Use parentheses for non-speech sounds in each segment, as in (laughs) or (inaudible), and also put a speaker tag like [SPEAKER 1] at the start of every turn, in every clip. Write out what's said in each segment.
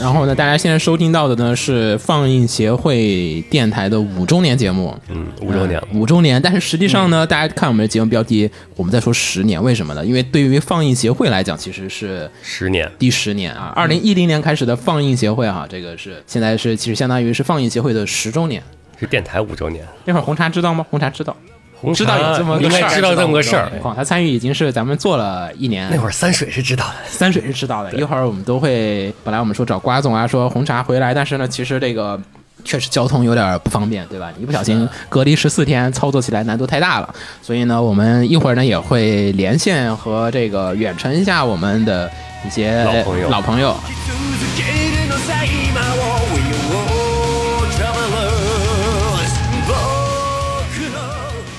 [SPEAKER 1] 然后呢，大家现在收听到的呢是放映协会电台的五周年节目，
[SPEAKER 2] 嗯，五周年了，
[SPEAKER 1] 五周年。但是实际上呢，大家看我们的节目标题，我们在说十年，为什么呢？因为对于放映协会来讲，其实是
[SPEAKER 2] 十年，
[SPEAKER 1] 第十年
[SPEAKER 2] 嗯
[SPEAKER 1] 啊，二零一零年开始的放映协会哈、这个是现在是其实相当于是放映协会的十周年。
[SPEAKER 2] 是电台五周年。
[SPEAKER 1] 那会儿红茶知道吗？红茶知道，
[SPEAKER 2] 红
[SPEAKER 1] 知道有这么
[SPEAKER 2] 应
[SPEAKER 1] 个事
[SPEAKER 2] 该
[SPEAKER 1] 儿，
[SPEAKER 2] 知道这么个事儿。
[SPEAKER 1] 对他参与已经是咱们做了一年，
[SPEAKER 2] 那会儿三水是知道的，
[SPEAKER 1] 三水是知道的，一会儿我们都会，本来我们说找瓜总啊，说红茶回来，但是呢，其实这个确实交通有点不方便，对吧？一不小心隔离十四天，操作起来难度太大了，所以呢，我们一会儿呢也会连线和这个远程一下我们的一些
[SPEAKER 2] 老朋友
[SPEAKER 1] 老朋友
[SPEAKER 3] 生き続けるのさ今を We will travelers 僕の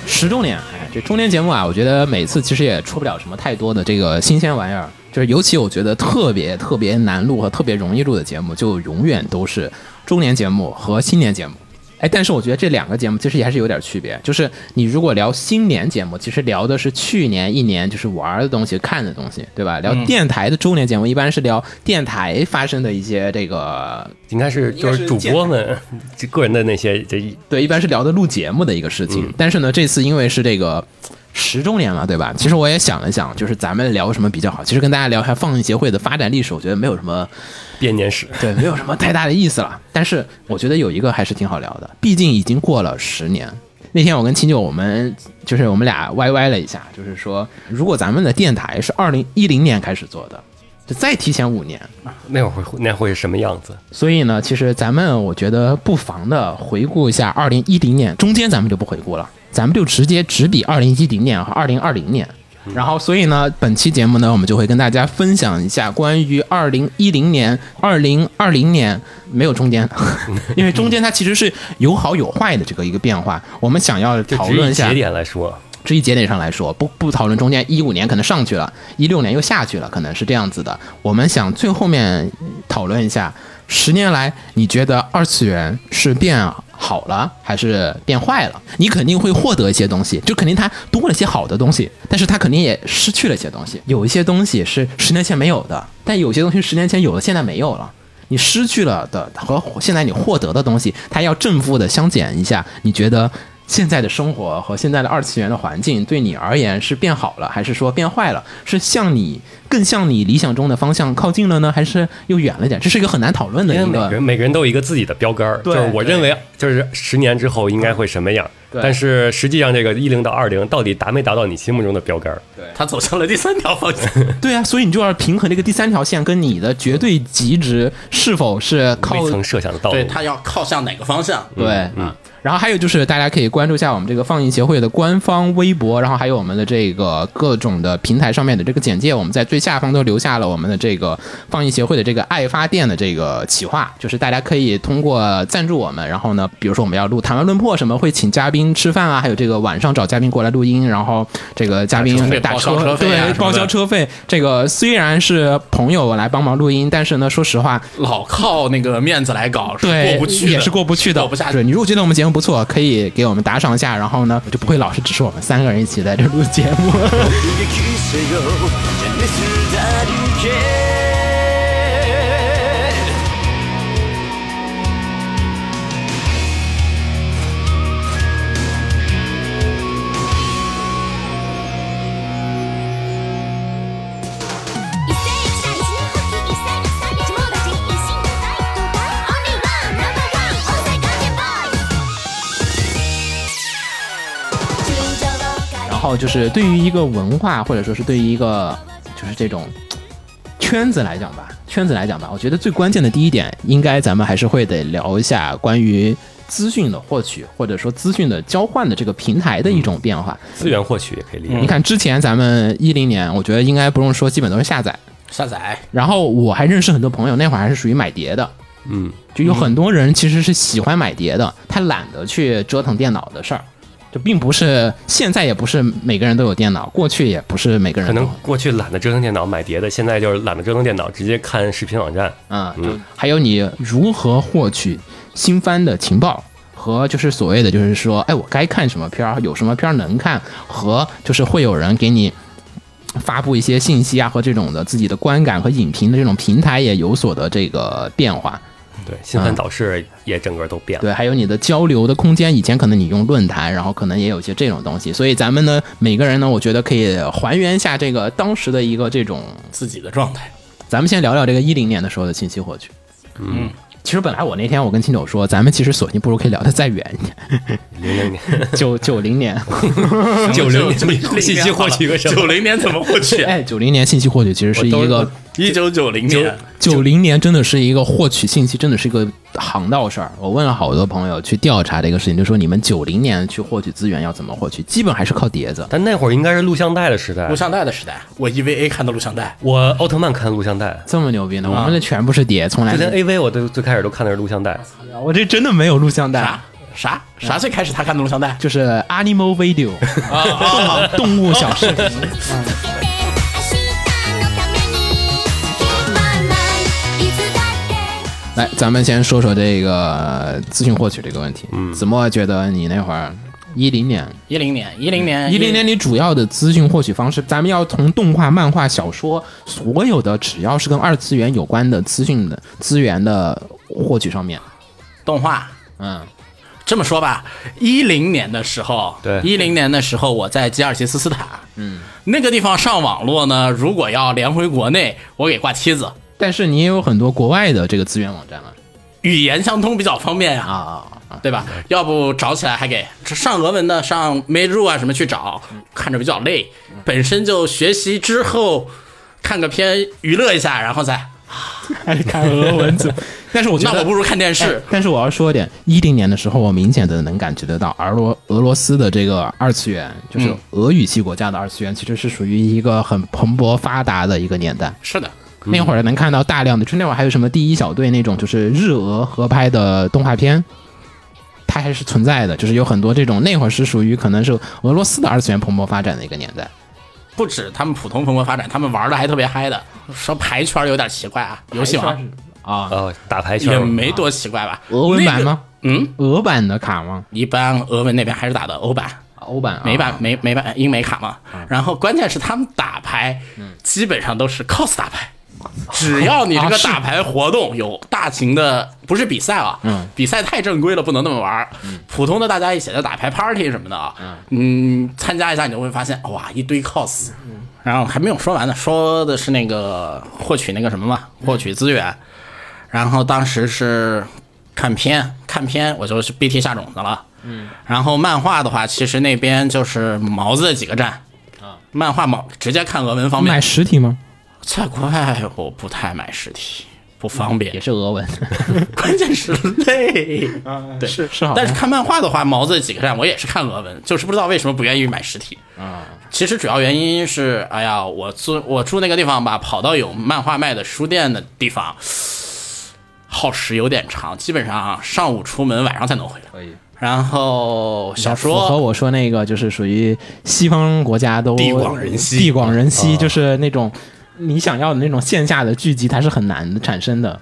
[SPEAKER 1] 十周年，哎，这中年节目啊，我觉得每次其实也出不了什么太多的这个新鲜玩意儿，就是尤其我觉得特别特别难录和特别容易录的节目，就永远都是中年节目和新年节目。哎，但是我觉得这两个节目其实也还是有点区别，就是你如果聊新年节目，其实聊的是去年一年就是玩的东西、看的东西，对吧？聊电台的周年节目，一般是聊电台发生的一些这个
[SPEAKER 2] 应该是就是主播们 (laughs) 这个人的那些这一
[SPEAKER 1] 对，一般是聊的录节目的一个事情。
[SPEAKER 2] 嗯
[SPEAKER 1] 但是呢，这次因为是这个十周年嘛，对吧？其实我也想了想，就是咱们聊什么比较好。其实跟大家聊一下放映协会的发展历史，我觉得没有什么
[SPEAKER 2] 编年史。
[SPEAKER 1] 对，没有什么太大的意思了。但是我觉得有一个还是挺好聊的，毕竟已经过了十年。那天我跟秦九，我们就是我们俩 YY 歪歪了一下，就是说，如果咱们的电台是二零一零年开始做的，就再提前五年，
[SPEAKER 2] 那会儿会那会是什么样子？
[SPEAKER 1] 所以呢，其实咱们我觉得不妨的回顾一下二零一零年，中间咱们就不回顾了，咱们就直接只比二零一零年和二零二零年。然后，所以呢，本期节目呢，我们就会跟大家分享一下关于二零一零年、二零二零年没有中间，
[SPEAKER 2] (laughs)
[SPEAKER 1] 因为中间它其实是有好有坏的这个一个变化。我们想要
[SPEAKER 2] 就
[SPEAKER 1] 讨
[SPEAKER 2] 只
[SPEAKER 1] 论
[SPEAKER 2] 以
[SPEAKER 1] 一下
[SPEAKER 2] 节点来说，
[SPEAKER 1] 至于节点上来说，不不讨论中间一五年可能上去了，一六年又下去了，可能是这样子的。我们想最后面讨论一下，十年来你觉得二次元是变好了还是变坏了？你肯定会获得一些东西，就肯定它多了一些好的东西，但是它肯定也失去了一些东西。有一些东西是十年前没有的，但有些东西十年前有的，现在没有了。你失去了的和现在你获得的东西，它要正负的相减一下。你觉得现在的生活和现在的二次元的环境对你而言是变好了，还是说变坏了？是向你更向你理想中的方向靠近了呢，还是又远了一点？这是一个很难讨论的
[SPEAKER 2] 因为
[SPEAKER 1] 一
[SPEAKER 2] 每个
[SPEAKER 1] 个
[SPEAKER 2] 人每个人都有一个自己的标杆儿，
[SPEAKER 1] 对
[SPEAKER 2] 就是我认为就是十年之后应该会什么样，
[SPEAKER 1] 对
[SPEAKER 2] 但是实际上这个一零到二零到底达没达到你心目中的标杆儿？
[SPEAKER 4] 他走向了第三条方向，
[SPEAKER 1] 对啊，所以你就要平衡这个第三条线跟你的绝对极值是否是靠
[SPEAKER 2] 未曾设想的道
[SPEAKER 4] 对
[SPEAKER 2] 路，
[SPEAKER 4] 他要靠向哪个方向？
[SPEAKER 1] 对，嗯。然后还有就是，大家可以关注一下我们这个放映协会的官方微博，然后还有我们的这个各种的平台上面的这个简介，我们在最下方都留下了我们的这个放映协会的这个爱发电的这个企划，就是大家可以通过赞助我们，然后呢，比如说我们要录谈完论破什么，会请嘉宾吃饭啊，还有这个晚上找嘉宾过来录音，然后这个嘉宾
[SPEAKER 4] 打车费
[SPEAKER 1] 打
[SPEAKER 4] 哎报
[SPEAKER 1] 车
[SPEAKER 4] 销车费啊
[SPEAKER 1] 对
[SPEAKER 4] 什么的
[SPEAKER 1] 报销车费，这个虽然是朋友来帮忙录音，但是呢，说实话，
[SPEAKER 4] 老靠那个面子来搞是
[SPEAKER 1] 对，
[SPEAKER 4] 过不去的，
[SPEAKER 1] 也是过不去的，
[SPEAKER 4] 过不下
[SPEAKER 1] 对，
[SPEAKER 4] 去。
[SPEAKER 1] 你如果觉得我们节目不错，可以给我们打赏一下，然后 (laughs) 呢，就不会老是只是我们三个人一起在这录节 (laughs) 目。
[SPEAKER 3] 刺激せよじゃあミスダリケ
[SPEAKER 5] 一斉一斉一人呼吸一斉一斉友達一心と体と体 Only one
[SPEAKER 1] 然后就是对于一个文化，或者说是对于一个就是这种圈子来讲吧，圈子来讲吧，我觉得最关键的第一点，应该咱们还是会得聊一下关于资讯的获取，或者说资讯的交换的这个平台的一种变化。
[SPEAKER 2] 资源获取也可以利
[SPEAKER 4] 嗯
[SPEAKER 2] 用
[SPEAKER 1] 你。看之前咱们一零年，我觉得应该不用说，基本都是下载。
[SPEAKER 4] 下载
[SPEAKER 1] 然后我还认识很多朋友，那会儿还是属于买碟的，
[SPEAKER 2] 嗯，
[SPEAKER 1] 就有很多人其实是喜欢买碟的，他懒得去折腾电脑的事儿，就并不是现在也不是每个人都有电脑，过去也不是每个人
[SPEAKER 2] 可
[SPEAKER 1] 都
[SPEAKER 2] 能
[SPEAKER 1] 有
[SPEAKER 2] 过去懒得折腾电脑买碟的，现在就是懒得折腾电脑，直接看视频网站。
[SPEAKER 1] 啊，就
[SPEAKER 2] 嗯
[SPEAKER 1] 还有你如何获取新番的情报。和就是所谓的，就是说，哎，我该看什么片儿，有什么片儿能看，和就是会有人给你发布一些信息啊和这种的自己的观感和影评的这种平台也有所的这个变化。
[SPEAKER 4] 嗯
[SPEAKER 2] 对，新
[SPEAKER 4] 啊
[SPEAKER 2] 番导视也整个都变了。
[SPEAKER 1] 对，还有你的交流的空间，以前可能你用论坛，然后可能也有一些这种东西，所以咱们呢，每个人呢，我觉得可以还原一下这个当时的一个这种，
[SPEAKER 4] 自己的状态，
[SPEAKER 1] 咱们先聊聊这个一零年的时候的信息获取。
[SPEAKER 2] 嗯，
[SPEAKER 1] 其实本来我那天我跟青九说，咱们其实索性不如可以聊得再远一点，
[SPEAKER 2] 零零年
[SPEAKER 1] 九九
[SPEAKER 2] (laughs)
[SPEAKER 1] 零年，
[SPEAKER 2] 九零年
[SPEAKER 4] 90
[SPEAKER 2] 信息获取一个什
[SPEAKER 4] 九
[SPEAKER 2] 么？
[SPEAKER 4] 零年怎么获取？
[SPEAKER 1] 哎，九零年信息获取其实是一
[SPEAKER 2] 我
[SPEAKER 1] 个
[SPEAKER 2] 都
[SPEAKER 4] (laughs) 一九九零年，
[SPEAKER 1] 九零年真的是一个获取信息，真的是一个行道事儿。我问了好多朋友去调查这个事情，就说你们九零年去获取资源要怎么获取，基本还是靠碟子。
[SPEAKER 2] 但那会儿应该是录像带的时代
[SPEAKER 4] 录。像带的时代，我 EVA 看的录像带，
[SPEAKER 2] 我奥特曼看录像带，
[SPEAKER 1] 这么牛逼呢？我们的全部是碟，从来
[SPEAKER 2] 之
[SPEAKER 1] 没
[SPEAKER 2] 前 AV 我都最开始都看的是录像带。
[SPEAKER 1] 哎我这真的没有录像带
[SPEAKER 4] 啥，啥啥最开始他看的录像带？
[SPEAKER 1] 就是 Animal Video，动物小视频。
[SPEAKER 5] 明日のために Keep my mind いつだっ
[SPEAKER 1] 来，咱们先说说这个资讯获取这个问题。嗯，子墨觉得你那会儿一零年，
[SPEAKER 4] 一零年，一零年，
[SPEAKER 1] 一零年你主要的资讯获取方式，咱们要从动画、漫画、小说，所有的只要是跟二次元有关的资讯的资源的获取上面，
[SPEAKER 4] 动画。
[SPEAKER 1] 嗯，
[SPEAKER 4] 这么说吧，一零年的时候，
[SPEAKER 2] 对
[SPEAKER 4] 一零年的时候我在吉尔吉斯斯坦，嗯，那个地方上网络呢，如果要连回国内，我给挂妻子，
[SPEAKER 1] 但是你也有很多国外的这个资源网站了
[SPEAKER 4] 语言相通比较方便呀、
[SPEAKER 1] 啊啊 (laughs) 啊！
[SPEAKER 4] 对吧？要不找起来还给上俄文的，上 m a j u 啊什么去找，看着比较累。本身就学习之后看个片娱乐一下，然后再
[SPEAKER 1] 还得看俄文 (laughs) 字，但是我觉
[SPEAKER 4] 那
[SPEAKER 1] 得
[SPEAKER 4] 我不如看电
[SPEAKER 1] 哎
[SPEAKER 4] 视。
[SPEAKER 1] 但是我要说一点，一零年的时候，我明显的能感觉得到，俄罗俄罗斯的这个二次元，就是俄语系国家的二次元，其实是属于一个很蓬勃发达的一个年代。
[SPEAKER 4] 是的，
[SPEAKER 1] 那会儿能看到大量的，就那会儿还有什么第一小队那种，就是日俄合拍的动画片，它还是存在的，就是有很多这种。那会儿是属于可能是俄罗斯的二次元蓬勃发展的一个年代。
[SPEAKER 4] 不止他们普通蓬勃发展，他们玩的还特别嗨的。说牌圈有点奇怪啊，游戏王
[SPEAKER 1] 啊，
[SPEAKER 2] 哦，打排球
[SPEAKER 4] 也没多奇怪吧？
[SPEAKER 1] 俄文版吗？
[SPEAKER 4] 那个？嗯，
[SPEAKER 1] 俄版的卡吗？
[SPEAKER 4] 一般俄文那边还是打的欧版。
[SPEAKER 1] 欧版、啊、啊
[SPEAKER 4] 美版美美版英美卡嘛，然后关键是他们打牌，
[SPEAKER 1] 嗯
[SPEAKER 4] 基本上都是 cos 打牌，只要你这
[SPEAKER 1] 啊
[SPEAKER 4] 个
[SPEAKER 1] 是
[SPEAKER 4] 打牌活动有大型的，不是比赛啊
[SPEAKER 1] 嗯，
[SPEAKER 4] 比赛太正规了，不能那么玩儿。普通的大家一起的打牌 party 什么的啊，嗯，参加一下你就会发现，哇，一堆 cos。然
[SPEAKER 1] 嗯
[SPEAKER 4] 后还没有说完呢，说的是那个获取那个什么嘛，获取资源。然后当时是看片，看片我就是 BT 下种子了。嗯，然后漫画的话，其实那边就是毛子几个站啊，漫画毛直接看俄文方
[SPEAKER 1] 买
[SPEAKER 4] 面。
[SPEAKER 1] 实体吗？
[SPEAKER 4] 在国外我不太买实体，不方
[SPEAKER 1] 嗯也
[SPEAKER 4] 便，
[SPEAKER 1] 是俄文，
[SPEAKER 4] 关键是累。对，
[SPEAKER 1] 是 (laughs) 是好看
[SPEAKER 4] 但是看漫画的话，毛子几个站我也是看俄文，就是不知道为什么不愿意买实体。
[SPEAKER 1] 啊。
[SPEAKER 4] 其实主要原因是，哎呀，我住我住那个地方吧，跑到有漫画卖的书店的地方，耗时有点长，基本上上午出门，晚上才能回来。
[SPEAKER 1] 可以。
[SPEAKER 4] 然后小
[SPEAKER 1] 哎符合
[SPEAKER 4] 说，
[SPEAKER 1] 我说那个，就是属于西方国家都
[SPEAKER 4] 地广人稀
[SPEAKER 1] 地广人稀啊就是那种你想要的那种线下的聚集，它是很难的产生的。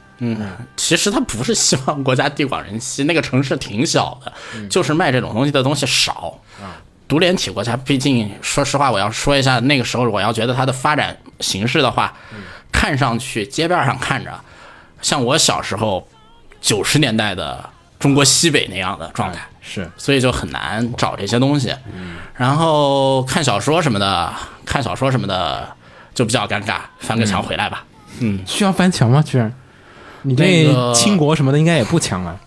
[SPEAKER 4] 其实它不是西方国家地广人稀，那个城市挺小的，就是卖这种东西的东西少。独联体国家，毕竟说实话，我要说一下，那个时候我要觉得它的发展形式的话，看上去街边上看着，像我小时候九十年代的中国西北那样的状态，
[SPEAKER 1] 是
[SPEAKER 4] 所以就很难找这些东西。然后看小说什么的，看小说什么的就比较尴尬，翻个墙回来吧。
[SPEAKER 1] 需要翻墙吗？居然，你
[SPEAKER 4] 那
[SPEAKER 1] 这
[SPEAKER 4] 个
[SPEAKER 1] 清国什么的应该也不强啊。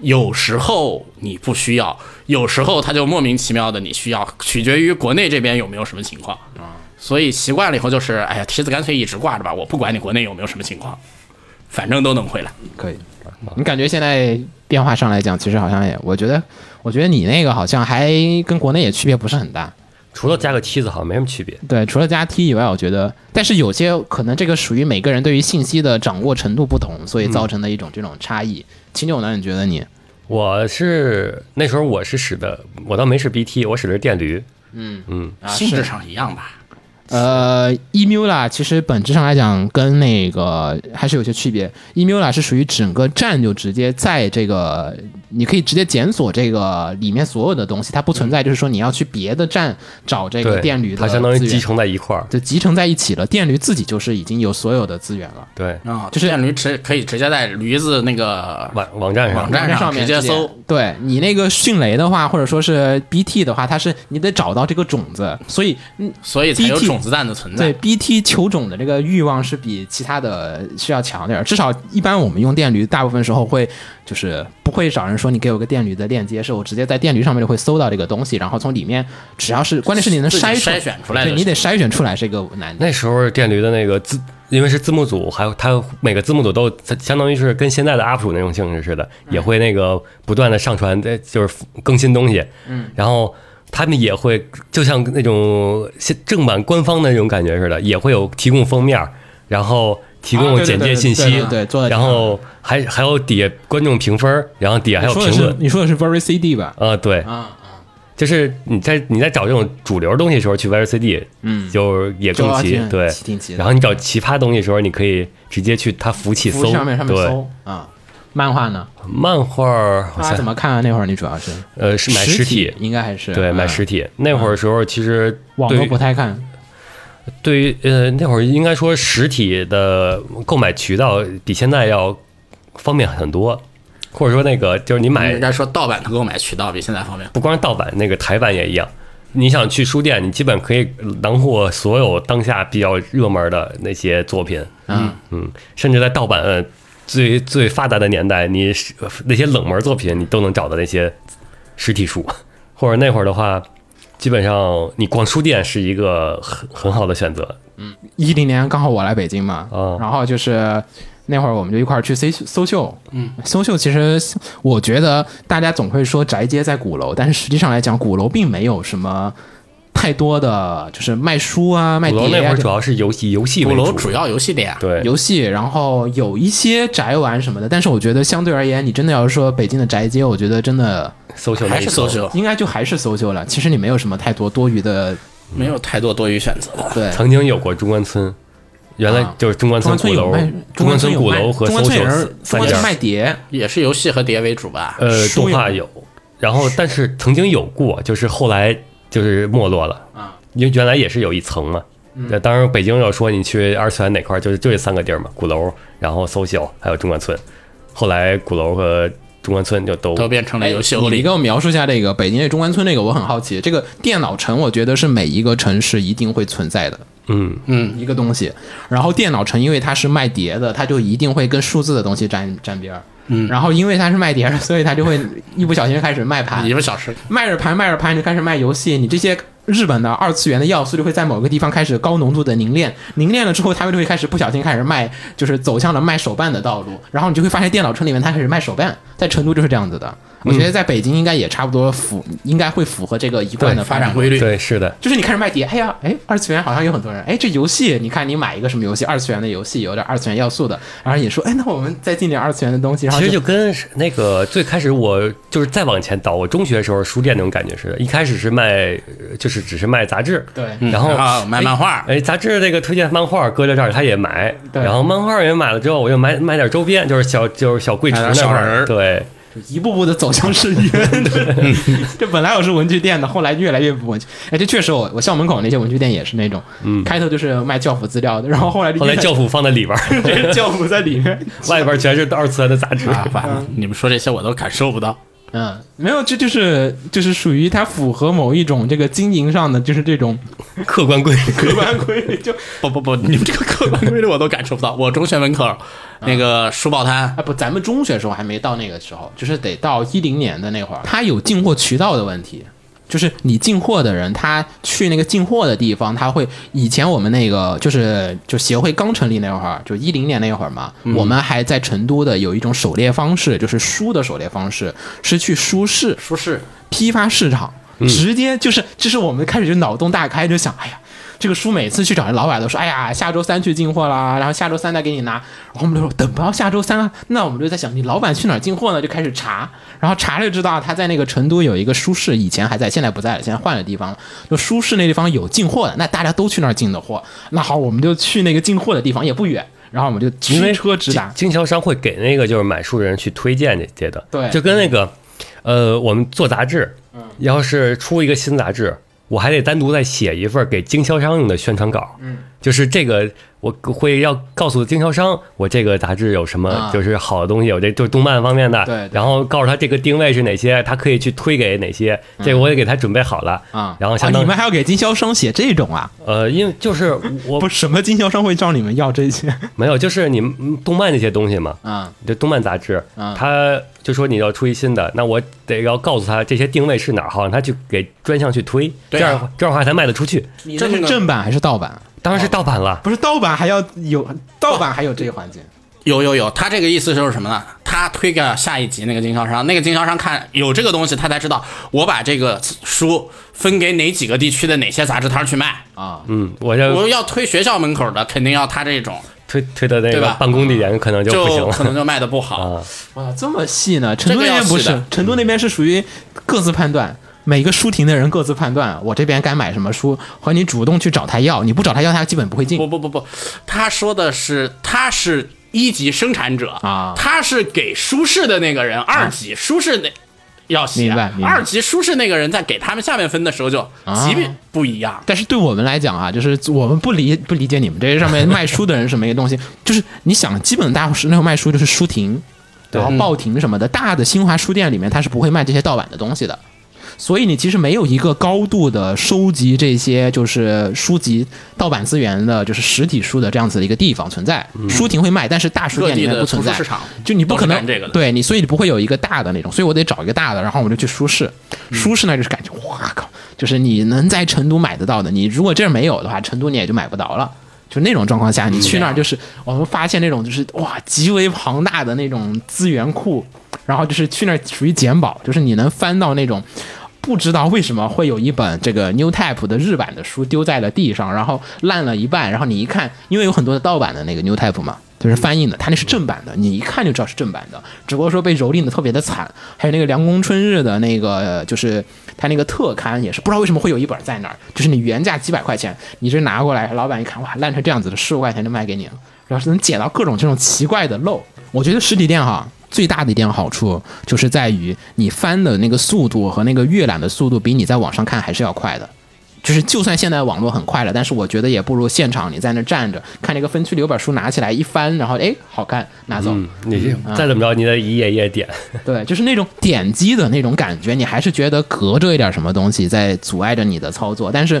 [SPEAKER 4] 有时候你不需要，有时候它就莫名其妙的你需要，取决于国内这边有没有什么情况。所以习惯了以后就是，哎呀，梯子干脆一直挂着吧，我不管你国内有没有什么情况，反正都能回来。
[SPEAKER 1] 可以，你感觉现在变化上来讲，其实好像也，我觉得，我觉得你那个好像还跟国内也区别不是很大。
[SPEAKER 2] 除了加个妻子好像没什么区别。
[SPEAKER 1] 对，除了加 T 以外，我觉得，但是有些可能这个属于每个人对于信息的掌握程度不同，所以造成的一种这种差异。秦九呢？你觉得你？
[SPEAKER 2] 我是那时候我是使的，我倒没使 BT，我使的是电驴。
[SPEAKER 1] 嗯
[SPEAKER 2] 嗯
[SPEAKER 4] 性质上一样吧。
[SPEAKER 1] 呃，Emula 其实本质上来讲跟那个还是有些区别。Emula 是属于整个站就直接在这个你可以直接检索这个里面所有的东西，它不存在就是说你要去别的站找这个
[SPEAKER 2] 对，
[SPEAKER 1] 电驴的资
[SPEAKER 2] 它
[SPEAKER 1] 源，
[SPEAKER 2] 相当于集成在一块儿。
[SPEAKER 1] 就集成在一起了。电驴自己就是已经有所有的资源了。
[SPEAKER 2] 对，
[SPEAKER 4] 啊，
[SPEAKER 1] 就是
[SPEAKER 4] 电驴直可以直接在驴子那个
[SPEAKER 2] 网网站上
[SPEAKER 4] 网，站
[SPEAKER 1] 上
[SPEAKER 4] 上
[SPEAKER 1] 面
[SPEAKER 4] 直接搜，
[SPEAKER 1] 对你那个迅雷的话，或者说是 BT 的话，它是你得找到这个种子，所以嗯，
[SPEAKER 4] 所以才有
[SPEAKER 1] BT
[SPEAKER 4] 种子弹的存
[SPEAKER 1] 对
[SPEAKER 4] 在。
[SPEAKER 1] BT 求种的这个欲望是比其他的是要强点儿，至少一般我们用电驴，大部分时候会就是不会找人说你给我个电驴的链接，是我直接在电驴上面就会搜到这个东西，然后从里面只要是关键是你能
[SPEAKER 4] 自己
[SPEAKER 1] 筛
[SPEAKER 4] 筛选出来
[SPEAKER 1] 对
[SPEAKER 4] 就
[SPEAKER 1] 你得
[SPEAKER 4] 行
[SPEAKER 1] 筛选出来这个难的。
[SPEAKER 2] 那时候电驴的那个字，因为是字幕组，还有它每个字幕组都相当于是跟现在的 UP 主那种性质似的，也会那个不断的上传，呃就是更新东西。嗯，然后他们也会就像那种现正版官方的那种感觉似的，也会有提供封面儿，然后提
[SPEAKER 1] 啊
[SPEAKER 2] 供
[SPEAKER 1] 对对
[SPEAKER 2] 简介
[SPEAKER 1] 对对
[SPEAKER 2] 信
[SPEAKER 1] 对
[SPEAKER 2] 息
[SPEAKER 1] 对，对做得挺
[SPEAKER 2] 然
[SPEAKER 1] 好的
[SPEAKER 2] 后还还有底下观众评分儿，然后底下还有
[SPEAKER 1] 你说的
[SPEAKER 2] 评
[SPEAKER 1] 是
[SPEAKER 2] 论。
[SPEAKER 1] 你说的是 Very CD 吧？
[SPEAKER 2] 啊、对，
[SPEAKER 1] 啊，
[SPEAKER 2] 就是你在你在找这种主流东西的时候去 VCD，嗯，就是也更
[SPEAKER 1] 就
[SPEAKER 2] 齐
[SPEAKER 1] 挺，
[SPEAKER 2] 对
[SPEAKER 1] 挺齐的，
[SPEAKER 2] 然后你找奇葩东西的时候，你可以直接去它服务器
[SPEAKER 1] 服务
[SPEAKER 2] 搜，
[SPEAKER 1] 上面上面
[SPEAKER 2] 对，
[SPEAKER 1] 搜啊。漫画呢？
[SPEAKER 2] 漫画儿好
[SPEAKER 1] 他怎
[SPEAKER 2] 像
[SPEAKER 1] 么看啊？那会儿你主要是
[SPEAKER 2] 呃是买
[SPEAKER 1] 实
[SPEAKER 2] 实体，
[SPEAKER 1] 应该还是
[SPEAKER 2] 对，买
[SPEAKER 1] 嗯
[SPEAKER 2] 实体。那会儿的时候其实
[SPEAKER 1] 网
[SPEAKER 2] 对
[SPEAKER 1] 络
[SPEAKER 2] 于
[SPEAKER 1] 不太看，
[SPEAKER 2] 对于呃那会儿应该说实体的购买渠道比现在要方便很多，或者说那个就是你买
[SPEAKER 4] 哎应该说盗版的购买渠道比现在方便。
[SPEAKER 2] 不光是盗版，那个台版也一样。你想去书店，你基本可以囊获所有当下比较热门的那些作品。
[SPEAKER 1] 嗯
[SPEAKER 2] 嗯，甚至在盗版呃最最发达的年代，你是那些冷门作品你都能找到那些实体书， (laughs) 或者那会儿的话，基本上你逛书店是一个很很好的选择。
[SPEAKER 1] 一零年刚好我来北京嘛，
[SPEAKER 2] 嗯
[SPEAKER 1] 然后就是那会儿我们就一块儿去 C 搜秀，嗯，搜秀其实我觉得大家总会说宅街在鼓楼，但是实际上来讲，鼓楼并没有什么太多的就是卖书啊、
[SPEAKER 4] 哎
[SPEAKER 1] 卖
[SPEAKER 2] 鼓楼
[SPEAKER 1] 碟
[SPEAKER 2] 那会
[SPEAKER 1] 啊
[SPEAKER 2] 儿。主要是游戏游戏
[SPEAKER 4] 鼓
[SPEAKER 2] 为
[SPEAKER 4] 楼
[SPEAKER 2] 主
[SPEAKER 4] 主，要游戏店，啊
[SPEAKER 2] 对，
[SPEAKER 1] 游戏，然后有一些宅玩什么的，但是我觉得相对而言，你真的要是说北京的宅街，我觉得真的
[SPEAKER 2] 搜秀
[SPEAKER 4] 还是搜
[SPEAKER 2] 秀。
[SPEAKER 4] 秀，
[SPEAKER 1] 应该就还是搜秀了。其实你没有什么太多多余的，
[SPEAKER 4] 没有太多多余选择。
[SPEAKER 1] 对，
[SPEAKER 2] 曾经有过中关村，原来
[SPEAKER 1] 啊
[SPEAKER 2] 就是中关
[SPEAKER 1] 中
[SPEAKER 2] 村
[SPEAKER 1] 关村
[SPEAKER 2] 鼓楼
[SPEAKER 1] 有卖，，
[SPEAKER 2] 中关
[SPEAKER 1] 关
[SPEAKER 2] 村
[SPEAKER 1] 有
[SPEAKER 2] 鼓
[SPEAKER 1] 卖
[SPEAKER 2] 楼和
[SPEAKER 1] 中
[SPEAKER 2] 搜
[SPEAKER 1] 关
[SPEAKER 2] 秀
[SPEAKER 1] 村有人
[SPEAKER 2] 三
[SPEAKER 1] 中关
[SPEAKER 2] 家
[SPEAKER 1] 村卖碟，
[SPEAKER 4] 也是游戏和碟为主吧？
[SPEAKER 2] 呃，
[SPEAKER 1] 书
[SPEAKER 2] 动
[SPEAKER 1] 有
[SPEAKER 2] 画有，然后但是曾经有过，就是后来就是没落了啊，因为原来也是有一层嘛。
[SPEAKER 1] 嗯
[SPEAKER 2] 那当然，北京要说你去二次元哪块儿，就是就这三个地儿嘛，鼓楼，然后搜秀，还有中关村。后来鼓楼和中关村就都
[SPEAKER 4] 都变成了游戏
[SPEAKER 1] 哎
[SPEAKER 4] 欧
[SPEAKER 1] 你
[SPEAKER 4] 里
[SPEAKER 1] 给我描述一下这个北京这中关村这个，我很好奇。这个电脑城，我觉得是每一个城市一定会存在的
[SPEAKER 2] 嗯，
[SPEAKER 1] 一个东西。然后电脑城，因为它是卖碟的，它就一定会跟数字的东西沾沾边儿。嗯，然后因为它是卖碟的，所以它就会一不小心就开始卖盘
[SPEAKER 4] 一，个小时，
[SPEAKER 1] 卖着盘卖着盘就开始卖游戏。你这些日本的二次元的要素就会在某个地方开始高浓度的凝练，凝练了之后，他们就会开始不小心开始卖，就是走向了卖手办的道路。然后你就会发现电脑城里面它开始卖手办，在成都就是这样子的。我觉得在北京应该也差不多符，应该会符合这个一贯的
[SPEAKER 4] 发展
[SPEAKER 1] 规。
[SPEAKER 4] 规律。
[SPEAKER 2] 对，是的，
[SPEAKER 1] 就是你开始卖碟，哎呀，哎，二次元好像有很多人，哎，这游戏，你看你买一个什么游戏，二次元的游戏，有点二次元要素的，然后也说，哎，那我们再进点二次元的东西，然
[SPEAKER 4] 啊
[SPEAKER 1] 后
[SPEAKER 2] 其实就跟是那个最开始我就是再往前倒，我中学的时候书店那种感觉似的，一开始是卖就是只是卖杂志，
[SPEAKER 1] 对
[SPEAKER 2] 嗯然后
[SPEAKER 4] 然后买漫画
[SPEAKER 2] 哎，杂志这个推荐漫画搁在这儿，他也买，
[SPEAKER 1] 对
[SPEAKER 2] 然后漫画也买了之后，我又买买点周边，就是小就是小柜橱
[SPEAKER 4] 买
[SPEAKER 2] 那
[SPEAKER 4] 点小
[SPEAKER 2] 会
[SPEAKER 4] 人
[SPEAKER 2] 儿，
[SPEAKER 4] 儿
[SPEAKER 2] 对，
[SPEAKER 1] 一步步的走向深渊。 (laughs) 这本来我是文具店的，后来越来越不文具。哎，这确实我，我校门口那些文具店也是那种，嗯，开头就是卖教辅资料的，然后后来就
[SPEAKER 2] 后来
[SPEAKER 4] (laughs)
[SPEAKER 1] 越
[SPEAKER 2] 教辅放在里边儿，
[SPEAKER 1] 教辅在里 (laughs) 面。
[SPEAKER 2] 外边全是二次元的杂志。
[SPEAKER 4] 啊，完了，你们说这些我都感受不到。
[SPEAKER 1] 嗯，没有，这就是就是属于它符合某一种这个经营上的，就是这种
[SPEAKER 2] 客观规
[SPEAKER 1] 客观规律，就
[SPEAKER 4] 不不不，你们这个客观规律我都感受不到。我中学门口
[SPEAKER 2] 嗯
[SPEAKER 4] 那个书报摊
[SPEAKER 1] 啊，不，咱们中学时候还没到那个时候，就是得到一零年的那会儿，它有进货渠道的问题。就是你进货的人，他去那个进货的地方，他会以前我们那个就是就协会刚成立那会儿，就一零年那会儿嘛，我们还在成都的有一种狩猎方式，就是书的狩猎方式，是去书市
[SPEAKER 4] 书市，
[SPEAKER 1] 批发市场，
[SPEAKER 2] 嗯
[SPEAKER 1] 直接就是这是我们开始就脑洞大开，就想，哎呀，这个书每次去找人老板都说，哎呀，下周三去进货啦，然后下周三再给你拿，然后我们就说等不到下周三啊，那我们就在想，你老板去哪儿进货呢？就开始查，然后查了就知道他在那个成都有一个书市，以前还在，现在不在了，现在换了地方了。就书市那地方有进货的，那大家都去那儿进的货，那好，我们就去那个进货的地方，也不远。然后我们就
[SPEAKER 2] 因为
[SPEAKER 1] 驱车直达。
[SPEAKER 2] 经经销商会给那个就是买书的人去推荐这些的，
[SPEAKER 1] 对嗯
[SPEAKER 2] 就跟那个，呃，我们做杂志，要是出一个新杂志，我还得单独再写一份给经销商用的宣传稿，嗯，就是这个我会要告诉经销商，我这个杂志有什么
[SPEAKER 1] 啊
[SPEAKER 2] 就是好的东西，有这就是动漫方面的，
[SPEAKER 1] 对对
[SPEAKER 2] 然后告诉他这个定位是哪些，他可以去推给哪些，这个我也给他准备好了
[SPEAKER 1] 嗯啊，
[SPEAKER 2] 然后相
[SPEAKER 1] 啊
[SPEAKER 2] 当
[SPEAKER 1] 你们还要给经销商写这种啊？
[SPEAKER 2] 呃，因为就是我
[SPEAKER 1] 不，什么经销商会找你们要这些？
[SPEAKER 2] 没有，就是你们动漫这些东西嘛，
[SPEAKER 1] 啊
[SPEAKER 2] 这动漫杂志
[SPEAKER 1] 啊，
[SPEAKER 2] 他就说你要出一新的，那我得要告诉他这些定位是哪儿，好让他去给专项去推，这
[SPEAKER 4] 对啊
[SPEAKER 2] 样这样的话才卖得出去。
[SPEAKER 1] 这是正版还是盗版？
[SPEAKER 2] 当然是盗版
[SPEAKER 4] 哦
[SPEAKER 2] 了，
[SPEAKER 1] 不是盗版还要有盗版还有这一环节。
[SPEAKER 4] 有有有，他这个意思就是什么呢？他推给下一级那个经销商，那个经销商看有这个东西，他才知道我把这个书分给哪几个地区的哪些杂志摊去卖。
[SPEAKER 1] 啊，
[SPEAKER 2] 嗯，我就
[SPEAKER 4] 我要推学校门口的，肯定要他这种，
[SPEAKER 2] 推推到那
[SPEAKER 4] 对
[SPEAKER 2] 个
[SPEAKER 4] 吧
[SPEAKER 2] 办公地点可能就不行
[SPEAKER 4] 就可能
[SPEAKER 2] 了。
[SPEAKER 4] 就卖的不好。
[SPEAKER 2] (laughs) 啊，
[SPEAKER 1] 哇，这么细呢？成都
[SPEAKER 4] 这
[SPEAKER 1] 那
[SPEAKER 4] 个要
[SPEAKER 1] 边不
[SPEAKER 4] 细
[SPEAKER 1] 是
[SPEAKER 4] 的，
[SPEAKER 1] 成都那边是属于各自判断，每个书亭的人各自判断，我这边该买什么书，和你主动去找他要，你不找他要，他基本不会进
[SPEAKER 4] 不。不不不，他说的是他是一级生产者
[SPEAKER 1] 啊
[SPEAKER 4] 他是给舒适的那个人，二级舒适那要写
[SPEAKER 1] 明白明，白啊
[SPEAKER 4] 二级舒适那个人在给他们下面分的时候就级别不一样。
[SPEAKER 1] 但是对我们来讲啊，就是我们不理不理解你们这些上面卖书的人什么一个东西， (laughs) 就是你想，基本大是那种卖书就是书亭，然后报亭什么的，大的新华书店里面它是不会卖这些盗版的东西的，所以你其实没有一个高度的收集这些就是书籍盗版资源的，就是实体书的这样子的一个地方存在。书亭会卖，但是大书
[SPEAKER 4] 各
[SPEAKER 1] 店里
[SPEAKER 4] 地
[SPEAKER 1] 面
[SPEAKER 4] 的
[SPEAKER 1] 不存
[SPEAKER 4] 图书
[SPEAKER 1] 在。
[SPEAKER 4] 市场
[SPEAKER 1] 就你不可能
[SPEAKER 4] 都是干这个的
[SPEAKER 1] 对你，所以你不会有一个大的那种，所以我得找一个大的，然后我就去舒适，
[SPEAKER 4] 嗯
[SPEAKER 1] 舒适呢就是感觉，哇靠，就是你能在成都买得到的，你如果这儿没有的话，成都你也就买不到了。就那种状况下，你去那儿就是我们发现那种就是哇极为庞大的那种资源库，然后就是去那儿属于捡宝，就是你能翻到那种不知道为什么会有一本这个 New Type 的日版的书丢在了地上，然后烂了一半，然后你一看，因为有很多的盗版的那个 New Type 嘛，就是翻译的，它那是正版的，你一看就知道是正版的，只不过说被蹂躏的特别的惨。还有那个凉宫春日的那个，呃就是它那个特刊也是不知道为什么会有一本在那儿，就是你原价几百块钱，你这拿过来，老板一看，哇，烂成这样子的，十五块钱就卖给你了，然后是能捡到各种这种奇怪的漏。我觉得实体店哈，最大的一点好处就是在于你翻的那个速度和那个阅览的速度比你在网上看还是要快的。就是就算现在网络很快了，但是我觉得也不如现场你在那站着看那个分区里有本书拿起来一翻，然后哎好看拿走。
[SPEAKER 2] 嗯，你再怎么着，你得一页一页点。
[SPEAKER 1] 对，就是那种点击的那种感觉，你还是觉得隔着一点什么东西在阻碍着你的操作，但是。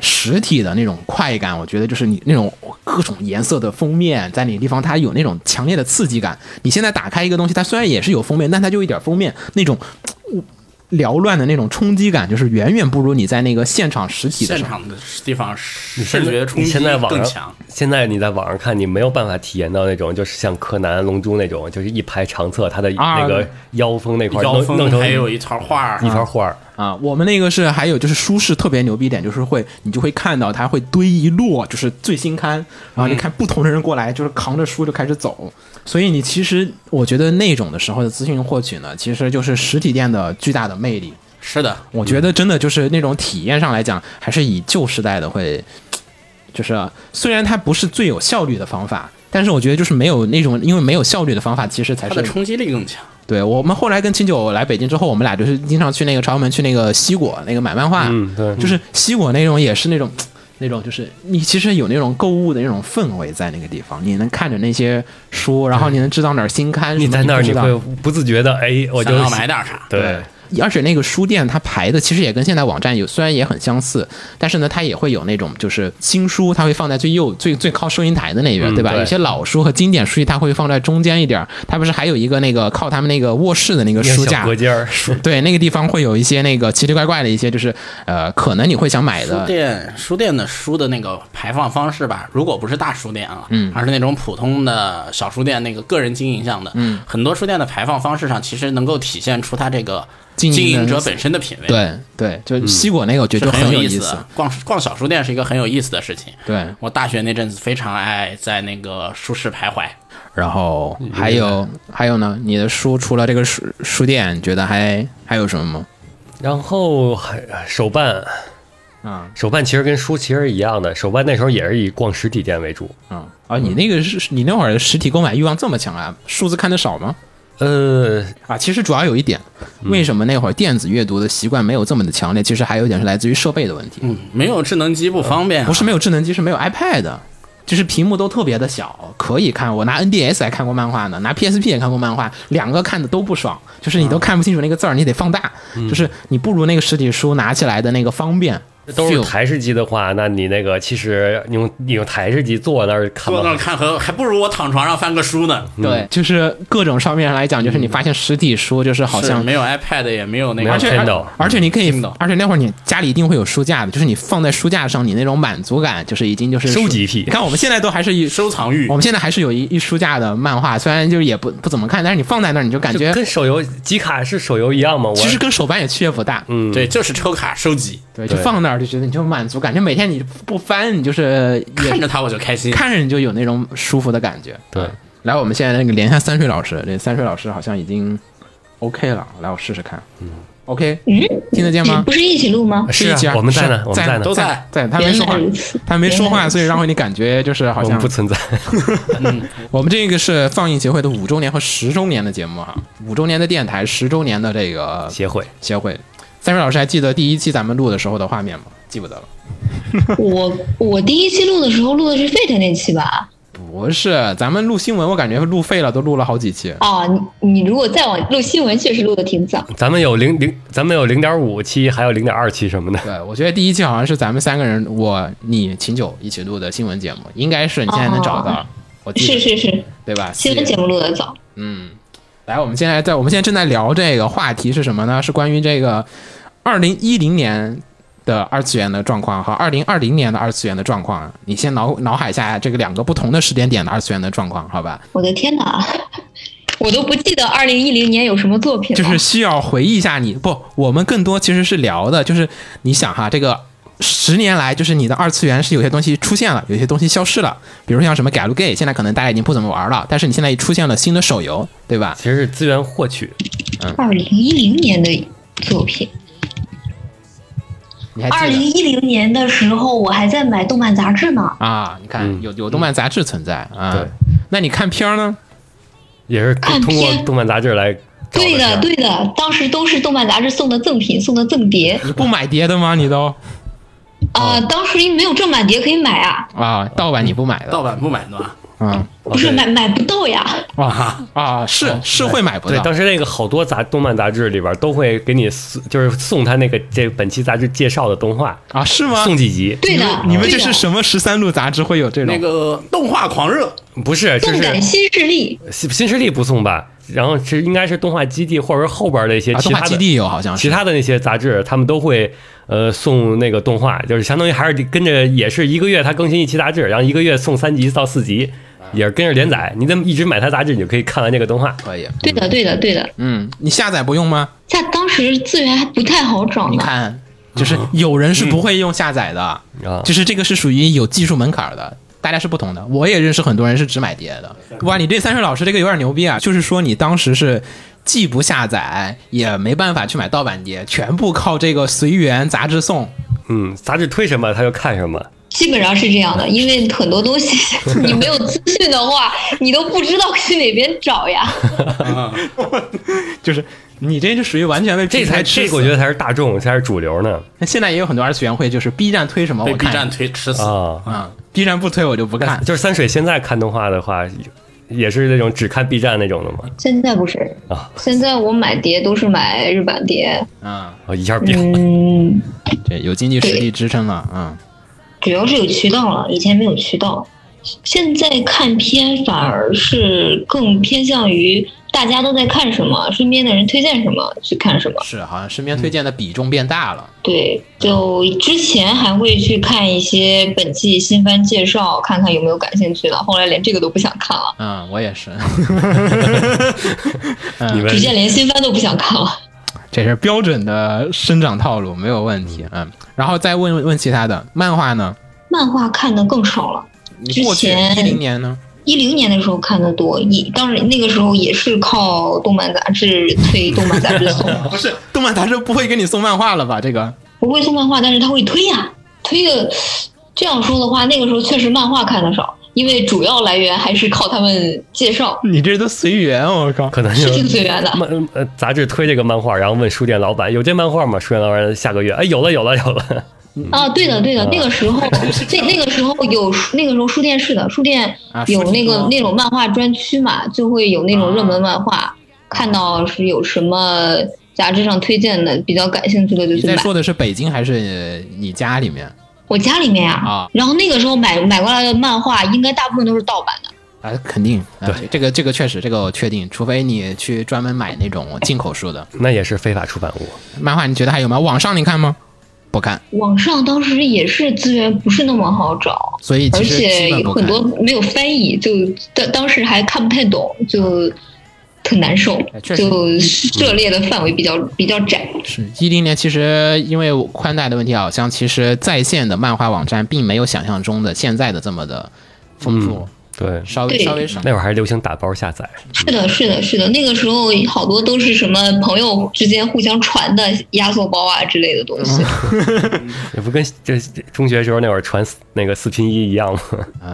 [SPEAKER 1] 实体的那种快感，我觉得就是你那种各种颜色的封面，在你地方它有那种强烈的刺激感。你现在打开一个东西，它虽然也是有封面，但它就一点封面那种嘖缭乱的那种冲击感，就是远远不如你在那个现场实体的
[SPEAKER 4] 现
[SPEAKER 1] 时候。
[SPEAKER 4] 场的地方
[SPEAKER 2] 现
[SPEAKER 4] 视
[SPEAKER 2] 在
[SPEAKER 4] 觉冲
[SPEAKER 2] 你
[SPEAKER 4] 击
[SPEAKER 2] 现在网
[SPEAKER 4] 更
[SPEAKER 2] 上
[SPEAKER 4] 强。，
[SPEAKER 2] 现在你在网上看，你没有办法体验到那种就是像柯南、龙珠那种，就是一排长册，它的
[SPEAKER 1] 啊
[SPEAKER 2] 那个腰封那块儿
[SPEAKER 4] 腰
[SPEAKER 2] 弄弄
[SPEAKER 4] 封
[SPEAKER 2] 成
[SPEAKER 4] 还有
[SPEAKER 2] 一
[SPEAKER 4] 一条画儿
[SPEAKER 2] 一条画儿。
[SPEAKER 1] 啊，我们那个是还有就是舒适特别牛逼一点，就是会你就会看到它会堆一摞，就是最新刊，然后你看不同的人过来，就是扛着书就开始走。所以你其实我觉得那种的时候的资讯获取呢，其实就是实体店的巨大的魅力。
[SPEAKER 4] 是的，
[SPEAKER 1] 我觉得真的就是那种体验上来讲，还是以旧时代的会，就是呃虽然它不是最有效率的方法，但是我觉得就是没有那种因为没有效率的方法，其实才
[SPEAKER 4] 它
[SPEAKER 1] 是
[SPEAKER 4] 的冲击力更强。
[SPEAKER 1] 对我们后来跟清九来北京之后，我们俩就是经常去那个朝阳门去那个西果那个买漫
[SPEAKER 4] 啊
[SPEAKER 1] 画，
[SPEAKER 2] 嗯对
[SPEAKER 1] 就是西果那种也是那种那种就是你其实有那种购物的那种氛围在那个地方，你能看着那些书，然后你能知道哪儿新刊，
[SPEAKER 2] 你
[SPEAKER 1] 什么
[SPEAKER 2] 在那儿
[SPEAKER 1] 不
[SPEAKER 2] 你
[SPEAKER 1] 知道
[SPEAKER 2] 会不自觉的，哎，我就
[SPEAKER 4] 想要买点啥？
[SPEAKER 2] 对，
[SPEAKER 1] 而且那个书店它排的其实也跟现在网站有虽然也很相似，但是呢，它也会有那种就是新书，它会放在最右最最靠收银台的那边，
[SPEAKER 2] 嗯
[SPEAKER 1] 对吧？
[SPEAKER 2] 对
[SPEAKER 1] 有些老书和经典书籍它会放在中间一点儿，它不是还有一个那个靠他们那个卧室的那个
[SPEAKER 2] 一个
[SPEAKER 1] 书
[SPEAKER 2] 小
[SPEAKER 1] 架
[SPEAKER 2] 隔间儿
[SPEAKER 1] 书对那个地方会有一些那个奇奇怪怪的一些，就是呃，可能你会想买
[SPEAKER 4] 书
[SPEAKER 1] 的
[SPEAKER 4] 店书店的书的那个排放方式吧，如果不是大书店啊，嗯，而是那种普通的小书店，那个个人经营项的，嗯，很多书店的排放方式上，其实能够体现出它这个
[SPEAKER 1] 经
[SPEAKER 4] 经
[SPEAKER 1] 营的
[SPEAKER 4] 营者本身的品味，，
[SPEAKER 1] 对对，就西果那个我觉得
[SPEAKER 4] 是
[SPEAKER 1] 就
[SPEAKER 4] 很
[SPEAKER 1] 有
[SPEAKER 4] 意
[SPEAKER 1] 思。
[SPEAKER 4] 的。逛逛小书店是一个很有意思的事情。
[SPEAKER 1] 对
[SPEAKER 4] 我大学那阵子非常爱在那个书市徘徊，
[SPEAKER 1] 然后还有还有呢，你的书除了这个书书店，你觉得还还有什么吗？
[SPEAKER 2] 然后还手办，
[SPEAKER 1] 嗯
[SPEAKER 2] 手办其实跟书其实一样的，手办那时候也是以逛实体店为主。
[SPEAKER 1] 嗯啊，你那个是你那会儿实体购买欲望这么强啊？数字看得少吗？
[SPEAKER 2] 呃，
[SPEAKER 1] 啊，其实主要有一点，为什么那会儿电子阅读的习惯没有这么的强烈？其实还有一点是来自于设备的问题，
[SPEAKER 4] 嗯没有智能机不方便啊、
[SPEAKER 1] 不是没有智能机，是没有 iPad 的，就是屏幕都特别的小，可以看。我拿 NDS 还看过漫画呢，拿 PSP 也看过漫画，两个看的都不爽，就是你
[SPEAKER 2] 嗯
[SPEAKER 1] 都看不清楚那个字儿，你得放大，就是你不如那个实体书拿起来的那个方便。
[SPEAKER 2] 都是
[SPEAKER 1] feel
[SPEAKER 2] 台式机的话，那你那个其实你用你用台式机坐那儿看
[SPEAKER 4] 坐那儿
[SPEAKER 2] 吧，
[SPEAKER 4] 看和还不如我躺床上翻个书呢。嗯
[SPEAKER 1] 对，就是各种上面来讲，
[SPEAKER 2] 嗯
[SPEAKER 1] 就是你发现实体书就是好
[SPEAKER 4] 是
[SPEAKER 1] 像
[SPEAKER 4] 没有 iPad 也没有那
[SPEAKER 2] 没有
[SPEAKER 4] 个，
[SPEAKER 1] 而且
[SPEAKER 2] Kindle
[SPEAKER 1] 而且你可以
[SPEAKER 4] 嗯，Kindle
[SPEAKER 1] 而且那会儿你家里一定会有书架的，就是你放在书架上，你那种满足感就是已经就是
[SPEAKER 2] 收集癖
[SPEAKER 1] 你看我们现在都还是一，
[SPEAKER 4] 收藏欲
[SPEAKER 1] 我。们现在还是有一一书架的漫画，虽然就是也不不怎么看，但是你放在那儿你就感
[SPEAKER 2] 就
[SPEAKER 1] 觉
[SPEAKER 2] 跟手游集卡是手游一样吗？我
[SPEAKER 1] 其实跟手办也区别不大，
[SPEAKER 2] 嗯，
[SPEAKER 4] 对，就是抽卡收集，
[SPEAKER 1] 对，就放那儿就觉得你就满足感，就每天你不翻，你就是也
[SPEAKER 4] 看着它我就开心。
[SPEAKER 1] 看着你就有那种舒服的感觉。
[SPEAKER 2] 对，
[SPEAKER 1] 来，我们现在那个连一下三水老师，这三水老师好像已经 OK 了，来我试试看，嗯，OK，听得见吗？
[SPEAKER 6] 不是一起录吗？
[SPEAKER 2] 是
[SPEAKER 1] 一
[SPEAKER 2] 啊
[SPEAKER 1] 起啊，
[SPEAKER 2] 我们在呢
[SPEAKER 1] 是
[SPEAKER 2] 我们在呢
[SPEAKER 1] 都在
[SPEAKER 4] 在，
[SPEAKER 1] 在他没说话
[SPEAKER 6] 原来如此，
[SPEAKER 1] 他没说
[SPEAKER 6] 原来
[SPEAKER 1] 话，
[SPEAKER 6] 如此
[SPEAKER 1] 所以让你感觉就是好
[SPEAKER 2] 我们
[SPEAKER 1] 像
[SPEAKER 2] 不存在。
[SPEAKER 1] 我们这个是放映协会的五周年和十周年的节目哈，五周年的电台，十周年的这个
[SPEAKER 2] 协会
[SPEAKER 1] 协会。三水老师还记得第一期咱们录的时候的画面吗？记不得了，
[SPEAKER 6] 我我第一期录的时候录的是 Fate 那期吧？
[SPEAKER 1] 不是，咱们录新闻，我感觉录废了，都录了好几期。
[SPEAKER 6] 啊，你你如果再往录新闻，确实录的挺
[SPEAKER 1] 啊
[SPEAKER 6] 早。
[SPEAKER 2] 咱们有零零，咱们有零点五期，还有零点二期什么的。
[SPEAKER 1] 对，我觉得第一期好像是咱们三个人，我、你、秦九一起录的新闻节目，应该是你现在能找到，我记
[SPEAKER 6] 哦是
[SPEAKER 1] 得
[SPEAKER 6] 是是，
[SPEAKER 1] 对吧？
[SPEAKER 6] 新闻节目录的早。
[SPEAKER 1] 来，我们现在在我们现在正在聊这个话题是什么呢？是关于这个二零一零年的二次元的状况和二零二零年的二次元的状况。你先脑脑海下这个两个不同的时间点的二次元的状况，好吧？
[SPEAKER 6] 我的天哪， (laughs) 我都不记得二零一零年有什么作品
[SPEAKER 1] 就
[SPEAKER 6] 了。
[SPEAKER 1] 是需要回忆一下你不，我们更多其实是聊的，就是你想哈，这个十年来，就是你的二次元是有些东西出现了，有些东西消失了，比如像什么 Galgame，现在可能大家已经不怎么玩了，但是你现在出现了新的手游，对吧？
[SPEAKER 2] 其实是资源获取，
[SPEAKER 6] 二零一零年的作品。
[SPEAKER 1] 你还
[SPEAKER 6] 二
[SPEAKER 1] 记
[SPEAKER 6] 零
[SPEAKER 1] 得？
[SPEAKER 6] 一零年的时候，我还在买动漫杂志呢。
[SPEAKER 1] 啊，你看
[SPEAKER 2] 嗯
[SPEAKER 1] 有有动漫杂志存在啊，
[SPEAKER 2] 对
[SPEAKER 1] 那你看片儿呢？
[SPEAKER 2] 也是通
[SPEAKER 6] 看
[SPEAKER 2] 通过
[SPEAKER 6] 片
[SPEAKER 2] 动漫杂志来找
[SPEAKER 6] 对
[SPEAKER 2] 的
[SPEAKER 6] 的，
[SPEAKER 2] 事儿。
[SPEAKER 6] 对的，当时都是动漫杂志送的赠品，送的赠碟
[SPEAKER 1] 你不买碟的吗？你都
[SPEAKER 6] 啊、
[SPEAKER 1] 哦
[SPEAKER 6] 当时因为没有正版碟可以买啊，
[SPEAKER 1] 啊，盗版你不买的
[SPEAKER 4] 盗版不买的吧？
[SPEAKER 1] 啊
[SPEAKER 6] 不是
[SPEAKER 2] 哦对
[SPEAKER 6] 买买不到呀。
[SPEAKER 1] 啊啊，是是会买不
[SPEAKER 2] 对，
[SPEAKER 1] 到，
[SPEAKER 2] 当时那个好多杂动漫杂志里边都会给你送，就是送他那个这本期杂志介绍的动画，
[SPEAKER 1] 啊是吗？
[SPEAKER 2] 送几集。
[SPEAKER 6] 对的，
[SPEAKER 1] 你们
[SPEAKER 6] 对
[SPEAKER 1] 这
[SPEAKER 6] 的
[SPEAKER 1] 是什么十三路杂志会有这种
[SPEAKER 4] 那个动画狂热，
[SPEAKER 2] 不是，这
[SPEAKER 6] 动
[SPEAKER 2] 是
[SPEAKER 6] 感新势力
[SPEAKER 2] 新新势力不送吧？然后是应该是动画基地，或者是后边的一些
[SPEAKER 1] 啊？
[SPEAKER 2] 其
[SPEAKER 1] 动
[SPEAKER 2] 他
[SPEAKER 1] 画
[SPEAKER 2] 的、
[SPEAKER 1] 基地有好像是
[SPEAKER 2] 其他的那些杂志，他们都会呃送那个动画，就是相当于还是跟着也是一个月它更新一期杂志，然后一个月送三集到四集，
[SPEAKER 1] 啊
[SPEAKER 2] 也是跟着连载。你怎么一直买它杂志，你就可以看完这个动画。
[SPEAKER 1] 可以，
[SPEAKER 6] 对的，对的，对的。
[SPEAKER 1] 嗯，你下载不用吗？
[SPEAKER 6] 在当时资源还不太好找
[SPEAKER 1] 你
[SPEAKER 6] 呢。
[SPEAKER 1] 看，就是有人是不会用下载的，
[SPEAKER 2] 啊
[SPEAKER 1] 就是这个是属于有技术门槛儿的。大家是不同的，我也认识很多人是只买碟的。哇，你这三水老师这个有点牛逼啊！就是说你当时是既不下载，也没办法去买盗版碟，全部靠这个随缘杂志送。
[SPEAKER 2] 嗯，杂志推什么他就看什么。
[SPEAKER 6] 基本上是这样的，因为很多东西
[SPEAKER 1] (laughs)
[SPEAKER 6] 你没有资讯的话，你都不知道去哪边
[SPEAKER 1] (laughs)
[SPEAKER 6] 找呀。
[SPEAKER 1] 嗯
[SPEAKER 4] 啊
[SPEAKER 1] 就是你这就属于完全被
[SPEAKER 2] 这才
[SPEAKER 1] 吃
[SPEAKER 2] 这
[SPEAKER 1] 死
[SPEAKER 2] 个我觉得才是大众，才是主流呢
[SPEAKER 1] 那现在也有很多二次元会，就是 B 站推什么
[SPEAKER 4] 被
[SPEAKER 1] 哦我
[SPEAKER 4] B
[SPEAKER 1] 看
[SPEAKER 4] 站推吃死。
[SPEAKER 2] 啊。
[SPEAKER 1] 啊、b 站不推我就不看。
[SPEAKER 2] (laughs) 就是三水现在看动画的话，也是那种只看 B 站那种的嘛。
[SPEAKER 6] 现在不是
[SPEAKER 2] 啊，
[SPEAKER 6] 现在我买碟都是买日
[SPEAKER 1] (laughs)
[SPEAKER 6] 版碟，
[SPEAKER 1] 啊、
[SPEAKER 2] 啊，一下变了。
[SPEAKER 6] 嗯，
[SPEAKER 1] 这有经济实力支撑了啊、
[SPEAKER 6] 主要是有渠道了，以前没有渠道。现在看片反而是更偏向于大家都在看什么，身边的人推荐什么去看什么。
[SPEAKER 1] 是好像身边推荐的比重变大了。
[SPEAKER 6] 对，就之前还会去看一些本季新番介绍，看看有没有感兴趣的，后来连这个都不想看了，
[SPEAKER 1] 嗯，我也是， (laughs)
[SPEAKER 2] 你们
[SPEAKER 6] 直接连新番都不想看了。
[SPEAKER 1] 这是标准的生长套路，没有问题。嗯，然后再问问其他的漫画呢？
[SPEAKER 6] 漫画看的更少了，
[SPEAKER 1] 你过去
[SPEAKER 6] 之
[SPEAKER 1] 一
[SPEAKER 6] 前
[SPEAKER 1] 零年呢？
[SPEAKER 6] 一零年的时候看的多，一当然那个时候也是靠动漫杂志推动漫杂志送，
[SPEAKER 1] 不是动漫杂志不会给你送漫画了吧？这个
[SPEAKER 6] 不会送漫画，但是他会推呀、推个。这样说的话，那个时候确实漫画看的少，因为主要来源还是靠他们介绍，
[SPEAKER 1] (laughs) 你这都随缘，我靠！
[SPEAKER 2] 可能
[SPEAKER 6] 是挺
[SPEAKER 2] 就
[SPEAKER 6] 随缘的。
[SPEAKER 2] 漫呃杂志推这个漫画，然后问书店老板有这漫画吗？书店老板下个月哎有了有了有了， (laughs)
[SPEAKER 6] 啊，对的，对的，那个时候，那那个时候有那个时候书店是的，书店
[SPEAKER 1] 啊啊
[SPEAKER 6] 有
[SPEAKER 1] 书
[SPEAKER 6] 那
[SPEAKER 1] 籍
[SPEAKER 6] 个
[SPEAKER 1] 吗
[SPEAKER 6] 那种漫画专区嘛，就会有那种热门漫画，看到是有什么杂志上推荐的，比较感兴趣的就
[SPEAKER 1] 你
[SPEAKER 6] 去
[SPEAKER 1] 在
[SPEAKER 6] 买。
[SPEAKER 1] 说的是北京还是你家里面
[SPEAKER 6] 我家里面呀、
[SPEAKER 1] 啊
[SPEAKER 6] 然后那个时候买买过来的漫画，应该大部分都是盗版的。
[SPEAKER 1] 啊？肯定，啊、对这个这个确实，这个我确定，除非你去专门买那种进口书的
[SPEAKER 2] 那也是非法出版物。
[SPEAKER 1] 漫画，你觉得还有吗？网上你看吗？不看，
[SPEAKER 6] 网上当时也是资源不是那么好找，
[SPEAKER 1] 所以
[SPEAKER 6] 而
[SPEAKER 1] 其实
[SPEAKER 6] 且
[SPEAKER 1] 基本
[SPEAKER 6] 有
[SPEAKER 1] 不看。
[SPEAKER 6] 很多没有翻译，就当当时还看不太懂，就很难受
[SPEAKER 1] 哎，确实嗯
[SPEAKER 6] 就涉猎的范围比较比较窄。
[SPEAKER 1] 是一零年，其实因为宽带的问题，好像其实在线的漫画网站并没有想象中的现在的这么的丰富，
[SPEAKER 2] 对，
[SPEAKER 1] 稍微
[SPEAKER 6] 对
[SPEAKER 1] 稍微少。
[SPEAKER 2] 那会儿还流行打包下载，
[SPEAKER 6] 是的，是的，是的，那个时候好多都是什么朋友之间互相传的压缩包啊之类的东西，
[SPEAKER 1] 嗯
[SPEAKER 2] 也不跟这这中学时候那会儿传四那个四拼一一样吗？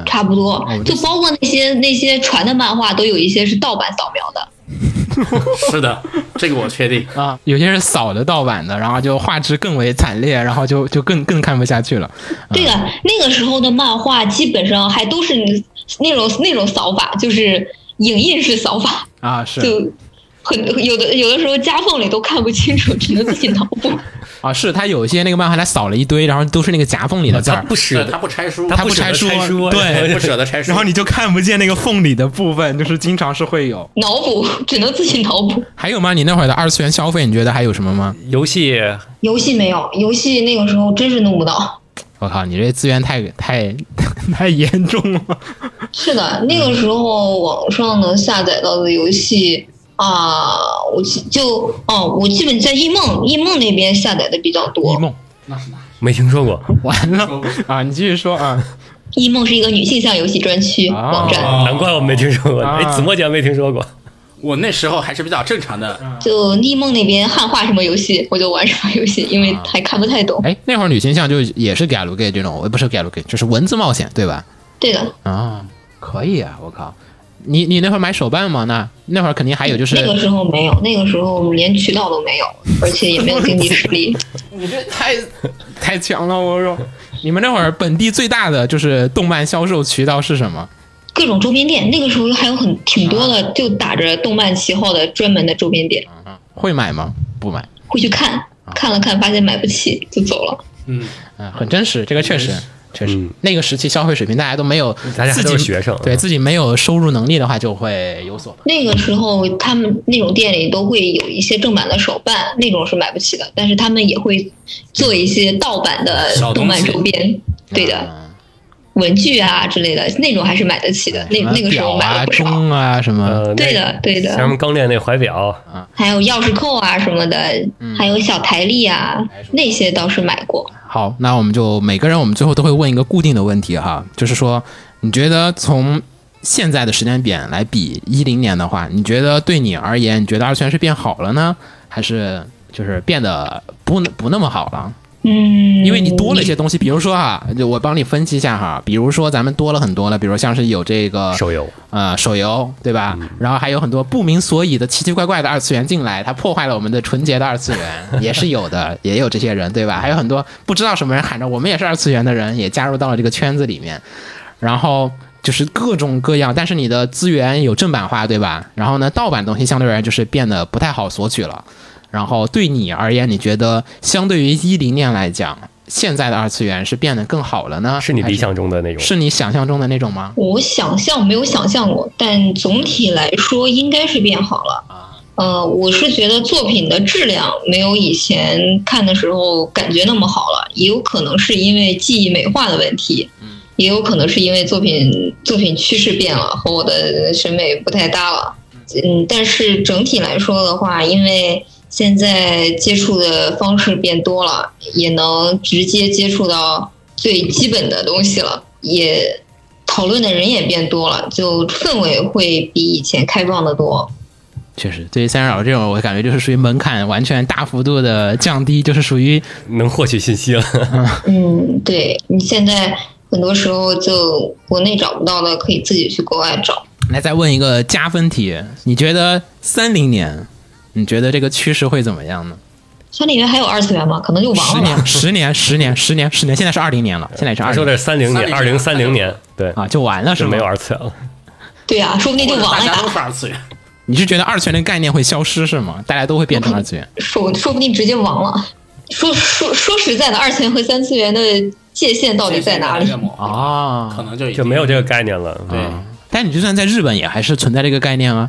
[SPEAKER 6] 差不多
[SPEAKER 1] 哦我。
[SPEAKER 6] 就包括那些那些传的漫画，都有一些是盗版扫描的。
[SPEAKER 4] 是的，这个我确定。
[SPEAKER 1] 啊，有些是扫的盗版的，然后就画质更为惨烈，然后就就更更看不下去了。
[SPEAKER 6] 对的，那个时候的漫画基本上还都是那种那种扫法，就是影印式扫法，
[SPEAKER 1] 啊，是
[SPEAKER 6] 就很有的有的时候夹缝里都看不清楚，只能自己脑补。
[SPEAKER 1] 啊，是他有一些那个漫画，他扫了一堆，然后都是那个夹缝里的字
[SPEAKER 2] 它
[SPEAKER 1] 儿，
[SPEAKER 2] 不
[SPEAKER 4] 对
[SPEAKER 2] 是
[SPEAKER 4] (laughs) 他不拆书，
[SPEAKER 2] 他
[SPEAKER 1] 不
[SPEAKER 2] 不舍
[SPEAKER 1] 拆
[SPEAKER 2] 得
[SPEAKER 1] 书
[SPEAKER 2] 拆书啊
[SPEAKER 1] 对 (laughs)
[SPEAKER 4] (laughs) 不舍得拆书。
[SPEAKER 1] 然后你就看不见那个缝里的部分，就是经常是会有。
[SPEAKER 6] 脑补只能自己脑补，
[SPEAKER 1] 还有吗？你那会儿的二次元消费，你觉得还有什么吗？
[SPEAKER 2] (laughs) 游戏
[SPEAKER 6] 游戏没有，游戏那个时候真是弄不到。
[SPEAKER 1] 我靠，你这资源太太 (laughs) 太严重了。
[SPEAKER 6] 是的，那
[SPEAKER 1] 嗯
[SPEAKER 6] 个时候网上能下载到的游戏啊，我基就哦，我基本在易梦易梦那边下载的比较
[SPEAKER 1] 一
[SPEAKER 6] 多。
[SPEAKER 1] E 梦
[SPEAKER 2] 没听说过，
[SPEAKER 1] 完了啊！你继续说啊。
[SPEAKER 6] 易 E 梦是一个女性向游戏专区
[SPEAKER 1] 啊
[SPEAKER 6] 网站，
[SPEAKER 4] 哦
[SPEAKER 2] (laughs) 难怪我没听说过。
[SPEAKER 1] 啊
[SPEAKER 2] 哎，子墨姐没听说过，
[SPEAKER 4] 我那时候还是比较正常的，
[SPEAKER 6] 就易梦那边汉化什么游戏，我就玩什么游戏，因为还看不太懂。
[SPEAKER 1] (laughs) 啊哎，那会儿女形象就也是 galgame 这种，呃不是 galgame，就是文字冒险，对吧？
[SPEAKER 6] 对的，
[SPEAKER 1] 啊，可以啊！我靠，你你那会儿买手办吗？那那会儿肯定还有就是
[SPEAKER 6] 那个时候没有，那个时候我们连渠道都没有，而且也没有经济实
[SPEAKER 1] (laughs)
[SPEAKER 6] 力。
[SPEAKER 1] 你这太太强了，我说。你们那会儿本地最大的就是动漫销售渠道是什么？
[SPEAKER 6] 各种周边店，那个时候还有很挺多
[SPEAKER 1] 啊
[SPEAKER 6] 的，就打着动漫旗号的专门的周边店，
[SPEAKER 1] 会买吗？不买，
[SPEAKER 6] 会去看，
[SPEAKER 1] 啊
[SPEAKER 6] 看了看发现买不起就走了。
[SPEAKER 1] 嗯，很真实，这个确实确实、
[SPEAKER 2] 嗯
[SPEAKER 1] 那个时期消费水平大家都没有，
[SPEAKER 2] 大家还
[SPEAKER 1] 自
[SPEAKER 2] 都
[SPEAKER 1] 己
[SPEAKER 2] 是学生
[SPEAKER 1] 对
[SPEAKER 2] 嗯
[SPEAKER 1] 自己没有收入能力的话，就会有所
[SPEAKER 6] 那个时候，他们那种店里都会有一些正版的手办，那种是买不起的，但是他们也会做一些盗版的
[SPEAKER 4] 小
[SPEAKER 6] 动
[SPEAKER 4] 东
[SPEAKER 6] 漫
[SPEAKER 4] 西
[SPEAKER 6] 周边，对的，
[SPEAKER 1] 嗯
[SPEAKER 6] 文具啊之类的，那种还是买得起的。那
[SPEAKER 1] 什么
[SPEAKER 6] 那个时
[SPEAKER 1] 表
[SPEAKER 6] 候买
[SPEAKER 1] 啊、
[SPEAKER 6] 了不少，
[SPEAKER 1] 钟啊什么。
[SPEAKER 2] 呃，
[SPEAKER 6] 对
[SPEAKER 2] 那
[SPEAKER 6] 的，对
[SPEAKER 2] 像什
[SPEAKER 6] 的，
[SPEAKER 2] 么钢链那怀表，
[SPEAKER 6] 还有钥匙扣啊什么的，
[SPEAKER 1] 嗯
[SPEAKER 6] 还有小台历啊，那些倒是买过。
[SPEAKER 1] 好，那我们就每个人，我们最后都会问一个固定的问题哈，就是说，你觉得从现在的时间点来比一零年的话，你觉得对你而言，你觉得二次元是变好了呢，还是就是变得不不那么好了？
[SPEAKER 6] 嗯，
[SPEAKER 1] 因为你多了一些东西，比如说哈，就我帮你分析一下哈，比如说咱们多了很多了，比如像是有这个
[SPEAKER 2] 手游
[SPEAKER 1] 呃手游对吧？
[SPEAKER 2] 嗯
[SPEAKER 1] 然后还有很多不明所以的奇奇怪怪的二次元进来，它破坏了我们的纯洁的二次
[SPEAKER 2] (laughs)
[SPEAKER 1] 元，也是有的，也有这些人对吧？还有很多不知道什么人喊着我们也是二次元的人，也加入到了这个圈子里面，然后。就是各种各样，但是你的资源有正版化，对吧？然后呢，盗版东西相对而言就是变得不太好索取了。然后对你而言，你觉得相对于一零年来讲，现在的二次元是变得更好了呢？
[SPEAKER 2] 是你
[SPEAKER 1] 还
[SPEAKER 2] 理想中的那种
[SPEAKER 1] 是你想象中的那种吗？
[SPEAKER 6] 我想象没有想象过，但总体来说应该是变好了。呃，我是觉得作品的质量没有以前看的时候感觉那么好了，也有可能是因为记忆美化的问题，也有可能是因为作品作品趋势变了，和我的审美不太搭了。嗯，但是整体来说的话，因为现在接触的方式变多了，也能直接接触到最基本的东西了，也讨论的人也变多了，就氛围会比以前开放的多。
[SPEAKER 1] 确实，对于三十老这种，我感觉就是属于门槛完全大幅度的降低，就是属于
[SPEAKER 2] 能获取信息了。
[SPEAKER 6] 嗯，对你现在很多时候就国内找不到的，可以自己去国外找。
[SPEAKER 1] 来再问一个加分题，你觉得三零年，你觉得这个趋势会怎么样呢？
[SPEAKER 6] 山里面还有二次元吗？可能就
[SPEAKER 1] 十
[SPEAKER 6] 亡了吧。
[SPEAKER 1] 年，十年，十年，十年，十年，现在是二零年了，现在是
[SPEAKER 2] 他
[SPEAKER 1] 二
[SPEAKER 2] 说
[SPEAKER 1] 零
[SPEAKER 2] 的是三零年，二零三零年，对，
[SPEAKER 1] 啊，就完了是
[SPEAKER 2] 就
[SPEAKER 1] 吗
[SPEAKER 2] 没有？二次元了。
[SPEAKER 6] 对呀、说不定就
[SPEAKER 4] 或者大
[SPEAKER 6] 亡了啊
[SPEAKER 4] 家都是
[SPEAKER 6] 呀，
[SPEAKER 4] 二次元，
[SPEAKER 1] 你是觉得二次元的概念会消失是吗？大家都会变成二次元？
[SPEAKER 6] 说说不定直接亡了。说说说实在的，二次元和三次元的界限到底在哪里
[SPEAKER 4] (laughs) 越？猛
[SPEAKER 1] 啊
[SPEAKER 4] 可能就已
[SPEAKER 2] 就
[SPEAKER 4] 经
[SPEAKER 2] 没有这个概念了。
[SPEAKER 4] 对
[SPEAKER 2] 嗯，
[SPEAKER 1] 但你就算在日本也还是存在这个概念啊，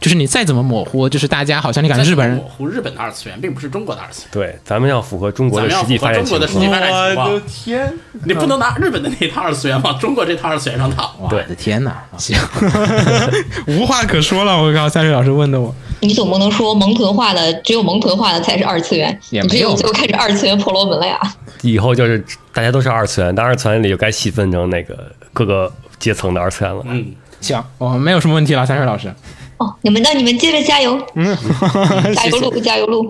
[SPEAKER 1] 就是你再怎么模糊，就是大家好像你感觉日本人
[SPEAKER 4] 模糊日本的二次元，并不是中国的二次元。
[SPEAKER 2] 对，咱们要符合中国的
[SPEAKER 4] 咱们要
[SPEAKER 2] 实际
[SPEAKER 4] 符
[SPEAKER 2] 发
[SPEAKER 4] 合
[SPEAKER 2] 展
[SPEAKER 4] 中
[SPEAKER 2] 情
[SPEAKER 4] 国的实
[SPEAKER 2] 况
[SPEAKER 4] 际。发展情况，
[SPEAKER 7] 天，
[SPEAKER 4] 你不能拿日本的那套二次元往中国这套二次元上套。
[SPEAKER 1] 哇，我
[SPEAKER 2] 对
[SPEAKER 1] 的天哪！行，无话可说了。我靠，三水老师问的我，
[SPEAKER 6] 你总不能说蒙豚化的只有蒙豚化的才是二次元，
[SPEAKER 1] 也
[SPEAKER 6] 你
[SPEAKER 1] 没
[SPEAKER 6] 这
[SPEAKER 1] 有
[SPEAKER 6] 种就开始二次元婆罗门了呀。
[SPEAKER 2] 以后就是大家都是二次元，但二次元里就该细分成那个各个阶层的二次元了。
[SPEAKER 4] 嗯，
[SPEAKER 1] 行，我们没有什么问题了，三水老师。
[SPEAKER 6] 哦，你们那你们接着加油，加油路，加油路，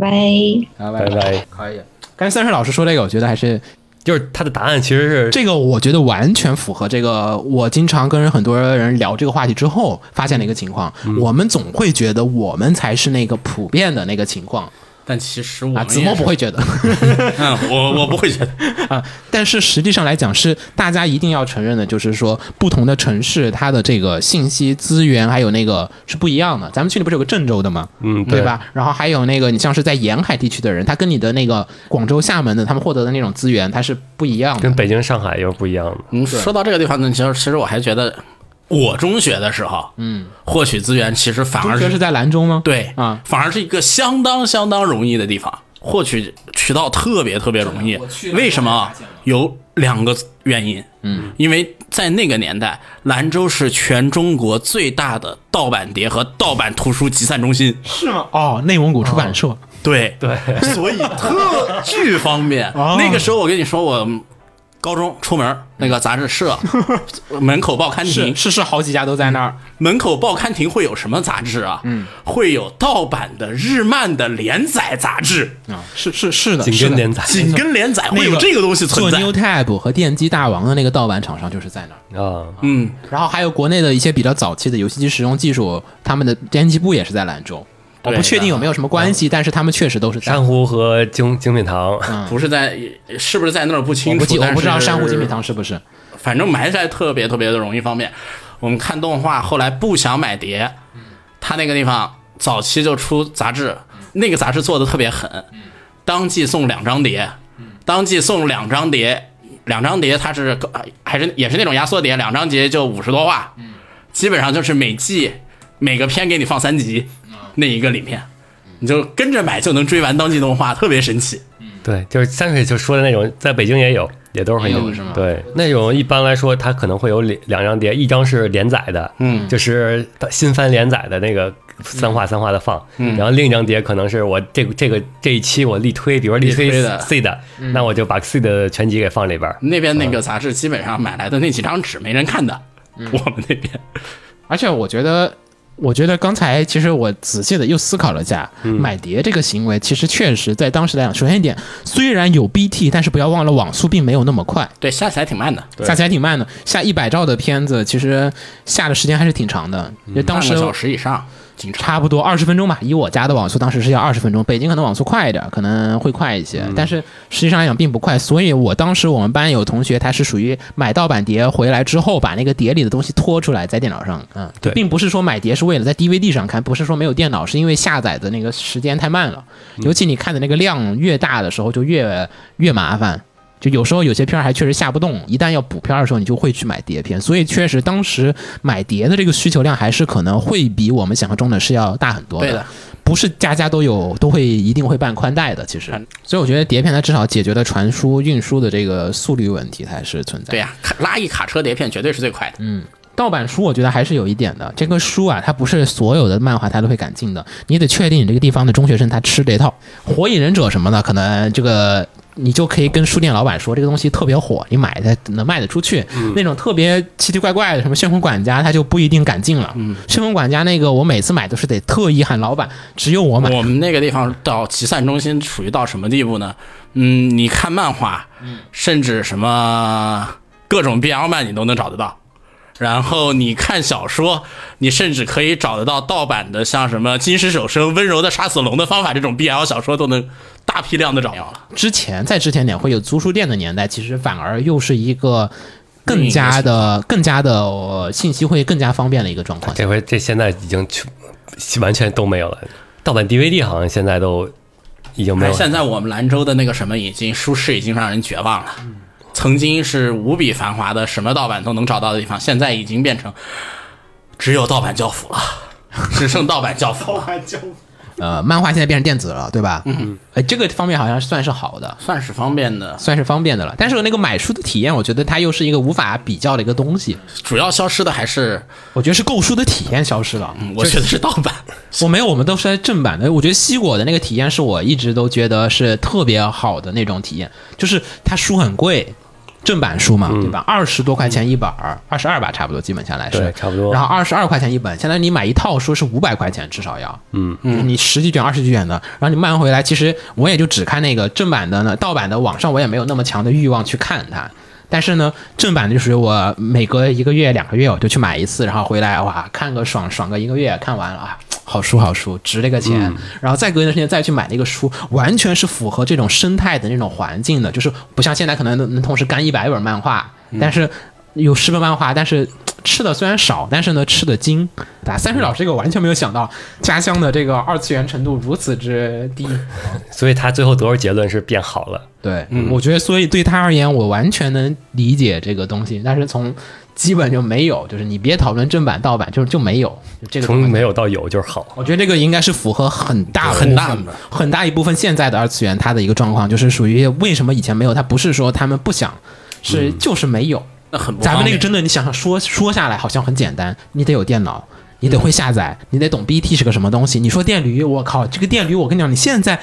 [SPEAKER 6] 拜拜。
[SPEAKER 1] 拜
[SPEAKER 2] 拜拜。
[SPEAKER 1] 可以。刚才三水老师说这个，我觉得还是
[SPEAKER 2] 就是他的答案其实是
[SPEAKER 1] 这个，我觉得完全符合这个。我经常跟很多人聊这个话题之后，发现的一个情况，
[SPEAKER 4] 嗯
[SPEAKER 1] 我们总会觉得我们才是那个普遍的那个情况
[SPEAKER 4] 但其实我
[SPEAKER 1] 啊。
[SPEAKER 4] 们
[SPEAKER 1] 子墨
[SPEAKER 4] 也是
[SPEAKER 1] 不会，觉得，
[SPEAKER 4] (laughs)
[SPEAKER 1] (laughs)
[SPEAKER 4] 嗯，我我不会觉得，
[SPEAKER 1] 啊，但是实际上来讲，是大家一定要承认的，就是说不同的城市，它的这个信息资源还有那个是不一样的。咱们去年不是有个郑州的吗？
[SPEAKER 2] 嗯
[SPEAKER 1] 对
[SPEAKER 2] 对
[SPEAKER 1] 吧？然后还有那个，你像是在沿海地区的人，他跟你的那个广州、厦门的，他们获得的那种资源，它是不一样的。
[SPEAKER 2] 跟北京、上海又是不一样的。
[SPEAKER 4] 嗯，说到这个地方呢，其实其实我还觉得，我中学的时候，嗯，获取资源其实反而
[SPEAKER 1] 中学是在兰州吗？
[SPEAKER 4] 对
[SPEAKER 1] 啊，
[SPEAKER 4] 反而是一个相当相当容易的地方，获取渠道特别特别容易
[SPEAKER 1] 我去。了
[SPEAKER 4] 为什么
[SPEAKER 1] 我才发
[SPEAKER 4] 啊
[SPEAKER 1] 现了？
[SPEAKER 4] 有两个原因。嗯，因为在那个年代，兰州是全中国最大的盗版碟和盗版图书集散中心。
[SPEAKER 1] 是吗？哦，内蒙古出版社，
[SPEAKER 4] 对对，所以特巨
[SPEAKER 1] (laughs)
[SPEAKER 4] 方便。
[SPEAKER 1] 哦
[SPEAKER 4] 那个时候我跟你说，我高中出门那个杂志社门口报刊
[SPEAKER 1] 是
[SPEAKER 4] 亭，
[SPEAKER 1] 是是，好几家都在那儿。
[SPEAKER 4] 门口报刊亭会有什么杂志啊？嗯，会有盗版的日漫的连载杂志，
[SPEAKER 1] 啊，是是是的，
[SPEAKER 2] 紧
[SPEAKER 1] 是
[SPEAKER 2] 跟
[SPEAKER 1] 的
[SPEAKER 2] 连载
[SPEAKER 4] 嗯紧跟连载
[SPEAKER 1] 那
[SPEAKER 4] 会有这个东西存
[SPEAKER 1] 做
[SPEAKER 4] 在。
[SPEAKER 1] New Type 和电击大王的那个盗版厂商就是在那儿。
[SPEAKER 2] 啊，
[SPEAKER 4] 嗯，
[SPEAKER 1] 然后还有国内的一些比较早期的游戏机使用技术，他们的编辑部也是在兰州。我
[SPEAKER 4] 对
[SPEAKER 1] 不确定有没有什么关系，但是他们确实都是在
[SPEAKER 2] 珊。瑚和精精品堂，
[SPEAKER 4] 不是在是不是在那儿不
[SPEAKER 1] 我
[SPEAKER 4] 清
[SPEAKER 1] 不
[SPEAKER 4] 楚，
[SPEAKER 1] 记，我
[SPEAKER 4] 但
[SPEAKER 1] 不知道
[SPEAKER 4] 是
[SPEAKER 1] 珊瑚精品堂是不是
[SPEAKER 4] 反正埋在特别特别的容易方便。我们看动画，后来不想买碟，他那个地方早期就出杂志，那个杂志做的特别狠，当季送两张碟，当季送两张碟，两张碟它是还是也是那种压缩碟，两张碟就五十多话，基本上就是每季每个片给你放三集，那一个里面。你就跟着买就能追完当季动画，特别神奇。
[SPEAKER 2] 对，就是山水就说的那种，在北京也有，也都是会有，
[SPEAKER 1] 有是吗
[SPEAKER 2] 对，那种一般来说，它可能会有两两张碟，一张是连载的，嗯，就是它新番连载的那个三话三话的放，嗯，然后另一张碟可能是我这个这个这一期我力推，比如说力推
[SPEAKER 4] 力推的
[SPEAKER 2] C 的，那我就把 C 的全集给放里边儿。
[SPEAKER 4] 那边那个杂志基本上买来的那几张纸没人看的，我们那边
[SPEAKER 1] 而且我觉得，我觉得刚才其实我仔细的又思考了一下，买碟这个行为，其实确实在当时来讲，首先一点，虽然有 BT，但是不要忘了网速并没有那么快，
[SPEAKER 4] 对下起来挺慢的。
[SPEAKER 1] 下起来挺慢的。下一百兆的片子，其实下的时间还是挺长的。因为当时
[SPEAKER 4] 半个小时以上，经常。
[SPEAKER 1] 差不多二十分钟吧，以我家的网速当时是要二十分钟，北京可能网速快一点，可能会快一些，但是实际上来讲并不快。所以我当时我们班有同学他是属于买盗版碟回来之后，把那个碟里的东西拖出来在电脑上，嗯，
[SPEAKER 2] 对
[SPEAKER 1] 并不是说买碟是为了在 DVD 上看，不是说没有电脑，是因为下载的那个时间太慢了，尤其你看的那个量越大的时候就越越麻烦。就有时候有些片儿还确实下不动，一旦要补片儿的时候，你就会去买碟片。所以确实当时买碟的这个需求量还是可能会比我们想象中的是要大很多的。
[SPEAKER 4] 对的
[SPEAKER 1] 不是家家都有，都会一定会办宽带的。其实
[SPEAKER 4] 嗯，
[SPEAKER 1] 所以我觉得碟片它至少解决了传输运输的这个速率问题，它还是存在。
[SPEAKER 4] 对呀、卡拉一卡车碟片绝对是最快的。嗯，
[SPEAKER 1] 盗版书我觉得还是有一点的，这个书啊，它不是所有的漫画它都会敢进的，你得确定你这个地方的中学生他吃这套。火影忍者什么的，可能这个你就可以跟书店老板说这个东西特别火，你买它能卖得出去。那种特别奇奇怪怪的什么旋风管家，他就不一定敢进了。旋风管家那个，我每次买都是得特意喊老板，只有我买。
[SPEAKER 4] (laughs) 我们那个地方到集散中心处于到什么地步呢？嗯，你看漫画，
[SPEAKER 1] 嗯
[SPEAKER 4] 甚至什么各种 BL 漫你都能找得到。然后你看小说，你甚至可以找得到盗版的，像什么《金石手生》《温柔的杀死龙的方法》这种 BL 小说都能大批量的找到。
[SPEAKER 1] 之前在之前点会有租书店的年代，其实反而又是一个更加的、更加的、呃信息会更加方便的一个状况。
[SPEAKER 2] 这回这现在已经去完全都没有了，盗版 DVD 好像现在都已经没有
[SPEAKER 4] 哎，
[SPEAKER 2] 了。
[SPEAKER 4] 现在我们兰州的那个什么已经舒适已经让人绝望了。
[SPEAKER 1] 嗯
[SPEAKER 4] 曾经是无比繁华的，什么盗版都能找到的地方，现在已经变成只有盗版教父了，只剩盗版教
[SPEAKER 1] (laughs)
[SPEAKER 4] 父了，
[SPEAKER 1] 呃，漫画现在变成电子了，对吧？嗯，呃，这个方面好像算是好的，
[SPEAKER 4] 算是方便的。
[SPEAKER 1] 算是方便的了。但是那个买书的体验，我觉得它又是一个无法比较的一个东西。
[SPEAKER 4] 主要消失的还是，
[SPEAKER 1] 我觉得是购书的体验消失了。
[SPEAKER 4] 嗯我觉得是盗
[SPEAKER 1] (laughs)
[SPEAKER 4] 版。
[SPEAKER 1] 我没有，我们都是在正版的。我觉得西果的那个体验是我一直都觉得是特别好的那种体验，就是它书很贵，正版书嘛，对吧？二十多块钱一本儿，二十二吧，差不多，基本下来是
[SPEAKER 2] 对差不多
[SPEAKER 1] 然后二十二块钱一本，相当于你买一套书是五百块钱至少要，嗯嗯，你十几卷、二十几卷的，然后你慢回来，其实我也就只看那个正版的呢，盗版的网上我也没有那么强的欲望去看它。但是呢，正版的就属于我每隔一个月、两个月我就去买一次，然后回来哇看个爽爽个一个月，看完了啊，好书好书，值这个钱。然后再隔一段时间再去买那个书，完全是符合这种生态的那种环境的，就是不像现在可能能能同时干一百本漫画，但是有十本漫画，但是嘖吃的虽然少，但是呢吃的精。打三水老师这个我完全没有想到，家乡的这个二次元程度如此之低。
[SPEAKER 2] 所以他最后得出结论是变好了。
[SPEAKER 1] 对，我觉得所以对他而言，我完全能理解这个东西，但是从基本就没有，就是你别讨论正版盗版，就是就没有就这个东
[SPEAKER 2] 从
[SPEAKER 1] 西
[SPEAKER 2] 没有到有就是好。
[SPEAKER 1] 我觉得这个应该是符合很大部分
[SPEAKER 4] 很大的
[SPEAKER 1] 很大一部分现在的二次元它的一个状况，就是属于为什么以前没有，它不是说他们不想，是就是没有。
[SPEAKER 4] 那很不
[SPEAKER 1] 咱们那个
[SPEAKER 4] 真
[SPEAKER 1] 真的，你想想说说下来好像很简单，你得有电脑，你得会下载，你得懂 BT 是个什么东西。你说电驴，我靠，这个电驴，我跟你讲，你现在。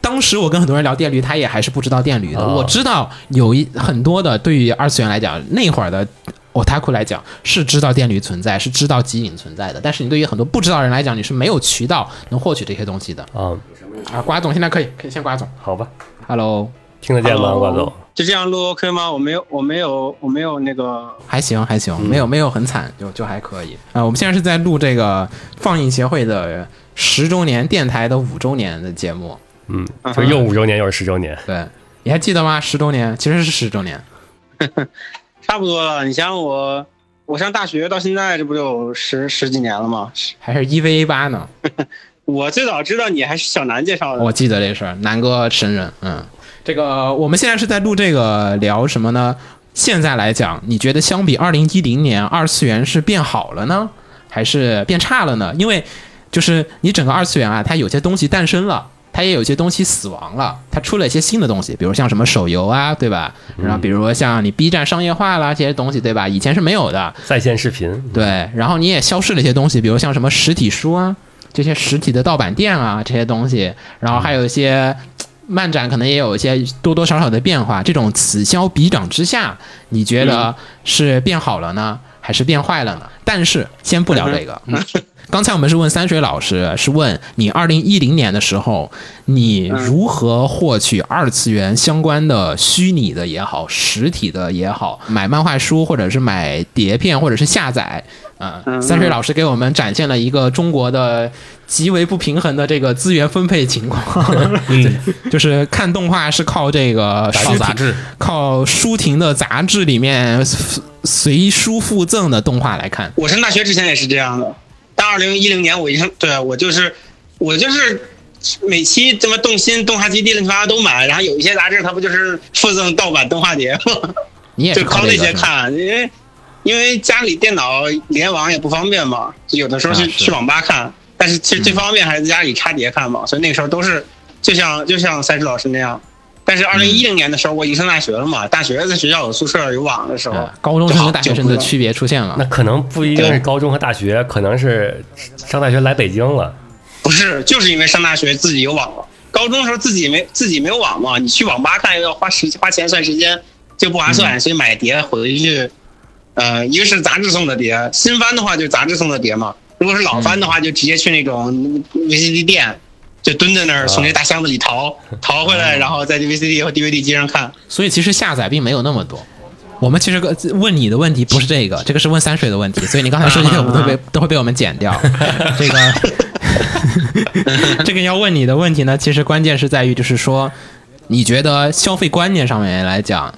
[SPEAKER 1] 当时我跟很多人聊电驴，他也还是不知道电驴的。
[SPEAKER 2] 哦
[SPEAKER 1] 我知道有一很多的，对于二次元来讲，那会儿的 otaku 来讲是知道电驴存在，是知道极影存在的。但是你对于很多不知道的人来讲，你是没有渠道能获取这些东西的
[SPEAKER 2] 啊，
[SPEAKER 1] 啊。瓜总现在可以，可以先瓜总
[SPEAKER 2] 好吧，
[SPEAKER 1] ，Hello，
[SPEAKER 2] 听得见吗，管总？
[SPEAKER 7] 就这样录 OK 吗？我没有，我没有，我没有那个
[SPEAKER 1] 还行还行，没有没有很惨，就就还可以嗯啊、我们现在是在录这个放映协会的十周年电台的五周年的节目，
[SPEAKER 2] 嗯，就又五周年又是十周年，
[SPEAKER 1] 对，你还记得吗？十周年其实是十周年，
[SPEAKER 7] 差不多了。你像我，我上大学到现在，这不有十十几年了吗？
[SPEAKER 1] 还是 EVA 八呢？
[SPEAKER 7] 我最早知道你还是小南介绍的。
[SPEAKER 1] 我记得这事儿，南哥神人，嗯，这个我们现在是在录这个聊什么呢？现在来讲，你觉得相比二零一零年，二次元是变好了呢，还是变差了呢？因为就是你整个二次元啊，它有些东西诞生了。它也有些东西死亡了，它出了一些新的东西，比如像什么手游啊，对吧？然后比如说像你 B 站商业化啦这些东西，对吧？以前是没有的，
[SPEAKER 2] 在线视频，
[SPEAKER 1] 对，然后你也消失了一些东西，比如像什么实体书啊，这些实体的盗版店啊，这些东西，然后还有一些嘖漫展，可能也有一些多多少少的变化。这种此消彼长之下，你觉得是变好了呢，还是变坏了呢？但是先不聊这个。刚才我们是问三水老师，是问你二零一零年的时候，你如何获取二次元相关的虚拟的也好，实体的也好，买漫画书或者是买碟片或者是下载。啊、
[SPEAKER 7] 嗯
[SPEAKER 1] 三水老师给我们展现了一个中国的极为不平衡的这个资源分配情况，
[SPEAKER 7] 嗯
[SPEAKER 1] (laughs) 就是看动画是靠这个
[SPEAKER 4] 打
[SPEAKER 1] 实体
[SPEAKER 4] 杂志，
[SPEAKER 1] 靠书亭的杂志里面随随书附赠的动画来看。
[SPEAKER 7] 我上大学之前也是这样的，但二零一零年我一上，对我就是我就是每期他妈动心、动画基地、乱七八糟都买，然后有一些杂志它不就是附赠盗版动画碟吗？
[SPEAKER 1] 你也是
[SPEAKER 7] 就靠
[SPEAKER 1] 这
[SPEAKER 7] 那
[SPEAKER 1] 个
[SPEAKER 7] 些
[SPEAKER 1] 是吧
[SPEAKER 7] 看，因为因为家里电脑联网也不方便嘛，有的时候去、
[SPEAKER 1] 啊是嗯
[SPEAKER 7] 去网吧看，但是其实最方便还是在家里插碟看嘛，所以那个时候都是就像就像三十老师那样。但是二零一
[SPEAKER 1] 嗯
[SPEAKER 7] 零年的时候，我已经上大学了嘛，大学在学校有宿舍有网的时候
[SPEAKER 1] 嗯，高中生
[SPEAKER 7] 就
[SPEAKER 1] 和
[SPEAKER 7] 好
[SPEAKER 1] 大学生的区别出现了
[SPEAKER 2] 那。可能不一定是高中和大学，可能是上大学来北京了。
[SPEAKER 7] 不是，就是因为上大学自己有网了，高中的时候自己没自己没有网嘛，你去网吧看要花时花钱算时间，就不划算，所以买碟回去，呃，一个是杂志送的碟，新番的话就杂志送的碟嘛，如果是老番的话就直接去那种 VCD 店，就蹲在那儿从那大箱子里淘淘回来，然后在 VCD 和 DVD 机上看。
[SPEAKER 1] 所以其实下载并没有那么多。我们其实个问你的问题不是这个，这个是问三水的问题，所以你刚才说这些我们都 (laughs) 被都会被我们剪掉。这 (laughs) 个这个要问你的问题呢，其实关键是在于就是说，你觉得消费观念上面来讲，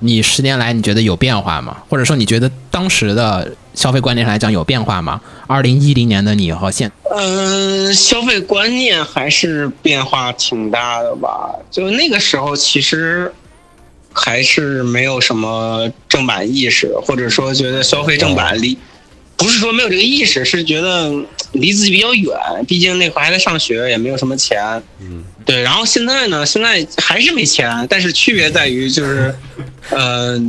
[SPEAKER 1] 你十年来你觉得有变化吗？或者说你觉得当时的消费观念上来讲有变化吗？二零一零年的你和现
[SPEAKER 7] 嗯，消费观念还是变化挺大的吧。就那个时候，其实还是没有什么正版意识，或者说觉得消费正版离，不是说没有这个意识，是觉得嗯离自己比较远。毕竟那会儿还在上学，也没有什么钱。
[SPEAKER 2] 嗯，
[SPEAKER 7] 对。然后现在呢，现在还是没钱，但是区别在于就是，呃。 (laughs)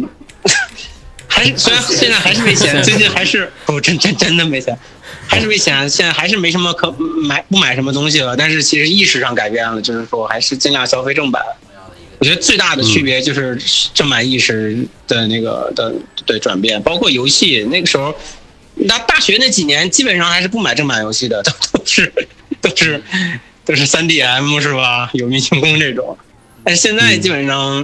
[SPEAKER 7] 还是虽然现在还是没钱，最近还是不真真真的没钱，还是没钱，现在还是没什么可买不买什么东西了。但是其实意识上改变了，就是说还是尽量消费正版。我觉得最大的区别就是正版意识的那个的对转变，包括游戏那个时候，那大学那几年基本上还是不买正版游戏的，都都是都是都是 3DM 是吧？有命清空这种。但是现在基本上。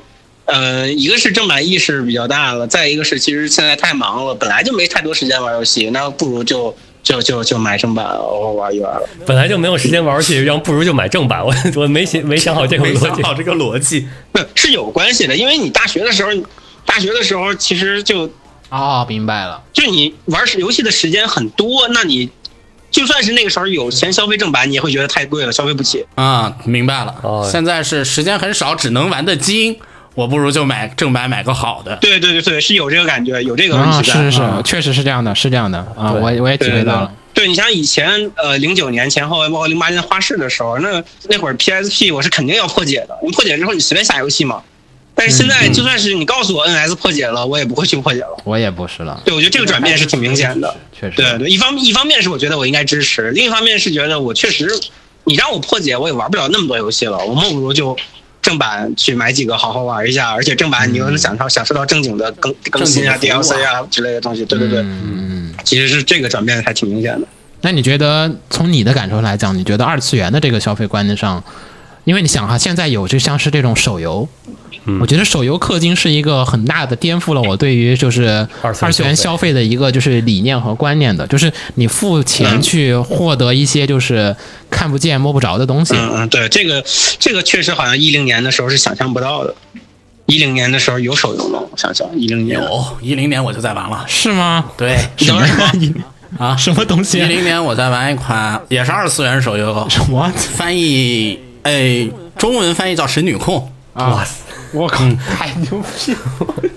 [SPEAKER 7] 呃，一个是正版意识比较大了，再一个是其实现在太忙了，本来就没太多时间玩游戏，那不如就就就就买正版偶尔玩一玩了。
[SPEAKER 2] 本来就没有时间玩游戏，然后不如就买正版。我我没想没想好这个
[SPEAKER 3] 没
[SPEAKER 2] 逻
[SPEAKER 3] 想
[SPEAKER 2] 辑。
[SPEAKER 3] 好这个逻辑，
[SPEAKER 7] 不是有关系的，因为你大学的时候，大学的时候其实就
[SPEAKER 1] 哦，明白了，
[SPEAKER 7] 就你玩游戏的时间很多，那你就算是那个时候有钱消费正版，你也会觉得太贵了，消费不起。
[SPEAKER 4] 啊，明白了。
[SPEAKER 2] 哦
[SPEAKER 4] 现在是时间很少，只能玩的精，我不如就买正版，买个好的。
[SPEAKER 7] 对对对对，是有这个感觉，有这个问
[SPEAKER 1] 啊，
[SPEAKER 7] 题
[SPEAKER 1] 是
[SPEAKER 7] 在。
[SPEAKER 1] 是是
[SPEAKER 4] 啊，
[SPEAKER 1] 确实是这样的，是这样的啊，我我也体
[SPEAKER 7] 对
[SPEAKER 1] 会
[SPEAKER 7] 对对
[SPEAKER 1] 到了。
[SPEAKER 7] 对你像以前呃零九年前后，包括零八年花市的时候，那那会儿 PSP 我是肯定要破解的。你破解之后，你随便下游戏嘛。但是现
[SPEAKER 1] 嗯
[SPEAKER 7] 在就算是你告诉我 NS 破解了，我也不会去破解了。
[SPEAKER 1] 我也不是了，
[SPEAKER 7] 对，我觉得这个转变是挺明显的。
[SPEAKER 1] 确实。
[SPEAKER 7] 对
[SPEAKER 4] 嗯
[SPEAKER 7] 对，一方一方面是我觉得我应该支持，另一方面是觉得我确实，你让我破解我也玩不了那么多游戏了，我莫不如就正版去买几个好好玩一下，而且正版你又能享受享受到正经的更更新啊、
[SPEAKER 4] 嗯正经的服务
[SPEAKER 7] DLC
[SPEAKER 4] 啊
[SPEAKER 7] 啊之类的东西。对对对，
[SPEAKER 1] 嗯，嗯嗯
[SPEAKER 7] 其实是这个转变还挺明显的。
[SPEAKER 1] 那你觉得从你的感受来讲，你觉得二次元的这个消费观念上，因为你想哈，现在有就像是这种手游，
[SPEAKER 2] 嗯
[SPEAKER 1] 我觉得手游氪金是一个很大的颠覆了我对于就是
[SPEAKER 2] 二次元
[SPEAKER 1] 二次元
[SPEAKER 2] 消
[SPEAKER 1] 消费的一个就是理念和观念的，就是你付钱去获得一些就是看不见摸不着的东西。
[SPEAKER 7] 嗯嗯，对，这个这个确实好像一零年的时候是想象不到的。一零年的时候有手游吗？我想想，一零年
[SPEAKER 4] 有一零年我就在玩了，
[SPEAKER 1] 是吗？
[SPEAKER 4] 对
[SPEAKER 7] 你知道什么？
[SPEAKER 1] (laughs)
[SPEAKER 4] 啊，
[SPEAKER 1] 什么东
[SPEAKER 4] 一
[SPEAKER 1] 西
[SPEAKER 4] 零年我在玩一款也是二次元
[SPEAKER 1] (laughs)
[SPEAKER 4] 手游，
[SPEAKER 1] ？What？
[SPEAKER 4] 翻译哎，中文翻译叫《神女控
[SPEAKER 2] 哇塞！
[SPEAKER 7] 嗯
[SPEAKER 1] 我靠，太牛逼了！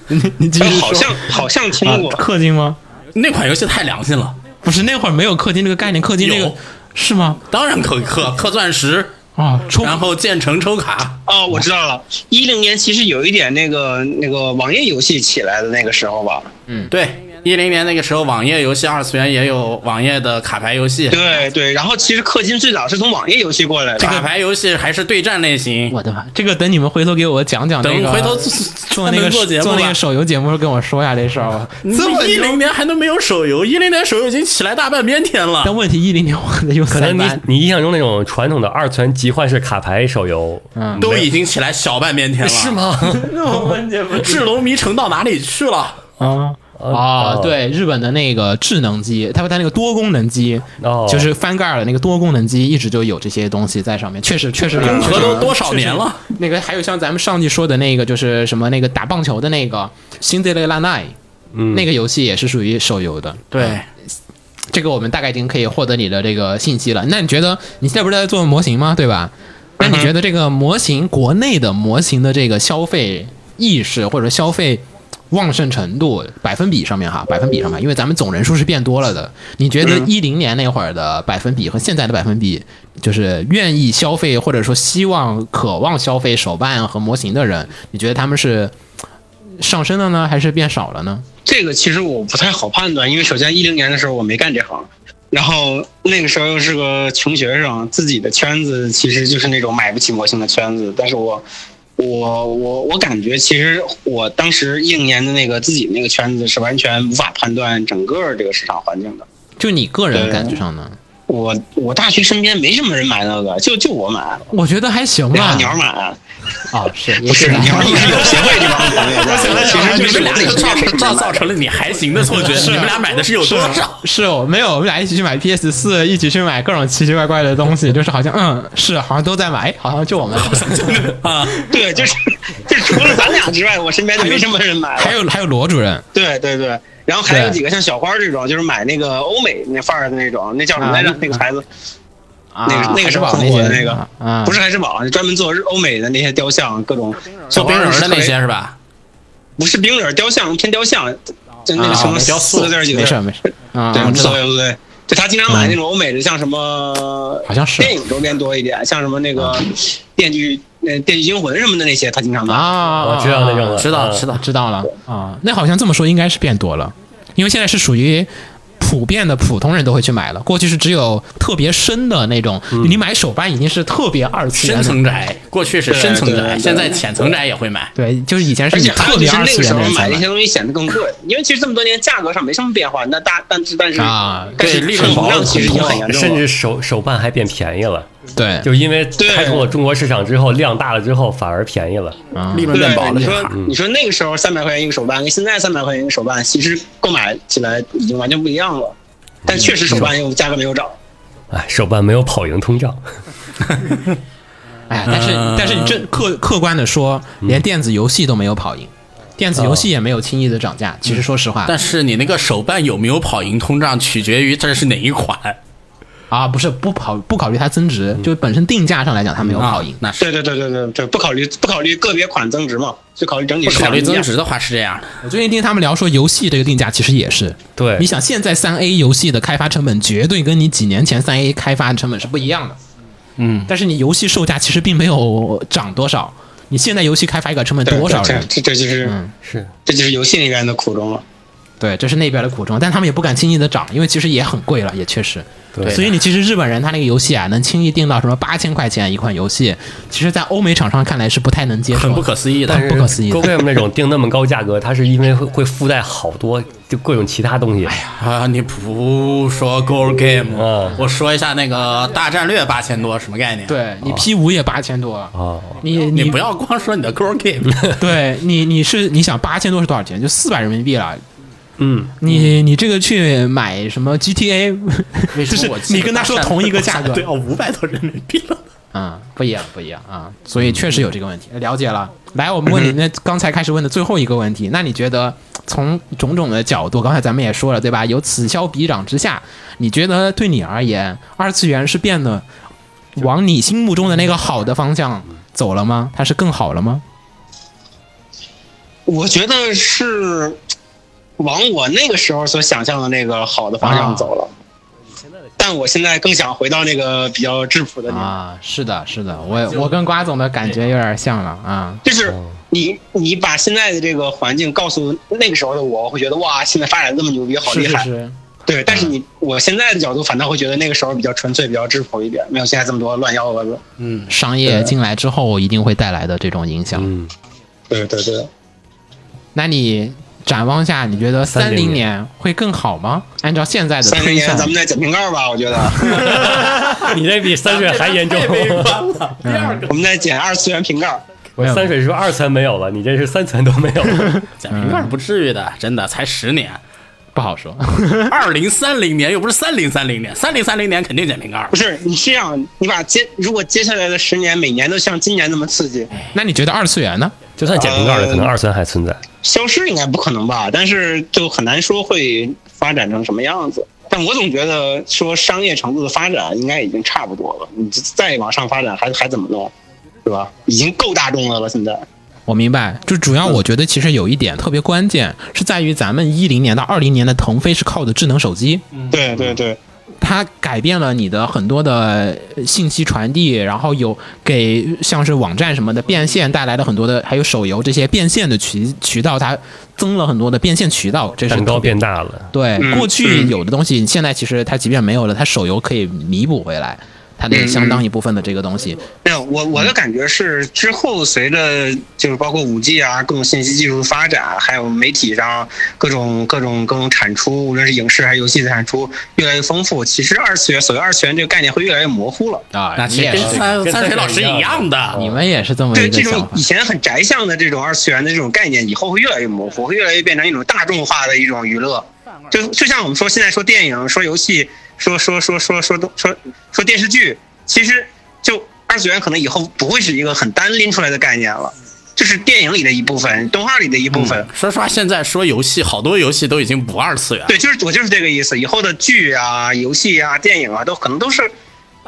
[SPEAKER 1] 你你继续
[SPEAKER 7] 哎好像好像听
[SPEAKER 1] 啊
[SPEAKER 7] 过，
[SPEAKER 1] 氪金吗？》，
[SPEAKER 4] 那款游戏太良心了，
[SPEAKER 1] 不是那会儿没有氪金这个概念，氪金这个
[SPEAKER 4] 有
[SPEAKER 1] 是吗？
[SPEAKER 4] 当然可以氪氪钻石，
[SPEAKER 1] 啊，充
[SPEAKER 4] 然后建成抽卡。
[SPEAKER 7] 哦，我知道了。一零年其实有一点那个那个网页游戏起来的那个时候吧。
[SPEAKER 4] 对，一零年那个时候网页游戏二次元也有网页的卡牌游
[SPEAKER 7] (laughs)
[SPEAKER 4] 戏，
[SPEAKER 7] 对对，然后其实氪金最早是从网页游戏过来的。
[SPEAKER 4] 卡牌游戏还是对战类型。
[SPEAKER 1] 我的妈，这个等你们回头给我讲讲那
[SPEAKER 4] 等
[SPEAKER 1] 个，
[SPEAKER 4] 回头
[SPEAKER 1] 做
[SPEAKER 4] 做
[SPEAKER 1] 那个
[SPEAKER 4] 做节目
[SPEAKER 1] 做那
[SPEAKER 4] 吧
[SPEAKER 1] 个手游节目时候跟我说呀这事儿
[SPEAKER 4] (laughs)
[SPEAKER 1] 吧。
[SPEAKER 4] 这么一零年还能没有手游？一零年手游已经起来大半边天了。
[SPEAKER 1] 但问题一零年我可能有
[SPEAKER 2] 可
[SPEAKER 1] 三
[SPEAKER 2] 能你
[SPEAKER 1] 班，
[SPEAKER 2] 你印象中那种传统的二次元集幻式卡牌手游，
[SPEAKER 1] 嗯
[SPEAKER 4] 都已经起来小半边天了，
[SPEAKER 2] 是？吗？
[SPEAKER 4] 智龙迷城到哪里去了？ (laughs)
[SPEAKER 1] 啊
[SPEAKER 2] 呃
[SPEAKER 4] 哦
[SPEAKER 2] 哦
[SPEAKER 1] 啊，对，日本的那个智能机，它它那个多功能机，
[SPEAKER 2] 哦
[SPEAKER 1] 就是翻盖尔的那个多功能机，一直就有这些东西在上面，确实确实有。
[SPEAKER 4] 融
[SPEAKER 1] 确
[SPEAKER 4] 合
[SPEAKER 1] 实
[SPEAKER 4] 都
[SPEAKER 1] 有
[SPEAKER 4] 嗯多少年了？
[SPEAKER 1] 那个还有像咱们上季说的那个，就是什么那个打棒球的那个《辛德雷拉奈》，
[SPEAKER 2] 嗯
[SPEAKER 1] 那个游戏也是属于手游的。
[SPEAKER 4] 对，
[SPEAKER 1] 这个我们大概已经可以获得你的这个信息了。那你觉得你现在不是在做模型吗？对吧？那你觉得这个模型国内的模型的这个消费意识或者消费旺盛程度百分比上面哈，百分比上面，因为咱们总人数是变多了的。你觉得一零年那会儿的百分比和现在的百分比，就是愿意消费或者说希望、渴望消费手办和模型的人，你觉得他们是上升了呢，还是变少了呢？
[SPEAKER 7] 这个其实我不太好判断，因为首先一零年的时候我没干这行，然后那个时候又是个穷学生，自己的圈子其实就是那种买不起模型的圈子。但是我，我，我，我感觉其实我当时一零年的那个自己那个圈子是完全无法判断整个这个市场环境的。
[SPEAKER 1] 就你个人感觉上呢？
[SPEAKER 7] 我我大学身边没什么人买那个，就就我买，
[SPEAKER 1] 我觉得还行
[SPEAKER 7] 俩
[SPEAKER 1] 吧。
[SPEAKER 7] 鸟买，
[SPEAKER 1] 啊，是
[SPEAKER 7] 不是 (laughs) 鸟儿是有啊协会这帮 (laughs) 朋友的，其实就
[SPEAKER 4] 你
[SPEAKER 7] 是
[SPEAKER 4] 们俩
[SPEAKER 7] 自己
[SPEAKER 4] 就
[SPEAKER 7] 圈
[SPEAKER 4] 造
[SPEAKER 7] 子里
[SPEAKER 4] 造
[SPEAKER 7] 面买
[SPEAKER 4] 造成了你还行的错觉，
[SPEAKER 7] 啊
[SPEAKER 4] 你们俩买的是有多少？
[SPEAKER 1] (laughs) 是我没有，我们俩一起去买 PS 四，一起去买各种奇奇怪怪的东西，就是好像嗯是，好像都在买，哎好像就
[SPEAKER 7] (laughs)
[SPEAKER 1] 我们
[SPEAKER 4] 啊，
[SPEAKER 7] 对，就是就是除了咱俩之外，我身边就没什么人买了。
[SPEAKER 1] 还有还有罗主
[SPEAKER 7] (laughs)
[SPEAKER 1] 任
[SPEAKER 7] 对对对，然后还有
[SPEAKER 1] 对
[SPEAKER 7] 几个像小花这种，就是买那个欧美那范儿的那种，那叫什么来着
[SPEAKER 1] 啊？
[SPEAKER 7] 那个牌子
[SPEAKER 1] 啊
[SPEAKER 7] 那个那个
[SPEAKER 1] 是
[SPEAKER 7] 是
[SPEAKER 1] 吧？
[SPEAKER 7] 很火的那个
[SPEAKER 1] 啊，
[SPEAKER 7] 不是海之宝，专门做日欧美的那些雕像，各种
[SPEAKER 4] 做冰人的
[SPEAKER 7] 小花是
[SPEAKER 4] 那
[SPEAKER 7] 特别
[SPEAKER 4] 些是吧？
[SPEAKER 7] 不是冰人雕像，偏雕像，就那
[SPEAKER 1] 啊
[SPEAKER 7] 个什么
[SPEAKER 1] 雕
[SPEAKER 7] 四个字儿几
[SPEAKER 1] 没
[SPEAKER 7] 个字
[SPEAKER 1] 事
[SPEAKER 7] 儿，
[SPEAKER 1] 没事啊，
[SPEAKER 7] 对，
[SPEAKER 1] 我
[SPEAKER 7] 无
[SPEAKER 1] 知
[SPEAKER 7] 所
[SPEAKER 1] 道，
[SPEAKER 7] 谓无所谓。就他经常买
[SPEAKER 1] 嗯
[SPEAKER 7] 那种欧美的，像什么
[SPEAKER 1] 好像是
[SPEAKER 7] 电影周边多一点，像什么那个电锯呃电锯惊魂什么的那些，他经常买。
[SPEAKER 1] 啊，
[SPEAKER 2] 我知道那种
[SPEAKER 1] 啊
[SPEAKER 2] 了，
[SPEAKER 4] 知道
[SPEAKER 2] 嗯
[SPEAKER 4] 知道
[SPEAKER 1] 啊，知道了啊，那好像这么说应该是变多了，因为现在是属于。普遍的普通人都会去买了，过去是只有特别深的那种，
[SPEAKER 2] 嗯
[SPEAKER 1] 你买手办已经是特别二次元
[SPEAKER 4] 深
[SPEAKER 1] 的
[SPEAKER 4] 层宅，过去是深层
[SPEAKER 7] 对对
[SPEAKER 4] 宅，
[SPEAKER 7] 对
[SPEAKER 4] 现在浅层宅也会买。
[SPEAKER 1] 对，就是以前是
[SPEAKER 7] 而
[SPEAKER 1] 你
[SPEAKER 7] 且还
[SPEAKER 1] 特
[SPEAKER 7] 有就
[SPEAKER 1] 别
[SPEAKER 7] 是
[SPEAKER 1] 二
[SPEAKER 7] 那
[SPEAKER 1] 次
[SPEAKER 7] 个时
[SPEAKER 1] 元
[SPEAKER 7] 候
[SPEAKER 1] 的人
[SPEAKER 7] 买
[SPEAKER 1] 才
[SPEAKER 7] 那
[SPEAKER 1] 买
[SPEAKER 7] 些东西显得更贵，因为其实这么多年价格上没什么变化，那大但是但是
[SPEAKER 1] 啊
[SPEAKER 7] 但是
[SPEAKER 4] 对
[SPEAKER 7] 通胀其实已经很严重了，
[SPEAKER 2] 甚至手手办还变便宜了，
[SPEAKER 1] 对，
[SPEAKER 2] 就因为
[SPEAKER 7] 对
[SPEAKER 2] 开拓了中国市场之后，量大了之后反而便宜了。
[SPEAKER 1] 啊
[SPEAKER 4] 利润
[SPEAKER 7] 对
[SPEAKER 4] 变薄了
[SPEAKER 7] 你
[SPEAKER 4] 这行
[SPEAKER 7] 说你说那个时候三百块钱一个手办，跟现在三百块钱一个手办，其实购买起来已经完全不一样了。但确实手办又价格没有涨，
[SPEAKER 2] 哎，手办没有跑赢通胀， (laughs)
[SPEAKER 1] 哎，但是、但是你这客客观的说，连电子游戏都没有跑赢，电子游戏也没有轻易的涨价。其实说实话，
[SPEAKER 4] 但是你那个手办有没有跑赢通胀，取决于这是哪一款
[SPEAKER 1] 啊，不是不考不考虑它增值，就本身定价上来讲，它没有跑赢
[SPEAKER 4] 啊。那是
[SPEAKER 7] 对对对对对对，不考虑不考虑个别款增值嘛，就考虑整体
[SPEAKER 4] 不
[SPEAKER 7] 市
[SPEAKER 4] 考
[SPEAKER 7] 场
[SPEAKER 4] 虑增
[SPEAKER 7] 定价
[SPEAKER 4] 值的话是这样的。
[SPEAKER 1] 我最近听他们聊说，游戏这个定价其实也是，
[SPEAKER 2] 对
[SPEAKER 1] 你想现在三 A 游戏的开发成本绝对跟你几年前三 A 开发成本是不一样的。嗯，但是你游戏售价其实并没有涨多少，你现在游戏开发一个成本
[SPEAKER 7] 对
[SPEAKER 1] 多少
[SPEAKER 7] 对
[SPEAKER 1] 人？
[SPEAKER 7] 这这这就是、
[SPEAKER 2] 是
[SPEAKER 7] 这就是游戏那边的苦衷了。
[SPEAKER 1] 对，这是那边的苦衷，但他们也不敢轻易的涨，因为其实也很贵了，也确实。
[SPEAKER 2] 对
[SPEAKER 1] 所以你其实日本人他那个游戏啊，能轻易定到什么八千块钱一款游戏，其实，在欧美厂商看来是不太能接受的，
[SPEAKER 4] 很不可思议的
[SPEAKER 1] 很不可思议的。
[SPEAKER 2] GoGame 那种定那么高价格，它是因为会会附带好多就各种其他东
[SPEAKER 1] 哎
[SPEAKER 2] 西。
[SPEAKER 4] 啊！你不说 Goal Game，、
[SPEAKER 2] 嗯
[SPEAKER 4] 我说一下那个大战略八千多什么概念？，
[SPEAKER 1] 对你 P 五也八千多，
[SPEAKER 2] 哦，
[SPEAKER 1] 你
[SPEAKER 4] (laughs) 你
[SPEAKER 1] 你
[SPEAKER 4] 不要光说你的 Goal Game，
[SPEAKER 1] 对你你是你想八千多是多少钱？就四百人民币了。
[SPEAKER 2] 嗯，
[SPEAKER 1] 你你这个去买什么 GTA，(laughs)
[SPEAKER 4] 为
[SPEAKER 1] 就
[SPEAKER 4] 什
[SPEAKER 1] 是
[SPEAKER 4] 么我记得
[SPEAKER 1] 你跟他说同一个价格
[SPEAKER 4] (laughs) 对，哦，五百多人民币 (laughs) 了。
[SPEAKER 1] 啊、不一样，不一样啊，所以确实有这个问题，了解了。来，我们问你那刚才开始问的最后一个问题，那你觉得从种种的角度，刚才咱们也说了，对吧？有此消彼长之下，你觉得对你而言，二次元是变得往你心目中的那个好的方向走了吗？它是更好了吗？
[SPEAKER 7] 我觉得是往我那个时候所想象的那个好的方向
[SPEAKER 1] 啊
[SPEAKER 7] 走了，但我现在更想回到那个比较质朴的年代。
[SPEAKER 1] 啊，是的，是的，我我跟瓜总的感觉有点像了啊。
[SPEAKER 7] 就是你你把现在的这我环境告诉那个时候的我，我会觉得哇，现在发展这么牛逼，好
[SPEAKER 1] 是
[SPEAKER 7] 厉
[SPEAKER 1] 是
[SPEAKER 7] 害。
[SPEAKER 1] 是，
[SPEAKER 7] 对，但是你我现在的角度反倒会觉得那个时候比较纯粹，比较质朴一点，没有现在这么多乱幺蛾子。
[SPEAKER 1] 商业进来之后一定会带来的这种影响。
[SPEAKER 2] 嗯，
[SPEAKER 7] 对对对，
[SPEAKER 1] 那你展望下，你觉得三零
[SPEAKER 2] 30
[SPEAKER 1] 年会更好吗？按照现在的
[SPEAKER 7] 三零
[SPEAKER 1] 推
[SPEAKER 7] 年
[SPEAKER 1] 算，
[SPEAKER 7] 咱们再捡瓶盖吧，
[SPEAKER 1] (laughs)
[SPEAKER 7] 我觉得
[SPEAKER 2] 你这比三水还严
[SPEAKER 4] (laughs) 哎
[SPEAKER 2] 重。
[SPEAKER 7] 我们再捡二次元瓶盖。
[SPEAKER 2] 我三水是不是二层没有了，你这是三层都没
[SPEAKER 1] (laughs)
[SPEAKER 2] 有了。
[SPEAKER 4] 捡瓶盖不至于的，真的才十年，
[SPEAKER 1] 不好说。 (laughs)
[SPEAKER 4] 二零三零年又不是三零三零年，三零三零年肯定捡瓶盖儿
[SPEAKER 7] 不。是你这样，你把接如果接下来的十年每年都像今年那么刺激，
[SPEAKER 1] 那你觉得二次元呢？
[SPEAKER 2] 就算捡瓶盖了，可能二层还存在。
[SPEAKER 7] 消失应该不可能吧？但是就很难说会发展成什么样子。但我总觉得说商业程度的发展应该已经差不多了，你再往上发展还还怎么弄，是吧？已经够大众的了，现在。
[SPEAKER 1] 我明白，就主要我觉得其实有一点特别关键，是在于咱们一零年到二零年的腾飞是靠的智能手机，
[SPEAKER 7] 对对对，
[SPEAKER 1] 它改变了你的很多的呃信息传递，然后有给像是网站什么的变现带来了很多的，还有手游这些变现的渠渠道，它增了很多的变现渠道，这是
[SPEAKER 2] 蛋糕
[SPEAKER 1] 特别
[SPEAKER 2] 变大了。
[SPEAKER 1] 对，
[SPEAKER 7] 嗯
[SPEAKER 1] 过去
[SPEAKER 7] 嗯
[SPEAKER 1] 有的东西，现在其实它即便没有了，它手游可以弥补回来，它那
[SPEAKER 7] 嗯
[SPEAKER 1] 相当一部分的这个东西。
[SPEAKER 7] 没有，我我的感觉是，之后随着就是包括五 G 啊，各种信息技术发展，还有媒体上各种各种各种产出，无论是影视还是游戏的产出越来越丰富，其实二次元所谓二次元这个概念会越来越模糊了。
[SPEAKER 1] 啊，
[SPEAKER 4] 那
[SPEAKER 1] 你
[SPEAKER 4] 其实
[SPEAKER 1] 也
[SPEAKER 4] 跟
[SPEAKER 1] 是，
[SPEAKER 4] 三
[SPEAKER 2] 跟
[SPEAKER 4] 三水老师一样
[SPEAKER 1] 你
[SPEAKER 4] 的，
[SPEAKER 1] 们也是这么
[SPEAKER 7] 对
[SPEAKER 1] 一个
[SPEAKER 7] 这
[SPEAKER 1] 想
[SPEAKER 7] 种
[SPEAKER 1] 法
[SPEAKER 7] 以。前很宅向的这种二次元的这种概念，以后会越来越模糊，会越来越变成一种大众化的一种娱乐。就就像我们说现在说电影、说游戏、说说说说说说说说电视剧，其实就二次元可能以后不会是一个很单拎出来的概念了，就是电影里的一部分，动画里的一部分。
[SPEAKER 4] 嗯说实话，现在说游戏，好多游戏都已经不二次元了。
[SPEAKER 7] 对，就是我就是这个意思。以后的剧啊、游戏啊、电影啊，都可能都是。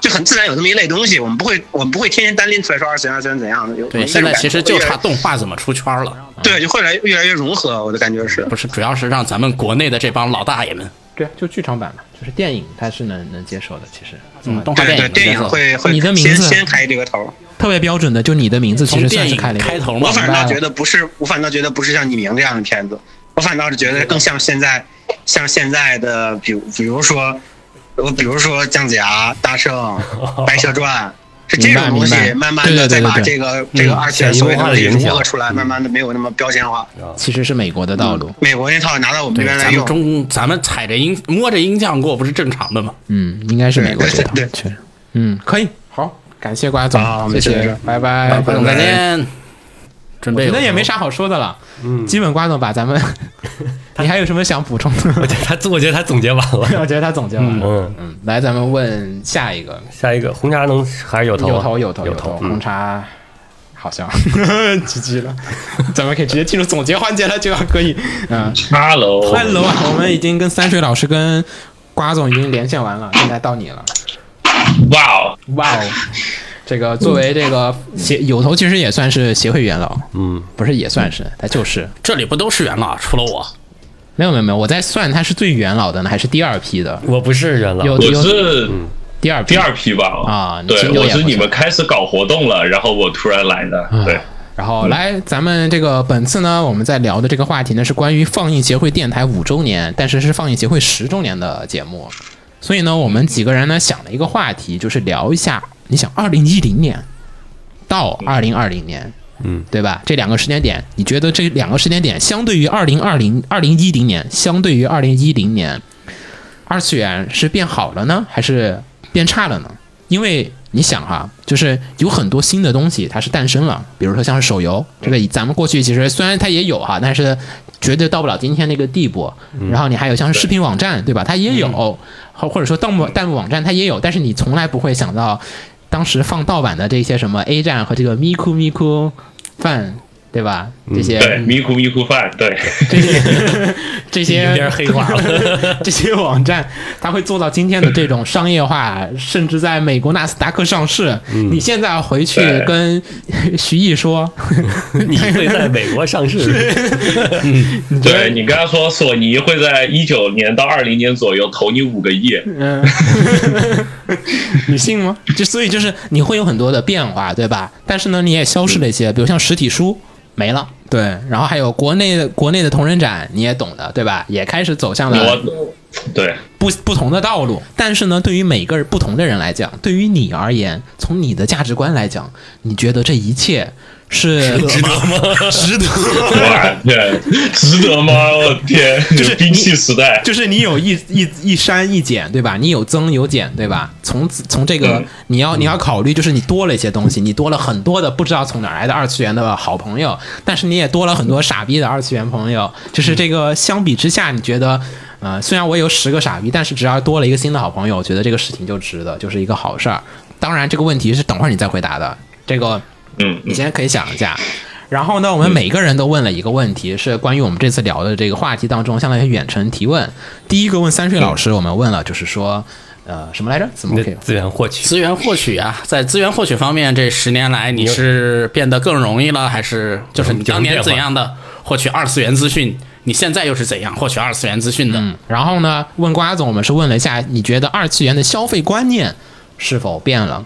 [SPEAKER 7] 就很自然有这么一类东西，我们不会，我们不会天天单拎出来说二次元、二次元怎样的。有
[SPEAKER 4] 对，
[SPEAKER 7] 有这
[SPEAKER 4] 现
[SPEAKER 7] 种
[SPEAKER 4] 在
[SPEAKER 7] 感
[SPEAKER 4] 其
[SPEAKER 7] 觉
[SPEAKER 4] 实就
[SPEAKER 7] 会越来
[SPEAKER 4] 差动画怎么出圈了，
[SPEAKER 7] 对，就会来越来越融合，我的感觉是。
[SPEAKER 4] 不是，主要是让咱们国内的这帮老大爷们，
[SPEAKER 1] 对，就剧场版嘛，就是电影，它是能能接受的。其实，
[SPEAKER 4] 嗯，动画
[SPEAKER 7] 对
[SPEAKER 4] 电
[SPEAKER 7] 对，
[SPEAKER 4] 影
[SPEAKER 7] 电影会会
[SPEAKER 1] 你的名
[SPEAKER 7] 先
[SPEAKER 1] 字
[SPEAKER 7] 先开这个头。
[SPEAKER 1] 特别标准的，就你的名字其
[SPEAKER 4] 从
[SPEAKER 1] 实算
[SPEAKER 4] 电
[SPEAKER 1] 是
[SPEAKER 4] 影
[SPEAKER 1] 开了一个
[SPEAKER 4] 开头嘛
[SPEAKER 7] 我，反
[SPEAKER 1] 明白
[SPEAKER 7] 倒
[SPEAKER 1] 了
[SPEAKER 7] 觉得不是，我反倒觉得不是像你明这样的片子，我反倒是觉得更像现在，像现在的，比如比如说，我比如说姜子牙、
[SPEAKER 1] (laughs)
[SPEAKER 7] 大圣、白蛇传。是这种东西
[SPEAKER 1] 明白明白，
[SPEAKER 7] 慢慢
[SPEAKER 1] 对对
[SPEAKER 7] 的
[SPEAKER 1] 对
[SPEAKER 7] 再把
[SPEAKER 1] 对
[SPEAKER 7] 这个这个
[SPEAKER 2] 嗯
[SPEAKER 7] 二次元所谓的东西
[SPEAKER 2] 潜移默化的影响
[SPEAKER 7] 融合出来，
[SPEAKER 1] 嗯
[SPEAKER 7] 慢慢的没有那么标签化。
[SPEAKER 1] 其实是美国的道路。
[SPEAKER 7] 美国那套拿到我们这
[SPEAKER 4] 对，
[SPEAKER 7] 边来
[SPEAKER 4] 咱们，
[SPEAKER 7] 用
[SPEAKER 4] 中咱们踩着鹰摸着鹰酱过不是正常的吗？
[SPEAKER 1] 嗯，应该是美国这套，
[SPEAKER 7] 对对
[SPEAKER 1] 确实。嗯，可以，好，啊感谢瓜总
[SPEAKER 7] 好，
[SPEAKER 1] 谢
[SPEAKER 7] 没事没
[SPEAKER 1] 谢
[SPEAKER 7] 事，
[SPEAKER 1] 拜拜。
[SPEAKER 4] 观众再见，准备
[SPEAKER 1] 觉得也没啥好说的了，嗯，基本瓜总把咱 (laughs) 们，你还有什么想补充
[SPEAKER 2] 我
[SPEAKER 1] 的？
[SPEAKER 2] 觉得他，我觉得他总结完了。
[SPEAKER 1] (laughs) 我觉得他总结完了。
[SPEAKER 2] 嗯，
[SPEAKER 1] 嗯，来，咱们问下一个，
[SPEAKER 2] 下一个红茶能还是有头啊？
[SPEAKER 1] 有头有头
[SPEAKER 2] 有
[SPEAKER 1] 头，
[SPEAKER 2] 嗯 (laughs)
[SPEAKER 1] 红茶好像 (laughs) GG 了，咱们可以直接进入总结环节了，就要可以，嗯，
[SPEAKER 8] Hello，
[SPEAKER 1] hello 啊，我们已经跟三水老师跟瓜总已经连线完了，现在到你了，
[SPEAKER 8] 哇哦，
[SPEAKER 1] 哇哦！这个作为这个协有头，其实也算是协会元老，
[SPEAKER 2] 嗯，
[SPEAKER 1] 不是也算是，他就是
[SPEAKER 4] 这里不都是元老，除了我，
[SPEAKER 1] 没有没有没有，我在算他是最元老的呢，还是第二批的？
[SPEAKER 2] 我不是元老，
[SPEAKER 1] 有
[SPEAKER 8] 我
[SPEAKER 1] 有
[SPEAKER 8] 是
[SPEAKER 1] 第二批
[SPEAKER 8] 第二批吧？哦
[SPEAKER 1] 啊你
[SPEAKER 8] 对
[SPEAKER 1] 秦九，
[SPEAKER 8] 我
[SPEAKER 1] 也不啊
[SPEAKER 8] 是你
[SPEAKER 1] 是
[SPEAKER 8] 们开始搞活动了，然后我突然来的，对。
[SPEAKER 1] 然后来，咱们这个本次呢，我们在聊的这个话题呢是关于放映协会电台五周年，但是是放映协会十周年的节目，所以呢，我们几个人呢想了一个话题，就是聊一下，你想二零一零年到二零二零年，嗯，对吧？这两个时间点，你觉得这两个时间点相对于二零二零二零一零年，相对于二零一零年，二次元是变好了呢，还是变差了呢？因为你想哈、就是有很多新的东西它是诞生了，比如说像是手游，这个以咱们过去其实虽然它也有哈、但是绝对到不了今天那个地步。然后你还有像是视频网站，对吧？它也有，或或者说弹幕弹幕网站它也有，但是你从来不会想到当时放盗版的这些什么 A 站和这个咪咕咪咕饭，对吧？这些、
[SPEAKER 8] 对，咪咕咪咕饭，
[SPEAKER 1] (laughs)
[SPEAKER 8] 对，
[SPEAKER 1] 这些这些
[SPEAKER 2] 有点黑化了。
[SPEAKER 1] (laughs) 这些网站，它会做到今天的这种商业化，甚至在美国纳斯达克上市。你现在回去
[SPEAKER 8] 对
[SPEAKER 1] 跟 (laughs) 徐毅说，
[SPEAKER 2] 你会在美国上
[SPEAKER 1] (laughs)
[SPEAKER 2] 市？
[SPEAKER 8] 对你刚刚说索尼会在一九年到二零年左右投你五个亿，
[SPEAKER 1] 嗯，你信吗？就所以就是你会有很多的变化，对吧？但是呢，你也消失了一些，比如像实体书没了，对，然后还有国内的国内的同人展，你也懂的，对吧？也开始走向了
[SPEAKER 8] 我，对，
[SPEAKER 1] 不不同的道路。但是呢，对于每个人不同的人来讲，对于你而言，从你的价值观来讲，你觉得这一切是值得吗？值得。
[SPEAKER 8] 哇，对，值得吗？我天，
[SPEAKER 1] 嗯是
[SPEAKER 8] 兵器时代，
[SPEAKER 1] (laughs) 就是你有一一一删一减，对吧？你有增有减，对吧？从此从这个
[SPEAKER 8] 嗯
[SPEAKER 1] 你要你要考虑，就是你多了一些东西，你多了很多的不知道从哪儿来的二次元的好朋友，但是你也多了很多傻逼的二次元朋友。就是这个相比之下，你觉得，呃，虽然我有十个傻逼，但是只要多了一个新的好朋友，我觉得这个事情就值得，就是一个好事儿。当然，这个问题是等会儿你再回答的。这个
[SPEAKER 8] 嗯，
[SPEAKER 1] 你先可以想一下。然后呢，我们每个人都问了一个问题，是关于我们这次聊的这个话题当中，相当于远程提问。第一个问三水老师，我们问了，就是说，呃，什么来着？怎么
[SPEAKER 2] 你
[SPEAKER 1] 可
[SPEAKER 2] 的
[SPEAKER 1] 以？
[SPEAKER 2] 资源获取
[SPEAKER 4] 资源获取啊，在资源获取方面，这十年来你是变得更容易了，还是就是你当年怎样的获取二次元资讯，你现在又是怎样获取二次元资讯的？
[SPEAKER 1] 嗯，然后呢，问瓜总，我们是问了一下，你觉得二次元的消费观念是否变了？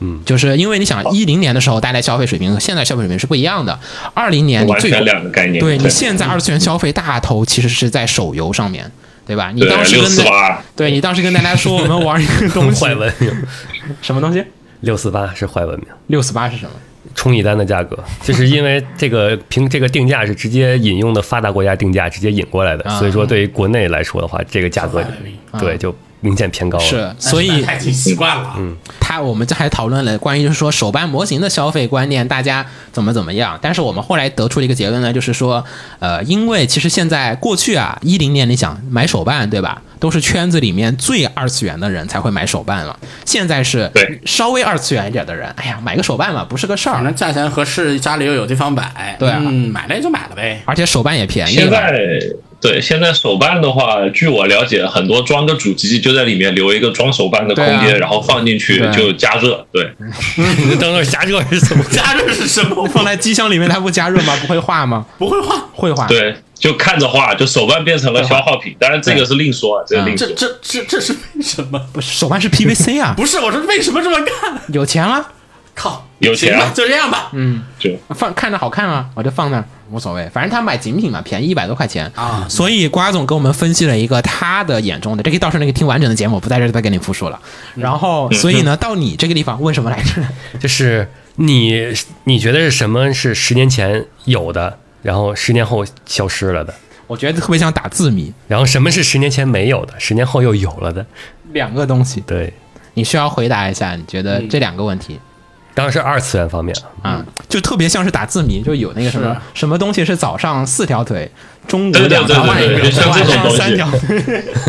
[SPEAKER 2] 嗯，
[SPEAKER 1] 就是因为你想，一零年的时候，大家消费水平和现在消费水平是不一样的。二零哎年你
[SPEAKER 8] 完
[SPEAKER 1] 最
[SPEAKER 8] 全两个概念。
[SPEAKER 1] 对你现在二次元消费大头其实是在手游上面，对吧？你
[SPEAKER 8] 对
[SPEAKER 1] 当时
[SPEAKER 8] 六
[SPEAKER 1] 跟
[SPEAKER 8] 四
[SPEAKER 1] 大
[SPEAKER 8] 八，
[SPEAKER 1] 对你当时跟大家说我们玩一个 (laughs) 东西，
[SPEAKER 2] 坏文明，
[SPEAKER 1] 什么东西？
[SPEAKER 2] 六四八是坏文明。
[SPEAKER 1] 六四八是什么？
[SPEAKER 2] 充一单的价
[SPEAKER 1] (laughs)
[SPEAKER 2] 格，就是因为这个凭这个定价是直接引用的发达国家定价直接引过来的，
[SPEAKER 1] 啊嗯
[SPEAKER 2] 所以说对于国内来说的话，这个价格对就明显偏高了。
[SPEAKER 1] 哦是，所以
[SPEAKER 4] 已经习惯了。嗯，
[SPEAKER 1] 他我们这还讨论了关于就是说手办模型的消费观念，大家怎么怎么样。但是我们后来得出了一个结论呢，就是说，呃，因为其实现在过去啊，一零年你想买手办对吧，都是圈子里面最二次元的人才会买手办了。现在是
[SPEAKER 8] 对
[SPEAKER 1] 稍微二次元一点的人，哎呀，买个手办嘛不是个事
[SPEAKER 4] 反
[SPEAKER 1] 儿，
[SPEAKER 4] 正价钱合适，家里又有地方摆，
[SPEAKER 1] 对啊
[SPEAKER 4] 嗯，买了也就买了呗。
[SPEAKER 1] 而且手办也便宜
[SPEAKER 8] 现
[SPEAKER 1] 了。
[SPEAKER 8] 在对现在手办的话，据我了解，很多装个主机就在里面留一个装手办的空
[SPEAKER 1] 对
[SPEAKER 8] 间，
[SPEAKER 1] 啊
[SPEAKER 8] 然后放进去
[SPEAKER 1] 对嗯
[SPEAKER 8] 就加热。对，
[SPEAKER 2] 你等等加热是怎么？
[SPEAKER 4] 加热是什么？
[SPEAKER 1] 放在机箱里面，它不加热吗？不会化吗？
[SPEAKER 4] 不会
[SPEAKER 1] (laughs)
[SPEAKER 4] 画，
[SPEAKER 1] 会化。
[SPEAKER 8] 对，就看着画，就手办变成了消耗品。当然这个是另说，啊，这个另说
[SPEAKER 4] 这。这这这是为什么？
[SPEAKER 1] 不是，手办是 PVC 啊，
[SPEAKER 4] 不是，我说为什么这么干？
[SPEAKER 1] 有钱啊，
[SPEAKER 4] 靠，
[SPEAKER 8] 有钱
[SPEAKER 4] 行
[SPEAKER 8] 啊
[SPEAKER 4] 吧，就这样吧。
[SPEAKER 1] 嗯，
[SPEAKER 8] 就
[SPEAKER 1] 放看着好看啊，我就放那儿无所谓，反正他买精品嘛，便宜一百多块钱
[SPEAKER 4] 啊
[SPEAKER 1] 所以瓜总给我们分析了一个他的眼中的，这个到时候那个听完整的节目，我不在这儿再给你复述了。然后，
[SPEAKER 8] 嗯
[SPEAKER 1] 所以呢，到你这个地方问什么来着？
[SPEAKER 2] 就是你你觉得是什么是十年前有的，然后十年后消失了的？
[SPEAKER 1] (laughs) 我觉得特别像打字谜，
[SPEAKER 2] 然后什么是十年前没有的，十年后又有了的？
[SPEAKER 1] 两个东西，
[SPEAKER 2] 对，
[SPEAKER 1] 你需要回答一下，你觉得这两个问题
[SPEAKER 2] 当然是二次元方面了。
[SPEAKER 1] 啊、就特别像是打字谜，就有那个什么什么东西是早上四条腿，中午
[SPEAKER 8] 对对
[SPEAKER 1] 两条，
[SPEAKER 8] 对
[SPEAKER 1] 晚
[SPEAKER 8] 对对对像这种
[SPEAKER 1] 上
[SPEAKER 8] 东西
[SPEAKER 1] 三条。 (laughs)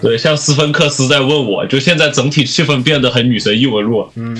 [SPEAKER 8] 对，像斯芬克斯在问我，就现在整体气氛变得很女神异闻录。
[SPEAKER 1] 嗯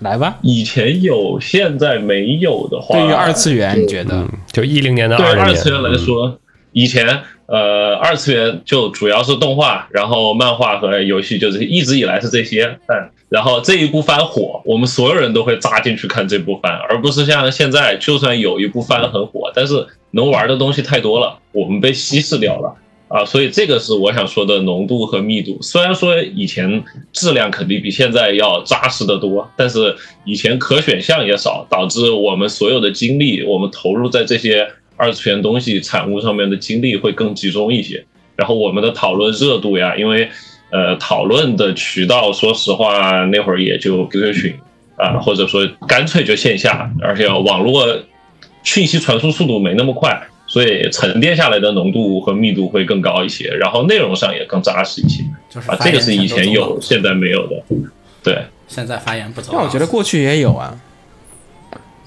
[SPEAKER 1] 来吧，
[SPEAKER 8] 以前有，现在没有的话，
[SPEAKER 1] 对于二次元，你觉
[SPEAKER 8] 嗯
[SPEAKER 1] 得？
[SPEAKER 2] 就一零年的
[SPEAKER 8] 对
[SPEAKER 2] 二零
[SPEAKER 8] 二
[SPEAKER 2] 年，嗯
[SPEAKER 8] 次元来说，以前呃二次元就主要是动画，然后漫画和游戏，就是一直以来是这些。嗯，然后这一部番火，我们所有人都会扎进去看这部番，而不是像现在，就算有一部番很火，但是能玩的东西太多了，我们被稀释掉了。啊，所以这个是我想说的浓度和密度。虽然说以前质量肯定比现在要扎实的多，但是以前可选项也少，导致我们所有的精力，我们投入在这些二次元东西产物上面的精力会更集中一些。然后我们的讨论热度呀，因为呃讨论的渠道，说实话那会儿也就 QQ 群啊，或者说干脆就线下，而且网络讯息传输速度没那么快，所以沉淀下来的浓度和密度会更高一些，然后内容上也更扎实一些
[SPEAKER 4] 就是
[SPEAKER 8] 啊，
[SPEAKER 4] 发
[SPEAKER 8] 这个
[SPEAKER 4] 言
[SPEAKER 8] 是以前
[SPEAKER 4] 全都走
[SPEAKER 8] 有，
[SPEAKER 4] 了
[SPEAKER 8] 现在没有的，对。
[SPEAKER 4] 现在发言不走了。
[SPEAKER 1] 但我觉得过去也有啊，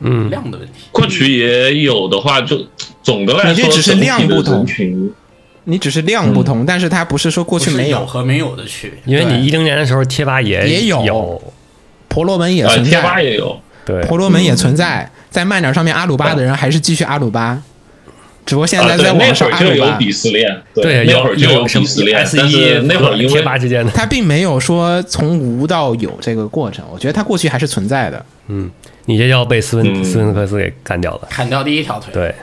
[SPEAKER 2] 嗯，
[SPEAKER 4] 量的问题，
[SPEAKER 8] 过去也有的话，就总的来
[SPEAKER 1] 你
[SPEAKER 8] 说
[SPEAKER 1] 这只是
[SPEAKER 8] 整体的
[SPEAKER 1] 量不同
[SPEAKER 8] 人群
[SPEAKER 1] 你只是量不同，但是它嗯不是说过
[SPEAKER 4] 不
[SPEAKER 1] 去
[SPEAKER 4] 是
[SPEAKER 1] 没
[SPEAKER 4] 有
[SPEAKER 1] 有，
[SPEAKER 4] 和没有的区别。
[SPEAKER 2] 因为
[SPEAKER 1] 对
[SPEAKER 2] 你一零年的时候贴吧也
[SPEAKER 1] 也有
[SPEAKER 2] 有
[SPEAKER 1] 婆罗门也
[SPEAKER 8] 啊，
[SPEAKER 1] 存
[SPEAKER 8] 贴吧
[SPEAKER 1] 在，嗯
[SPEAKER 8] 也有，
[SPEAKER 2] 对，
[SPEAKER 1] 婆罗门也存在，在漫展上面阿鲁巴的人还是继续阿鲁巴，只不过现
[SPEAKER 8] 啊，
[SPEAKER 1] 在
[SPEAKER 8] 对
[SPEAKER 1] 在
[SPEAKER 8] 那
[SPEAKER 1] 网上
[SPEAKER 8] 会
[SPEAKER 1] 阿
[SPEAKER 8] 儿就
[SPEAKER 1] 鲁
[SPEAKER 8] 有
[SPEAKER 1] 巴，
[SPEAKER 8] 鄙视链，
[SPEAKER 2] 对，
[SPEAKER 8] 那
[SPEAKER 2] 有
[SPEAKER 8] 会儿就
[SPEAKER 2] 有什
[SPEAKER 8] 鄙
[SPEAKER 2] 么
[SPEAKER 8] 视链，
[SPEAKER 2] S
[SPEAKER 8] 但
[SPEAKER 2] 一
[SPEAKER 8] 是那会儿因
[SPEAKER 2] 贴
[SPEAKER 8] 为
[SPEAKER 2] 吧之间的，
[SPEAKER 1] 它并没有说从无到有这个过程，我觉得它过去还是存在的。
[SPEAKER 2] 你这要被斯文
[SPEAKER 8] 嗯
[SPEAKER 2] 斯文克斯给干掉了。
[SPEAKER 4] 砍掉第一条腿，
[SPEAKER 2] 对，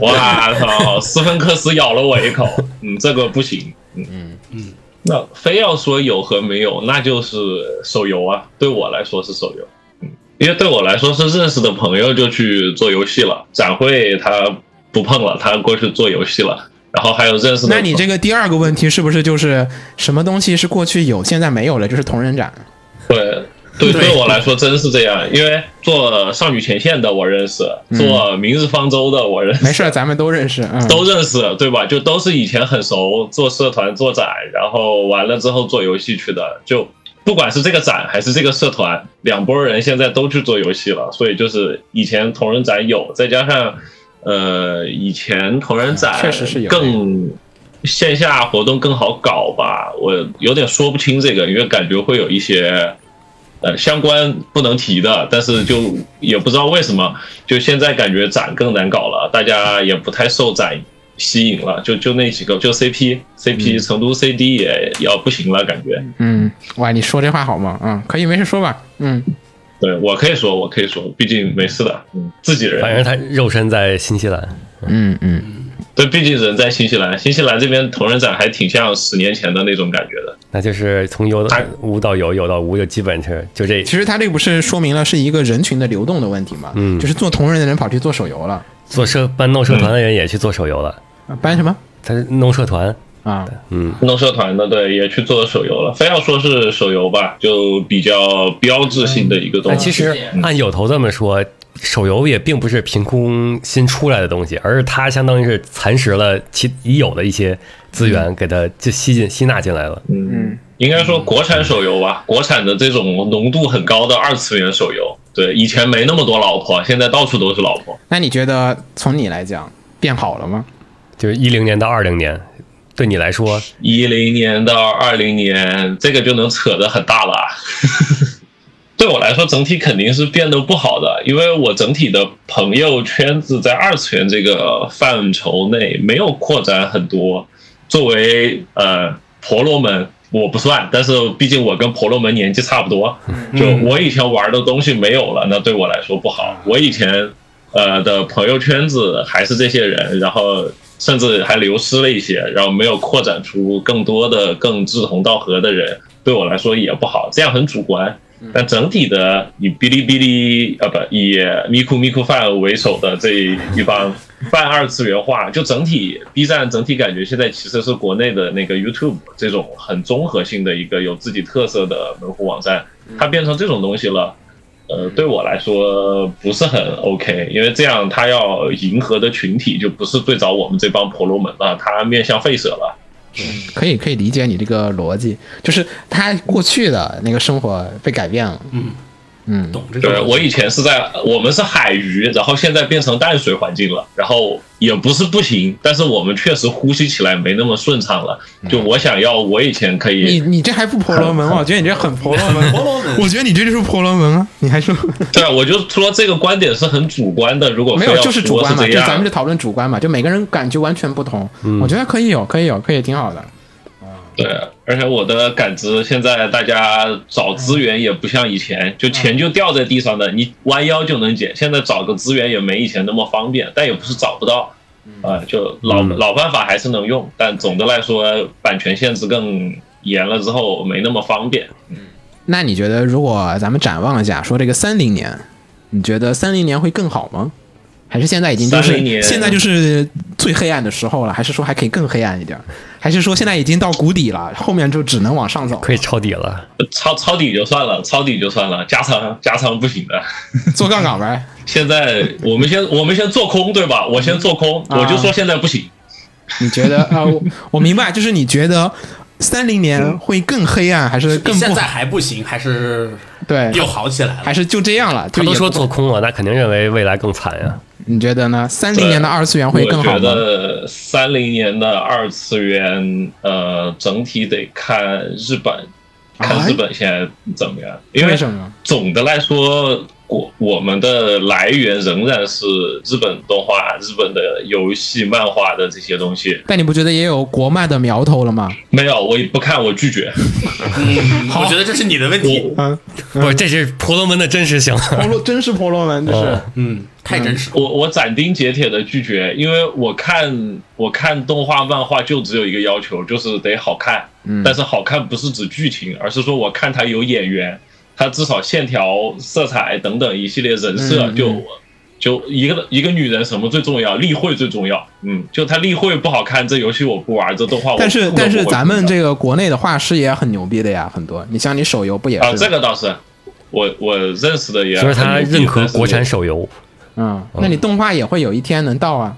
[SPEAKER 8] 哇操！斯芬克斯咬了我一口，嗯，这个不行，嗯嗯嗯。那非要说有和没有，那就是手游啊。对我来说是手游，嗯，因为对我来说是认识的朋友就去做游戏了，展会他不碰了，他过去做游戏了。然后还有认识的，
[SPEAKER 1] 那你这个第二个问题是不是就是什么东西是过去有，现在没有了？就是同人展，
[SPEAKER 8] 对对，对我来说真是这样，因为做少女前线的我认识，
[SPEAKER 1] 嗯
[SPEAKER 8] 做明日方舟的我认识，
[SPEAKER 1] 没事儿，咱们都认识，嗯，
[SPEAKER 8] 都认识，对吧？就都是以前很熟，做社团、做展，然后完了之后做游戏去的。就不管是这个展还是这个社团，两拨人现在都去做游戏了。所以就是以前同人展有，再加上呃以前同人展
[SPEAKER 1] 哎确实是有
[SPEAKER 8] 更线下活动更好搞吧。我有点说不清这个，因为感觉会有一些。呃，相关不能提的，但是就也不知道为什么，就现在感觉展更难搞了，大家也不太受展吸引了，就就那几个，就 CP、CP
[SPEAKER 1] 嗯
[SPEAKER 8] 成都 CD 也要不行了，感觉。
[SPEAKER 1] 嗯，哇，你说这话好吗？嗯，可以，没事说吧，嗯，
[SPEAKER 8] 对我可以说，我可以说，毕竟没事的，嗯自己人。
[SPEAKER 2] 反正他肉身在新西兰，
[SPEAKER 1] 嗯嗯，
[SPEAKER 8] 对，毕竟人在新西兰，新西兰这边同人展还挺像十年前的那种感觉的。
[SPEAKER 2] 那就是从有
[SPEAKER 8] 哎
[SPEAKER 2] 到无到有，有到无，就基本是就这
[SPEAKER 1] 其实他这不是说明了是一个人群的流动的问题嘛？
[SPEAKER 2] 嗯
[SPEAKER 1] 就是做同人的人跑去做手游了，
[SPEAKER 2] 做社办弄社团的人也去做手游了，
[SPEAKER 1] 啊搬什么
[SPEAKER 2] 他弄社团，
[SPEAKER 1] 啊？
[SPEAKER 2] 嗯，
[SPEAKER 8] 弄社团的，对，也去做手游了。非要说是手游吧，就比较标志性的一个东
[SPEAKER 2] 但
[SPEAKER 8] 西。
[SPEAKER 2] 嗯哎其实按有头这么说，手游也并不是凭空新出来的东西，而是它相当于是蚕食了其已有的一些资源，给它就吸进吸纳进来了。
[SPEAKER 8] 嗯，应该说国产手游吧，国产的这种浓度很高的二次元手游，对，以前没那么多老婆，现在到处都是老婆。
[SPEAKER 1] 那你觉得从你来讲变好了吗？
[SPEAKER 2] 就是一零年到二零年，对你来说，
[SPEAKER 8] 一零年到二零年，这个就能扯得很大了 (laughs) 啊。对我来说，整体肯定是变得不好的，因为我整体的朋友圈子在二次元这个范畴内没有扩展很多。作为呃婆罗门，我不算，但是毕竟我跟婆罗门年纪差不多，就我以前玩的东西没有了，那对我来说不好。我以前呃的朋友圈子还是这些人，然后甚至还流失了一些，然后没有扩展出更多的更志同道合的人，对我来说也不好，这样很主观。但整体的以哔哩哔哩啊不以咪酷咪酷饭为首的这一帮泛二次元化，就整体 B 站整体感觉现在其实是国内的那个 YouTube 这种很综合性的一个有自己特色的门户网站，它变成这种东西了。呃，对我来说不是很 OK，因为这样他要迎合的群体就不是最早我们这帮婆罗门了，他面向吠舍了。
[SPEAKER 1] 可以可以理解你这个逻辑，就是他过去的那个生活被改变了，嗯
[SPEAKER 4] 懂这
[SPEAKER 8] 对
[SPEAKER 4] 个？
[SPEAKER 8] 我以前是在我们是海鱼，然后现在变成淡水环境了，然后也不是不行，但是我们确实呼吸起来没那么顺畅了。就我想要，我以前可
[SPEAKER 1] 你
[SPEAKER 8] 以，
[SPEAKER 1] 你这还不婆罗门吗？我觉得你这很婆罗门，婆罗门， (laughs) 我觉得你这就是婆罗门啊！你还说
[SPEAKER 8] 对，我就说这个观点是很主观的。如果
[SPEAKER 1] 没
[SPEAKER 8] 非
[SPEAKER 1] 有？
[SPEAKER 8] 要
[SPEAKER 1] 就是嗯主
[SPEAKER 8] 说
[SPEAKER 1] 观嘛，
[SPEAKER 8] 这
[SPEAKER 1] 就咱们
[SPEAKER 8] 样
[SPEAKER 1] 就，讨论主观嘛，就每个人感觉完全不同。我觉得可以有，可以有，可以挺好的。
[SPEAKER 8] 对，而且我的感知，现在大家找资源也不像以前，就钱就掉在地上的，你弯腰就能捡。现在找个资源也没以前那么方便，但也不是找不到，啊、就老、
[SPEAKER 2] 嗯
[SPEAKER 8] 老办法还是能用，但总的来说，版权限制更严了之后，没那么方便。
[SPEAKER 1] 那你觉得，如果咱们展望一下，说这个三零年，你觉得三零年会更好吗？还是现在已经就是
[SPEAKER 8] 30年
[SPEAKER 1] 现在就是最黑暗的时候了？还是说还可以更黑暗一点？还是说现在已经到谷底了，后面就只能往上走了？
[SPEAKER 2] 可以抄底了。
[SPEAKER 8] 抄抄底就算了，抄底就算了，加仓加仓不行的。
[SPEAKER 1] 做杠杆呗。
[SPEAKER 8] 现在我们先我们先做空，对吧？我先做空，
[SPEAKER 1] 啊
[SPEAKER 8] 我就说现在不行。
[SPEAKER 1] 你觉
[SPEAKER 2] (laughs)
[SPEAKER 1] 得啊、我我明白，就是你觉得三零年会更黑暗，还是更
[SPEAKER 4] 现
[SPEAKER 1] 不
[SPEAKER 4] 在还不行，还是
[SPEAKER 1] 对，
[SPEAKER 4] 又好起来了
[SPEAKER 1] 还。是就这样了？
[SPEAKER 2] 他
[SPEAKER 1] 就
[SPEAKER 2] 都
[SPEAKER 1] 哎也
[SPEAKER 2] 说
[SPEAKER 1] 不
[SPEAKER 2] 做空了，那肯定认为未来更惨呀、
[SPEAKER 1] 你觉得呢？三零年的二次元会更好
[SPEAKER 8] 我觉
[SPEAKER 1] 吗？
[SPEAKER 8] 得三零年的二次元，呃，整体得看日本，看
[SPEAKER 1] 哎
[SPEAKER 8] 日本现在怎么样。因为
[SPEAKER 1] 为什么
[SPEAKER 8] 总的来说，我我们的来源仍然是日本动画、日本的游戏、漫画的这些东西。
[SPEAKER 1] 但你不觉得也有国漫的苗头了吗？
[SPEAKER 8] 没有，我不看，我拒绝。
[SPEAKER 4] 嗯我觉得这是你的问题，
[SPEAKER 8] 我
[SPEAKER 1] 嗯，
[SPEAKER 2] 不是，这是婆罗门的真实性。
[SPEAKER 1] 婆
[SPEAKER 2] (laughs)
[SPEAKER 1] 罗真是婆罗门，就是、
[SPEAKER 4] 嗯，太真实了。
[SPEAKER 8] 我我斩钉截铁的拒绝，因为我看我看动画漫画就只有一个要求，就是得好看。
[SPEAKER 1] 嗯
[SPEAKER 8] 但是好看不是指剧情，而是说我看它有演员，它至少线条、色彩等等一系列人设
[SPEAKER 1] 嗯
[SPEAKER 8] 就。就一个一个女人什么最重要？例会最重要。嗯，就她例会不好看，这游戏我不玩，这动画我
[SPEAKER 1] 但
[SPEAKER 8] 根
[SPEAKER 1] 是
[SPEAKER 8] 本
[SPEAKER 1] 但
[SPEAKER 8] 不
[SPEAKER 1] 是
[SPEAKER 8] 会
[SPEAKER 1] 咱们
[SPEAKER 8] 碰
[SPEAKER 1] 这个国内的画师也很牛逼的呀，很多。你像你手游不也是？
[SPEAKER 8] 啊，这个倒是我我认识的也
[SPEAKER 2] 就是他
[SPEAKER 8] 很牛逼
[SPEAKER 2] 认可
[SPEAKER 8] 但是
[SPEAKER 2] 国产手游，，
[SPEAKER 1] 嗯，那你动画也会有一天能到啊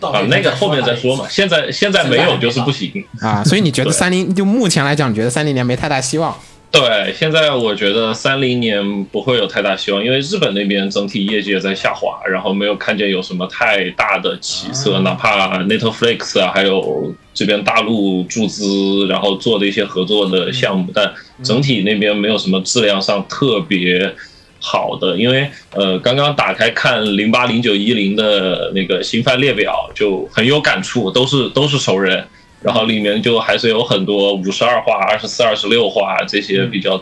[SPEAKER 8] 啊，那个后面再说嘛。现在现在没有就是不行。 (laughs)
[SPEAKER 1] 啊！所以你觉得
[SPEAKER 8] 对
[SPEAKER 1] 三零就目前来讲，你觉得三零年没太大希望？
[SPEAKER 8] 对，现在我觉得三零年不会有太大希望，因为日本那边整体业绩也在下滑，然后没有看见有什么太大的起色，哪怕 Netflix 啊，还有这边大陆注资，然后做的一些合作的项目，但整体那边没有什么质量上特别。好的，因为呃，刚刚打开看零八零九一零的那个新番列表，就很有感触，都是都是熟人，然后里面就还是有很多五十二话、二十四、二十六话这些比较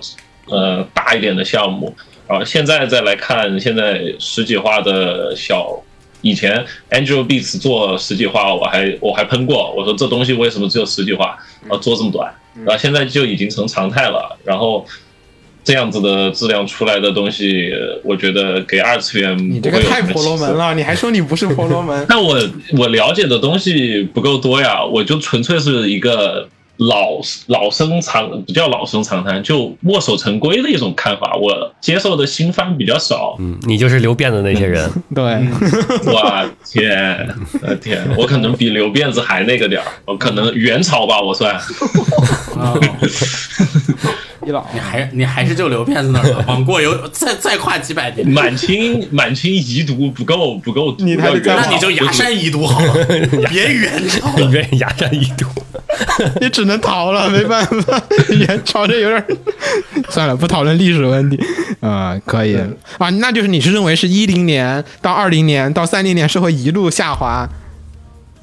[SPEAKER 8] 呃大一点的项目。然后现在再来看现在十几画的小，以前 Angel Beats 做十几画，我还我还喷过，我说这东西为什么只有十几画，然后做这么短，然后现在就已经成常态了。然后这样子的质量出来的东西，我觉得给二次元
[SPEAKER 1] 你这个
[SPEAKER 8] 不会有
[SPEAKER 1] 太
[SPEAKER 8] 什么
[SPEAKER 1] 婆罗
[SPEAKER 8] 起色？
[SPEAKER 1] 门啊了，你还说你 (laughs) 不是婆罗门
[SPEAKER 8] 但我我了解的东西不够多呀，我就纯粹是一个老老生常不叫老生常谈，就墨守成规的一种看法。我接受的新番比较少
[SPEAKER 2] 嗯，你就是留辫子那些
[SPEAKER 1] (laughs)
[SPEAKER 2] 人，
[SPEAKER 1] 对，
[SPEAKER 8] 哇天，呃天，我可能比留辫子还那个点儿，我可能元朝吧，我算。
[SPEAKER 1] (laughs) 伊朗
[SPEAKER 4] 你还你还是就留辫子那儿吧，往过游再再跨几百年，
[SPEAKER 8] 满清满清遗毒不够不够，
[SPEAKER 1] 你还
[SPEAKER 8] 要
[SPEAKER 1] 得
[SPEAKER 8] 元
[SPEAKER 1] 再
[SPEAKER 4] 那
[SPEAKER 8] 朝
[SPEAKER 4] 你就崖山遗
[SPEAKER 1] (laughs)
[SPEAKER 4] 毒好了，别元朝
[SPEAKER 2] 你愿意牙山一堵。
[SPEAKER 1] 你只能逃了，没办法，元朝这有点儿 (laughs) 算了，不讨论历史问题，啊、可以啊，那就是你是认为是一零年到二零年到三零年是会一路下滑，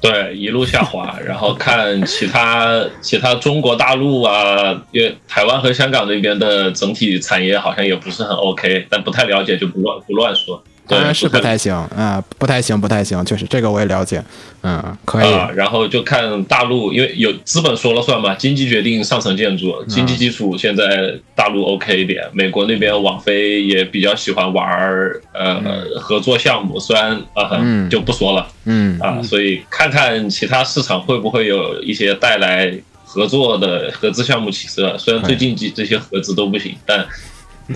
[SPEAKER 8] 对，一路下
[SPEAKER 1] (laughs)
[SPEAKER 8] 滑，然后看其他其他中国大陆啊，因为台湾和香港那边的整体产业好像也不是很 OK，但不太了解就不乱不乱说。
[SPEAKER 1] 当然
[SPEAKER 8] 对，
[SPEAKER 1] 是不太行啊、不太行，不太行，确实这个我也了解，嗯，可以，
[SPEAKER 8] 啊，然后就看大陆，因为有资本说了算嘛，经济决定上层建
[SPEAKER 1] 嗯
[SPEAKER 8] 筑，经济基础现在大陆 OK 一点，美国那边网飞也比较喜欢玩儿呃、合作项目，虽然呃、
[SPEAKER 1] 嗯
[SPEAKER 8] 就不说了。
[SPEAKER 1] 嗯，
[SPEAKER 8] 啊，所以看看其他市场会不会有一些带来合作的合资项目起色。虽然最近几这些合资都不行，但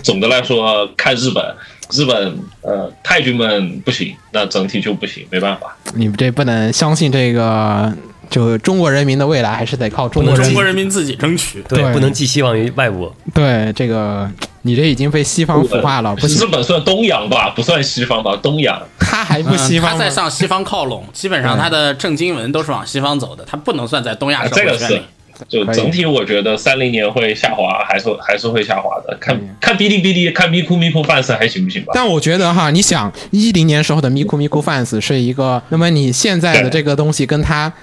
[SPEAKER 8] 总的来说，看日本，日本呃泰剧们不行，那整体就不行，没办法。
[SPEAKER 1] 你们这不能相信这个，就中国人民的未来还是得靠中国人
[SPEAKER 4] 中
[SPEAKER 1] 民
[SPEAKER 4] 国人民自己争取。
[SPEAKER 2] 对，
[SPEAKER 1] 对
[SPEAKER 2] 不能寄希望于外部。
[SPEAKER 1] 对这个，你这已经被西方腐化了，不
[SPEAKER 8] 日
[SPEAKER 1] 行，
[SPEAKER 8] 本算东洋吧，不算西方吧，东洋。
[SPEAKER 1] 他还不
[SPEAKER 4] 嗯
[SPEAKER 1] 西方
[SPEAKER 4] 他
[SPEAKER 1] 吗嗯
[SPEAKER 4] 在向西方靠拢，基本上他的正经文都是往西方走的，他不能算在东亚
[SPEAKER 8] 啊，
[SPEAKER 4] 社
[SPEAKER 8] 这
[SPEAKER 4] 会
[SPEAKER 8] 个
[SPEAKER 4] 圈
[SPEAKER 8] 是
[SPEAKER 4] 里。。
[SPEAKER 8] 就整体，我觉得三零年会下滑，还是还是会下滑的。看看哔哩哔哩，看咪咕咪咕办事还行不行吧？
[SPEAKER 1] 但我觉得哈，你想一零年时候的咪咕咪咕 fans 是一个，那么你现在的这个东西跟它，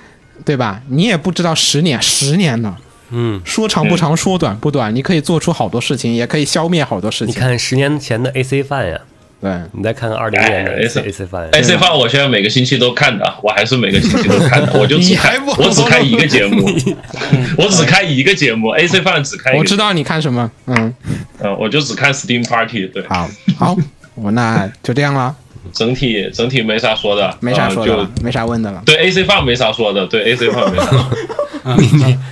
[SPEAKER 1] 对吧？你也不知道十年，十年呢，
[SPEAKER 2] 嗯，
[SPEAKER 1] 说长不长，说短不短，你可以做出好多事情，也可以消灭好多事
[SPEAKER 2] 你
[SPEAKER 1] 情。
[SPEAKER 2] 看十年前的 AC 饭呀，
[SPEAKER 1] 对，
[SPEAKER 2] 你再看看二零年的
[SPEAKER 8] 哎
[SPEAKER 2] AC
[SPEAKER 8] AC
[SPEAKER 2] AC 饭
[SPEAKER 8] (laughs)
[SPEAKER 2] 呀，
[SPEAKER 8] 哎，这番我现在每个星期都看的，我还是每个星期都看的，我就只看
[SPEAKER 1] 你还不
[SPEAKER 8] 我只看一个节目，我只看一个节目，AC 饭只看一个，
[SPEAKER 1] 我知，道你看什么，嗯，
[SPEAKER 8] 嗯，我就只看 Steam Party，对，
[SPEAKER 1] 好，好，我那就这样了，
[SPEAKER 8] 整体整体没啥说的，
[SPEAKER 1] 没啥
[SPEAKER 8] 呃
[SPEAKER 1] 说的
[SPEAKER 8] 就
[SPEAKER 1] 了，没啥问的了。
[SPEAKER 8] 对 AC 饭没啥说的，对 AC 饭没啥说的，
[SPEAKER 4] 嗯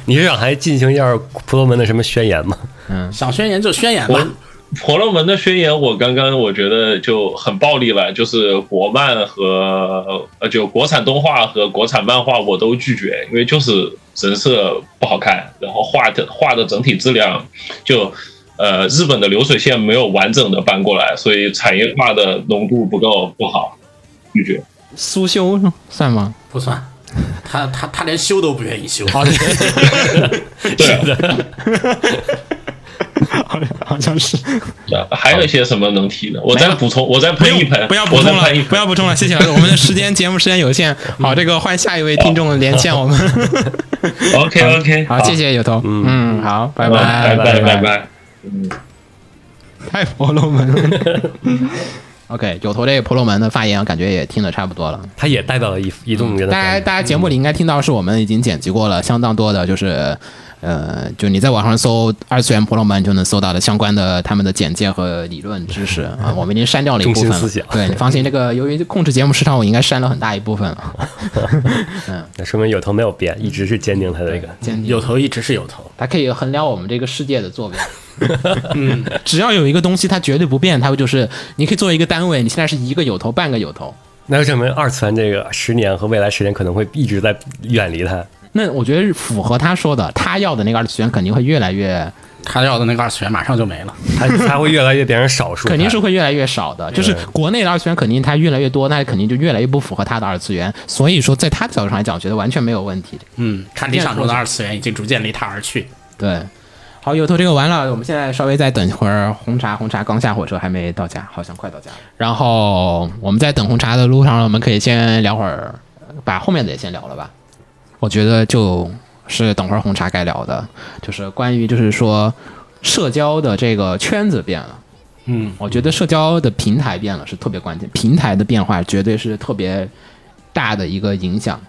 [SPEAKER 2] 你是想还进行一下婆罗门的什么宣言吗？ (laughs)
[SPEAKER 1] 嗯
[SPEAKER 4] 想宣言就宣言吧
[SPEAKER 8] 我。婆罗门的宣言，我刚刚我觉得就很暴力了，就是国漫和呃，就国产动画和国产漫画我都拒绝，因为就是人设不好看，然后画的画的整体质量就呃日本的流水线没有完整的搬过来，所以产业化的浓度不够不好，拒绝。
[SPEAKER 1] 苏修算吗？
[SPEAKER 4] 不算，他他他连修都不愿意修。
[SPEAKER 8] 对，
[SPEAKER 1] 好像好像是，
[SPEAKER 8] 还有一些什么能提的？我再补充，我再喷一喷，
[SPEAKER 1] 不要补
[SPEAKER 8] 我再
[SPEAKER 1] 充了
[SPEAKER 8] 喷一，
[SPEAKER 1] 不
[SPEAKER 8] 喷
[SPEAKER 1] 要。补充了，谢谢
[SPEAKER 8] (laughs)
[SPEAKER 1] 老师，我们的时间节目时间有限，好，这个换下一位听众连线
[SPEAKER 8] (laughs)
[SPEAKER 1] 我们。
[SPEAKER 8] OK OK，
[SPEAKER 1] 好，谢，谢有头。嗯，好，拜拜，拜
[SPEAKER 8] 拜拜拜。
[SPEAKER 1] 太婆罗门了。OK，有头这个婆罗门的发言，感觉也听得差不多了。
[SPEAKER 2] 他也代表了一一众人的
[SPEAKER 1] 大家
[SPEAKER 2] 观点。
[SPEAKER 1] 大家节目里应该听到，是我们已经剪辑过了相当多的，就是呃，就你在网上搜二次元婆罗门，就能搜到的相关的他们的简介和理论
[SPEAKER 2] (laughs)
[SPEAKER 1] 知识啊。我们已经删掉了一部分
[SPEAKER 2] 中心
[SPEAKER 1] 了
[SPEAKER 2] 思想。
[SPEAKER 1] 对，你放心，这个由于控制节目时长，我应该删了很大一部分了。
[SPEAKER 2] (laughs) 那说明有头没有变，一直是坚定他的一个。
[SPEAKER 1] 剪辑
[SPEAKER 4] 有头一直是有头，
[SPEAKER 1] 它可以衡量我们这个世界的
[SPEAKER 2] (laughs)
[SPEAKER 1] 坐标。嗯，只要有一个东西它绝对不变，它就是你可以作为一个单位，你现在是一个有头，半个有头。
[SPEAKER 2] 那就证明二次元这个十年和未来十年可能会一直在远离他。
[SPEAKER 1] 那我觉得符合他说的，他要的那个二次元肯定会越来越，
[SPEAKER 4] 他要的那个二次元马上就没了。
[SPEAKER 2] 他 (laughs) 他会越来越变成少数派，
[SPEAKER 1] 肯定是会越来越少的。就是国内的二次元肯定它越来越多，那肯定就越来越不符合他的二次元。所以说，在他的角度上来讲，我觉得完全没有问题。
[SPEAKER 4] 嗯，他理想中的二次元已经逐渐离他而去。
[SPEAKER 1] 对，好，有头这个完了，我们现在稍微再等一会儿，红茶红茶刚下火车，还没到家，好像快到家了。然后我们在等红茶的路上，我们可以先聊会儿，把后面的也先聊了吧。我觉得就是等会儿红茶该聊的，就是关于就是说社交的这个圈子变了。
[SPEAKER 2] 嗯，
[SPEAKER 1] 我觉得社交的平台变了是特别关键，平台的变化绝对是特别大的一个影响。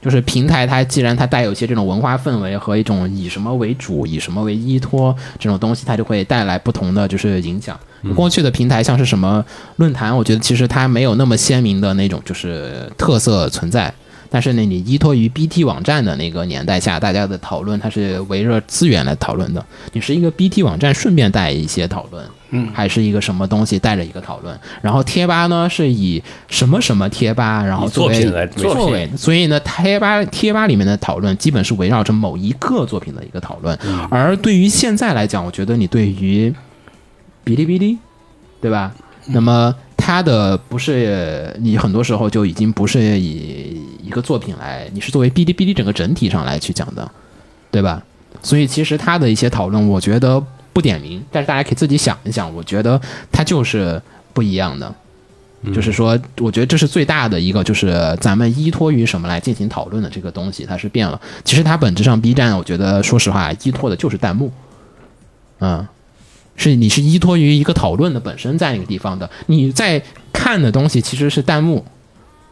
[SPEAKER 1] 就是平台，它既然它带有一些这种文化氛围和一种以什么为主、以什么为依托这种东西，它就会带来不同的就是影响。过去的平台像是什么论坛，我觉得其实它没有那么鲜明的那种就是特色存在。但是呢，你依托于 BT 网站的那个年代下，大家的讨论它是围绕资源来讨论的。你是一个 BT 网站，顺便带一些讨论，嗯，还是一个什么东西带着一个讨论。然后贴吧呢，是以什么什么贴吧，然后
[SPEAKER 2] 以
[SPEAKER 1] 作
[SPEAKER 2] 作
[SPEAKER 1] 为
[SPEAKER 2] 品来
[SPEAKER 1] 作
[SPEAKER 2] 作
[SPEAKER 1] 为，所以呢，贴吧贴吧里面的讨论基本是围绕着某一个作品的一个讨论。
[SPEAKER 2] 嗯
[SPEAKER 1] 而对于现在来讲，我觉得你对于哔哩哔哩，对吧？那么它的不是你很多时候就已经不是以一个作品来，你是作为哔哩哔哩整个整体上来去讲的，对吧？所以其实它的一些讨论，我觉得不点名，但是大家可以自己想一想，我觉得它就是不一样的。就是说，我觉得这是最大的一个，就是咱们依托于什么来进行讨论的这个东西，它是变了。其实它本质上，B 站，我觉得说实话，依托的就是弹幕，嗯，是你是依托于一个讨论的本身在那个地方的，你在看的东西其实是弹幕，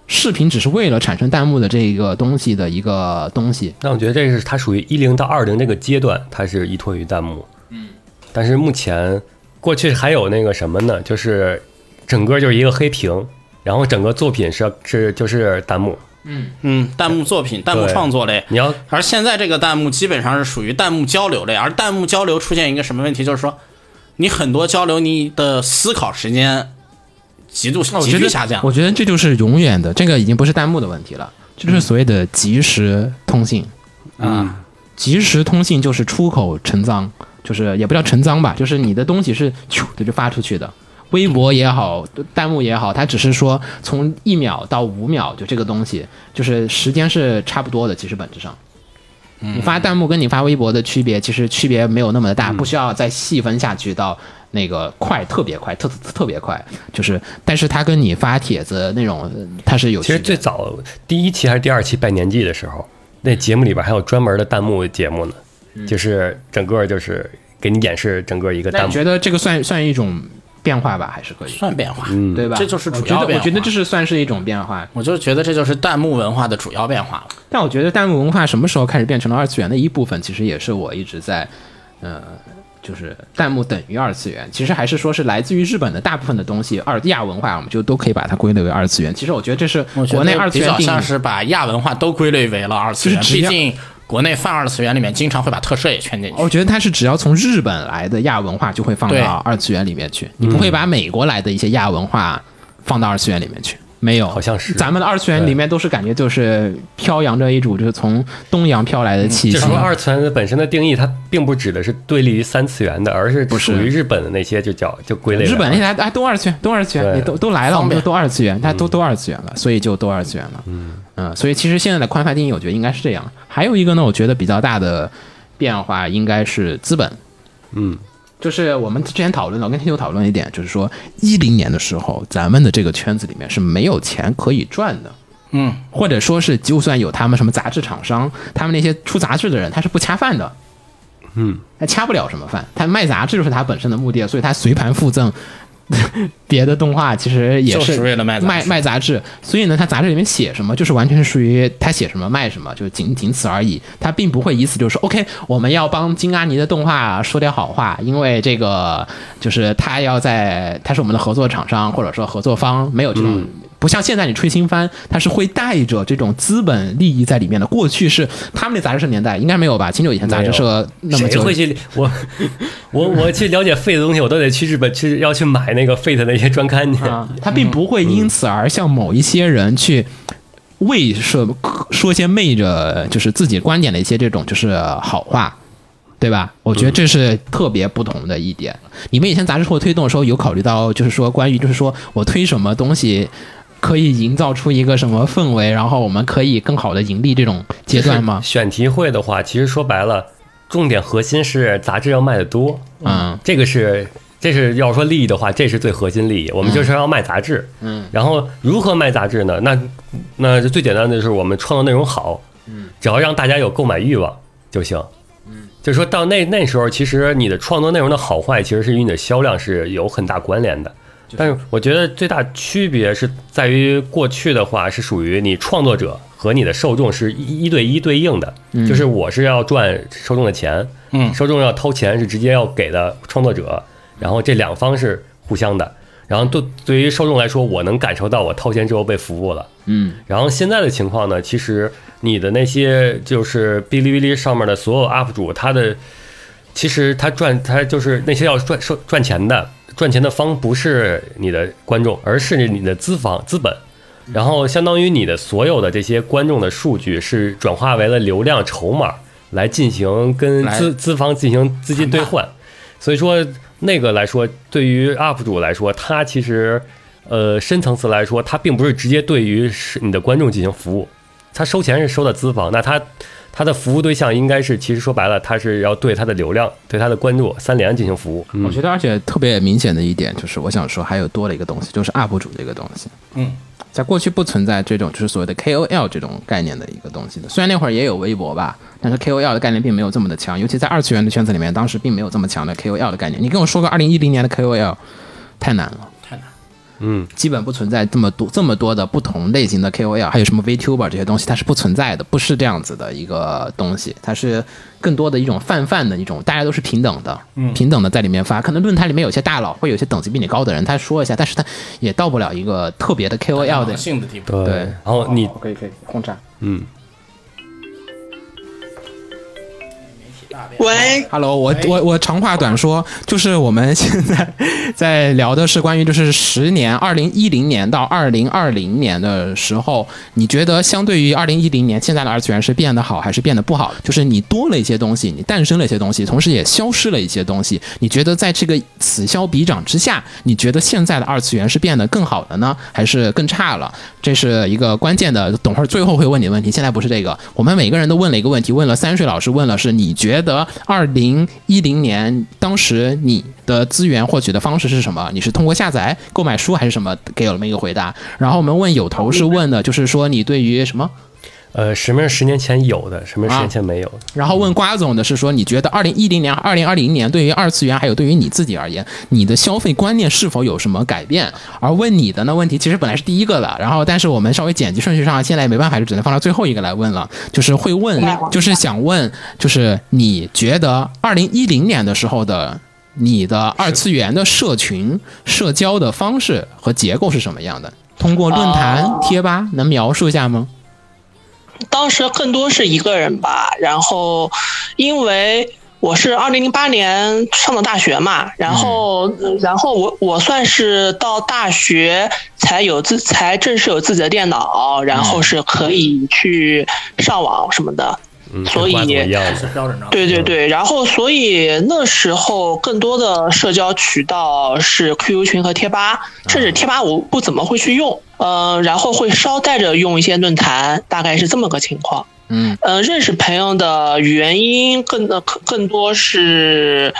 [SPEAKER 1] 视频只是为了产生弹幕的这个东西的一个东西，
[SPEAKER 2] 但我觉得这是它属于一零到二零这个阶段，它是依托于弹幕。嗯，但是目前过去还有那个什么呢？就是整个就是一个黑屏，然后整个作品是是就是弹幕。
[SPEAKER 4] 嗯，弹幕作品、弹幕
[SPEAKER 2] 对
[SPEAKER 4] 创作类，
[SPEAKER 2] 你要
[SPEAKER 4] 而现在这个弹幕基本上是属于弹幕交流类，而弹幕交流出现一个什么问题，就是说你很多交流，你的思考时间极度
[SPEAKER 1] 哦我
[SPEAKER 4] 急
[SPEAKER 1] 觉
[SPEAKER 4] 剧
[SPEAKER 1] 得
[SPEAKER 4] 下降。
[SPEAKER 1] 我觉得这就是永远的，这个已经不是弹幕的问题了，这就是所谓的即时通信。
[SPEAKER 4] 嗯，
[SPEAKER 1] 即时通信就是出口成脏，就是也不叫成脏吧，就是你的东西是咻的就发出去的。微博也好，弹幕也好，它只是说从一秒到五秒，就这个东西，就是时间是差不多的。其实本质上，
[SPEAKER 4] 嗯
[SPEAKER 1] 你发弹幕跟你发微博的区别，其实区别没有那么的大，不需要再细分下去到那个快，特别快，特特特别快，就是，但是它跟你发帖子那种，呃它是有
[SPEAKER 2] 其实
[SPEAKER 1] 区别
[SPEAKER 2] 最
[SPEAKER 1] 的
[SPEAKER 2] 早第一期还是第二期拜年季的时候，那节目里边还有专门的弹幕节目呢，就是整个就是给你演示整个一个
[SPEAKER 1] 嗯那
[SPEAKER 2] 弹
[SPEAKER 1] 你
[SPEAKER 2] 幕
[SPEAKER 1] 觉。得这个算算一种变化吧，还是可以？
[SPEAKER 4] 算变化。
[SPEAKER 2] 嗯，
[SPEAKER 1] 对吧？
[SPEAKER 4] 这就是主
[SPEAKER 1] 我觉
[SPEAKER 4] 要
[SPEAKER 1] 得，
[SPEAKER 4] 变
[SPEAKER 1] 我觉得
[SPEAKER 4] 化
[SPEAKER 1] 这是算是一种变化。
[SPEAKER 4] 我就是觉得这就是弹幕文化的主要变化了。
[SPEAKER 1] 但我觉得弹幕文化什么时候开始变成了二次元的一部分，其实也是我一直在，呃，就是弹幕等于二次元，其实还是说是来自于日本的大部分的东西，二亚文化我们就都可以把它归类为二次元。其实我觉得这是
[SPEAKER 4] 我觉
[SPEAKER 1] 国内
[SPEAKER 4] 得
[SPEAKER 1] 二次
[SPEAKER 4] 比
[SPEAKER 1] 元
[SPEAKER 4] 较
[SPEAKER 1] 定
[SPEAKER 4] 像
[SPEAKER 1] 义。
[SPEAKER 4] 是把亚文化都归类为了二次元，
[SPEAKER 1] 就是只
[SPEAKER 4] 毕
[SPEAKER 1] 要
[SPEAKER 4] 竟国内泛二次元里面经常会把特摄也圈进去
[SPEAKER 1] 我。觉得它是只要从日本来的亚文化就会放
[SPEAKER 4] 对
[SPEAKER 1] 到二次元里面去，你不会把美国来的一些亚文化放到二次元里面去。没有，
[SPEAKER 2] 好像是
[SPEAKER 1] 咱们的二次元里面都是感觉就是飘扬着一种就是从东洋飘来的气息。
[SPEAKER 2] 嗯就是说二次元的本身的定义，它并不指的是对立于三次元的，而是属于日本的那些就叫就归类为
[SPEAKER 1] 日本那些哎都二次元，都二次元，
[SPEAKER 2] 对嗯
[SPEAKER 1] 也都都来了，我
[SPEAKER 4] 方
[SPEAKER 1] 们
[SPEAKER 4] 便
[SPEAKER 1] 都都二次元，它都都二次元了，所以就都二次元了。嗯所以其实现在的宽泛定义，我觉得应该是这样。还有一个呢，我觉得比较大的变化应该是资本。
[SPEAKER 2] 嗯，
[SPEAKER 1] 就是我们之前讨论了，我跟天佑讨论一点，就是说一零年的时候，咱们的这个圈子里面是没有钱可以赚的。
[SPEAKER 4] 嗯，
[SPEAKER 1] 或者说是，就算有他们什么杂志厂商，他们那些出杂志的人，他是不恰饭的。
[SPEAKER 4] 嗯
[SPEAKER 1] 他掐不了什么饭，他卖杂志就是他本身的目的，所以他随盘附赠 (laughs) 别的动画，其实也
[SPEAKER 4] 就是为了卖杂志
[SPEAKER 1] 卖卖杂志。所以呢，他杂志里面写什么，就是完全是属于他写什么卖什么，就仅仅此而已。他并不会以此就说 OK，我们要帮金阿尼的动画说点好话，因为这个就是他要在他是我们的合作厂商或者说合作方，没有这
[SPEAKER 2] 嗯
[SPEAKER 1] 种。不像现在你吹新番，它是会带着这种资本利益在里面的。过去是他们那杂志社年代，应该没有吧？秦九以前杂
[SPEAKER 2] 没
[SPEAKER 1] 志
[SPEAKER 2] 有
[SPEAKER 1] 社那么
[SPEAKER 2] 谁
[SPEAKER 1] 久，
[SPEAKER 2] 会去我我我去了解 Fate 的东西，我都得去日本去要去买那个 Fate 的那些专刊去。
[SPEAKER 1] 啊，他并不会因此而向某一些人去为说说些昧着就是自己观点的一些这种就是好话，对吧？我觉得这是特别不同的一点。你们以前杂志社推动的时候，有考虑到就是说关于就是说我推什么东西。可以营造出一个什么氛围，然后我们可以更好的盈利这种阶段吗？
[SPEAKER 2] 选题会的话，其实说白了，重点核心是杂志要卖的多，
[SPEAKER 1] 嗯，
[SPEAKER 2] 这个是这是要说利益的话，这是最核心利益。我们就是要卖杂志，嗯，然后如何卖杂志呢？那那就最简单的就是我们创作内容好，嗯，只要让大家有购买欲望就行，嗯，就是说到那那时候，其实你的创作内容的好坏，其实是与你的销量是有很大关联的。但是我觉得最大区别是在于过去的话是属于你创作者和你的受众是一一对一对应的，就是我是要赚受众的钱，
[SPEAKER 4] 嗯
[SPEAKER 2] 受众要掏钱是直接要给的创作者，然后这两方是互相的。然后对对于受众来说，我能感受到我掏钱之后被服务了，
[SPEAKER 1] 嗯，
[SPEAKER 2] 然后现在的情况呢，其实你的那些就是哔哩哔哩上面的所有 UP 主，他的其实他赚他就是那些要赚赚赚钱的，赚钱的方不是你的观众，而是你的资方资本。然后相当于你的所有的这些观众的数据是转化为了流量筹码来进行跟
[SPEAKER 4] 来
[SPEAKER 2] 资资方进行资金兑换，所以说那个来说，对于 UP 主来说，他其实呃深层次来说，他并不是直接对于是你的观众进行服务，他收钱是收的资方，那他他的服务对象应该是，其实说白了，他是要对他的流量、对他的关注三连进行服务。
[SPEAKER 1] 我觉得，而且特别明显的一点就是，我想说还有多了一个东西，就是 UP 主这个东西。
[SPEAKER 4] 嗯，
[SPEAKER 1] 在过去不存在这种就是所谓的 KOL 这种概念的一个东西的。虽然那会儿也有微博吧，但是 KOL 的概念并没有这么的强，尤其在二次元的圈子里面，当时并没有这么强的 KOL 的概念。你跟我说个二零一零年的 KOL，太难了。
[SPEAKER 4] 太难。
[SPEAKER 2] 嗯，
[SPEAKER 1] 基本不存在这么多这么多的不同类型的 KOL，还有什么 VTuber 这些东西，它是不存在的，不是这样子的一个东西，它是更多的一种泛泛的一种，大家都是平等的，平等的在里面发。可能论坛里面有些大佬，会有些等级比你高的人，他说一下，但是他也到不了一个特别的 KOL 的。
[SPEAKER 4] 性的地步，
[SPEAKER 2] 对
[SPEAKER 1] 对
[SPEAKER 2] 呃然后你
[SPEAKER 1] 可以可以轰炸。
[SPEAKER 2] 嗯，
[SPEAKER 7] 喂，
[SPEAKER 1] Hello，我我我长话短说，就是我们现在在聊的是关于就是十年，二零一零年到二零二零年的时候，你觉得相对于二零一零年现在的二次元是变得好还是变得不好？就是你多了一些东西，你诞生了一些东西，同时也消失了一些东西。你觉得在这个此消彼长之下，你觉得现在的二次元是变得更好了呢，还是更差了？这是一个关键的，等会儿最后会问你的问题。现在不是这个，我们每个人都问了一个问题，问了三水老师，问了是你觉得二零一零年当时你的资源获取的方式是什么？你是通过下载、购买书还是什么？给了我们一个回答。然后我们问有头是问的，就是说你对于什么？
[SPEAKER 2] 呃，什么是十年前有的，什么是十年前没有的？
[SPEAKER 1] 然后问瓜总的是说，你觉得二零一零年、二零二零年对于二次元，还有对于你自己而言，你的消费观念是否有什么改变？而问你的呢问题，其实本来是第一个的，然后但是我们稍微剪辑顺序上，现在也没办法，就只能放到最后一个来问了。就是会问，就是想问，就是你觉得二零一零年的时候的你的二次元的社群社交的方式和结构是什么样的？通过论坛、
[SPEAKER 9] 哦
[SPEAKER 1] 贴吧能描述一下吗？
[SPEAKER 9] 当时更多是一个人吧，然后因为我是二零零八年上的大学嘛，然后、然后我我算是到大学才有自才正式有自己的电脑，然后是可以去上网什么的，
[SPEAKER 2] 嗯，
[SPEAKER 9] 所以
[SPEAKER 2] 跟瓜子一样
[SPEAKER 4] 是
[SPEAKER 2] 的。
[SPEAKER 4] 标准状态。
[SPEAKER 9] 对对对，然后所以那时候更多的社交渠道是 QQ 群和贴吧，甚至贴吧我不怎么会去用，呃，然后会捎带着用一些论坛，大概是这么个情况。
[SPEAKER 1] 嗯，
[SPEAKER 9] 呃，认识朋友的原因更呃更更多是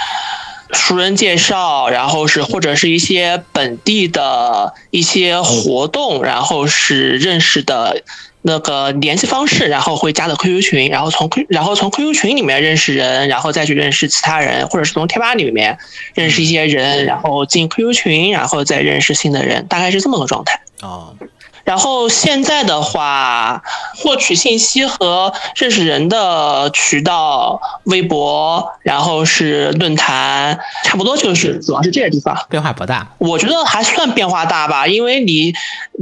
[SPEAKER 9] 熟人介绍，然后是或者是一些本地的一些活动，然后是认识的那个联系方式，然后会加的 QQ 群，然后从 Q 然后从 QQ 群里面认识人，然后再去认识其他人，或者是从贴吧里面认识一些人，然后进 QQ 群，然后再认识新的人，大概是这么个状态。
[SPEAKER 4] 啊，
[SPEAKER 9] 然后现在的话，获取信息和认识人的渠道，微博，然后是论坛，差不多就是主要是这些地方。
[SPEAKER 1] 变化不大。
[SPEAKER 9] 我觉得还算变化大吧，因为你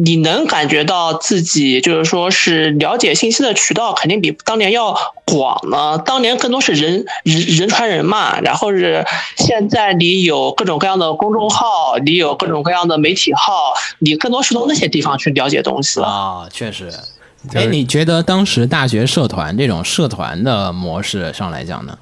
[SPEAKER 9] 你能感觉到自己就是说是了解信息的渠道肯定比当年要广呢。当年更多是人人人传人嘛，然后是现在你有各种各样的公众号，你有各种各样的媒体号，你更多是从那些地方去了解东西了。
[SPEAKER 1] 啊、确实。
[SPEAKER 2] 就
[SPEAKER 1] 哎，
[SPEAKER 2] 是
[SPEAKER 1] 你觉得当时大学社团这种社团的模式上来讲呢？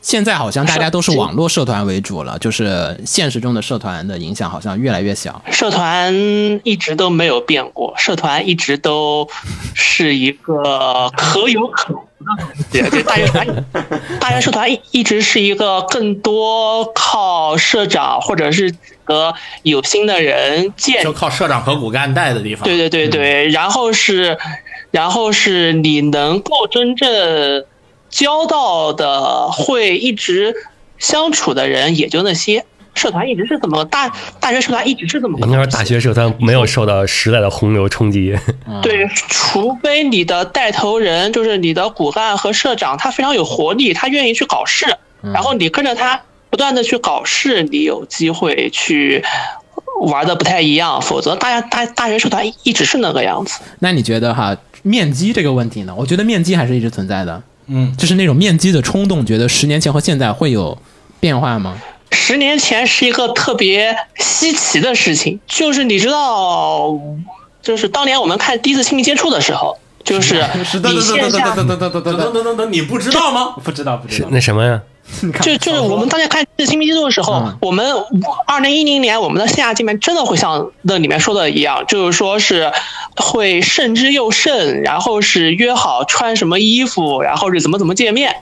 [SPEAKER 1] 现在好像大家都是网络社团为主了，就是现实中的社团的影响好像越来越小。
[SPEAKER 9] 社团一直都没有变过，社团一直都是一个可有可无的东西。对，大学团， (laughs) 大学社团一一直是一个更多靠社长或者是和有心的人建
[SPEAKER 4] 就靠社长和骨干带的地方。
[SPEAKER 9] 对
[SPEAKER 2] 嗯
[SPEAKER 9] 对对对，然后是，然后是你能够真正交到的会一直相处的人也就那些，社团一直是这么大，大学社团一直是这么个
[SPEAKER 2] 应
[SPEAKER 9] 东西。
[SPEAKER 2] 该说大学社团没有受到时代的洪流冲击，
[SPEAKER 9] 对，除非你的带头人就是你的骨干和社长，他非常有活力，他愿意去搞事，嗯然后你跟着他不断的去搞事，你有机会去玩的不太一样，否则大家大大学社团一直是那个样子。
[SPEAKER 1] 那你觉得哈面基这个问题呢？我觉得面基还是一直存在的，
[SPEAKER 4] 嗯，
[SPEAKER 1] 就是那种面基的冲动，觉得十年前和现在会有变化吗？
[SPEAKER 9] 十年前是一个特别稀奇的事情，就是你知道，就是当年我们看第一次亲密接触的时候，就是
[SPEAKER 4] (laughs) 是的，
[SPEAKER 9] 你
[SPEAKER 4] 等
[SPEAKER 9] 线
[SPEAKER 4] 等
[SPEAKER 9] 下
[SPEAKER 4] 等等等等等等等等等等，你不知道吗？不知道，不知
[SPEAKER 2] 是
[SPEAKER 4] 道。
[SPEAKER 2] (laughs) 那什么呀？
[SPEAKER 9] 就就是我们当年看《新密接触》的时候，
[SPEAKER 1] 嗯
[SPEAKER 9] 我们二零一零年我们的线下见面真的会像那里面说的一样，就是说是会慎之又慎，然后是约好穿什么衣服，然后是怎么怎么见面。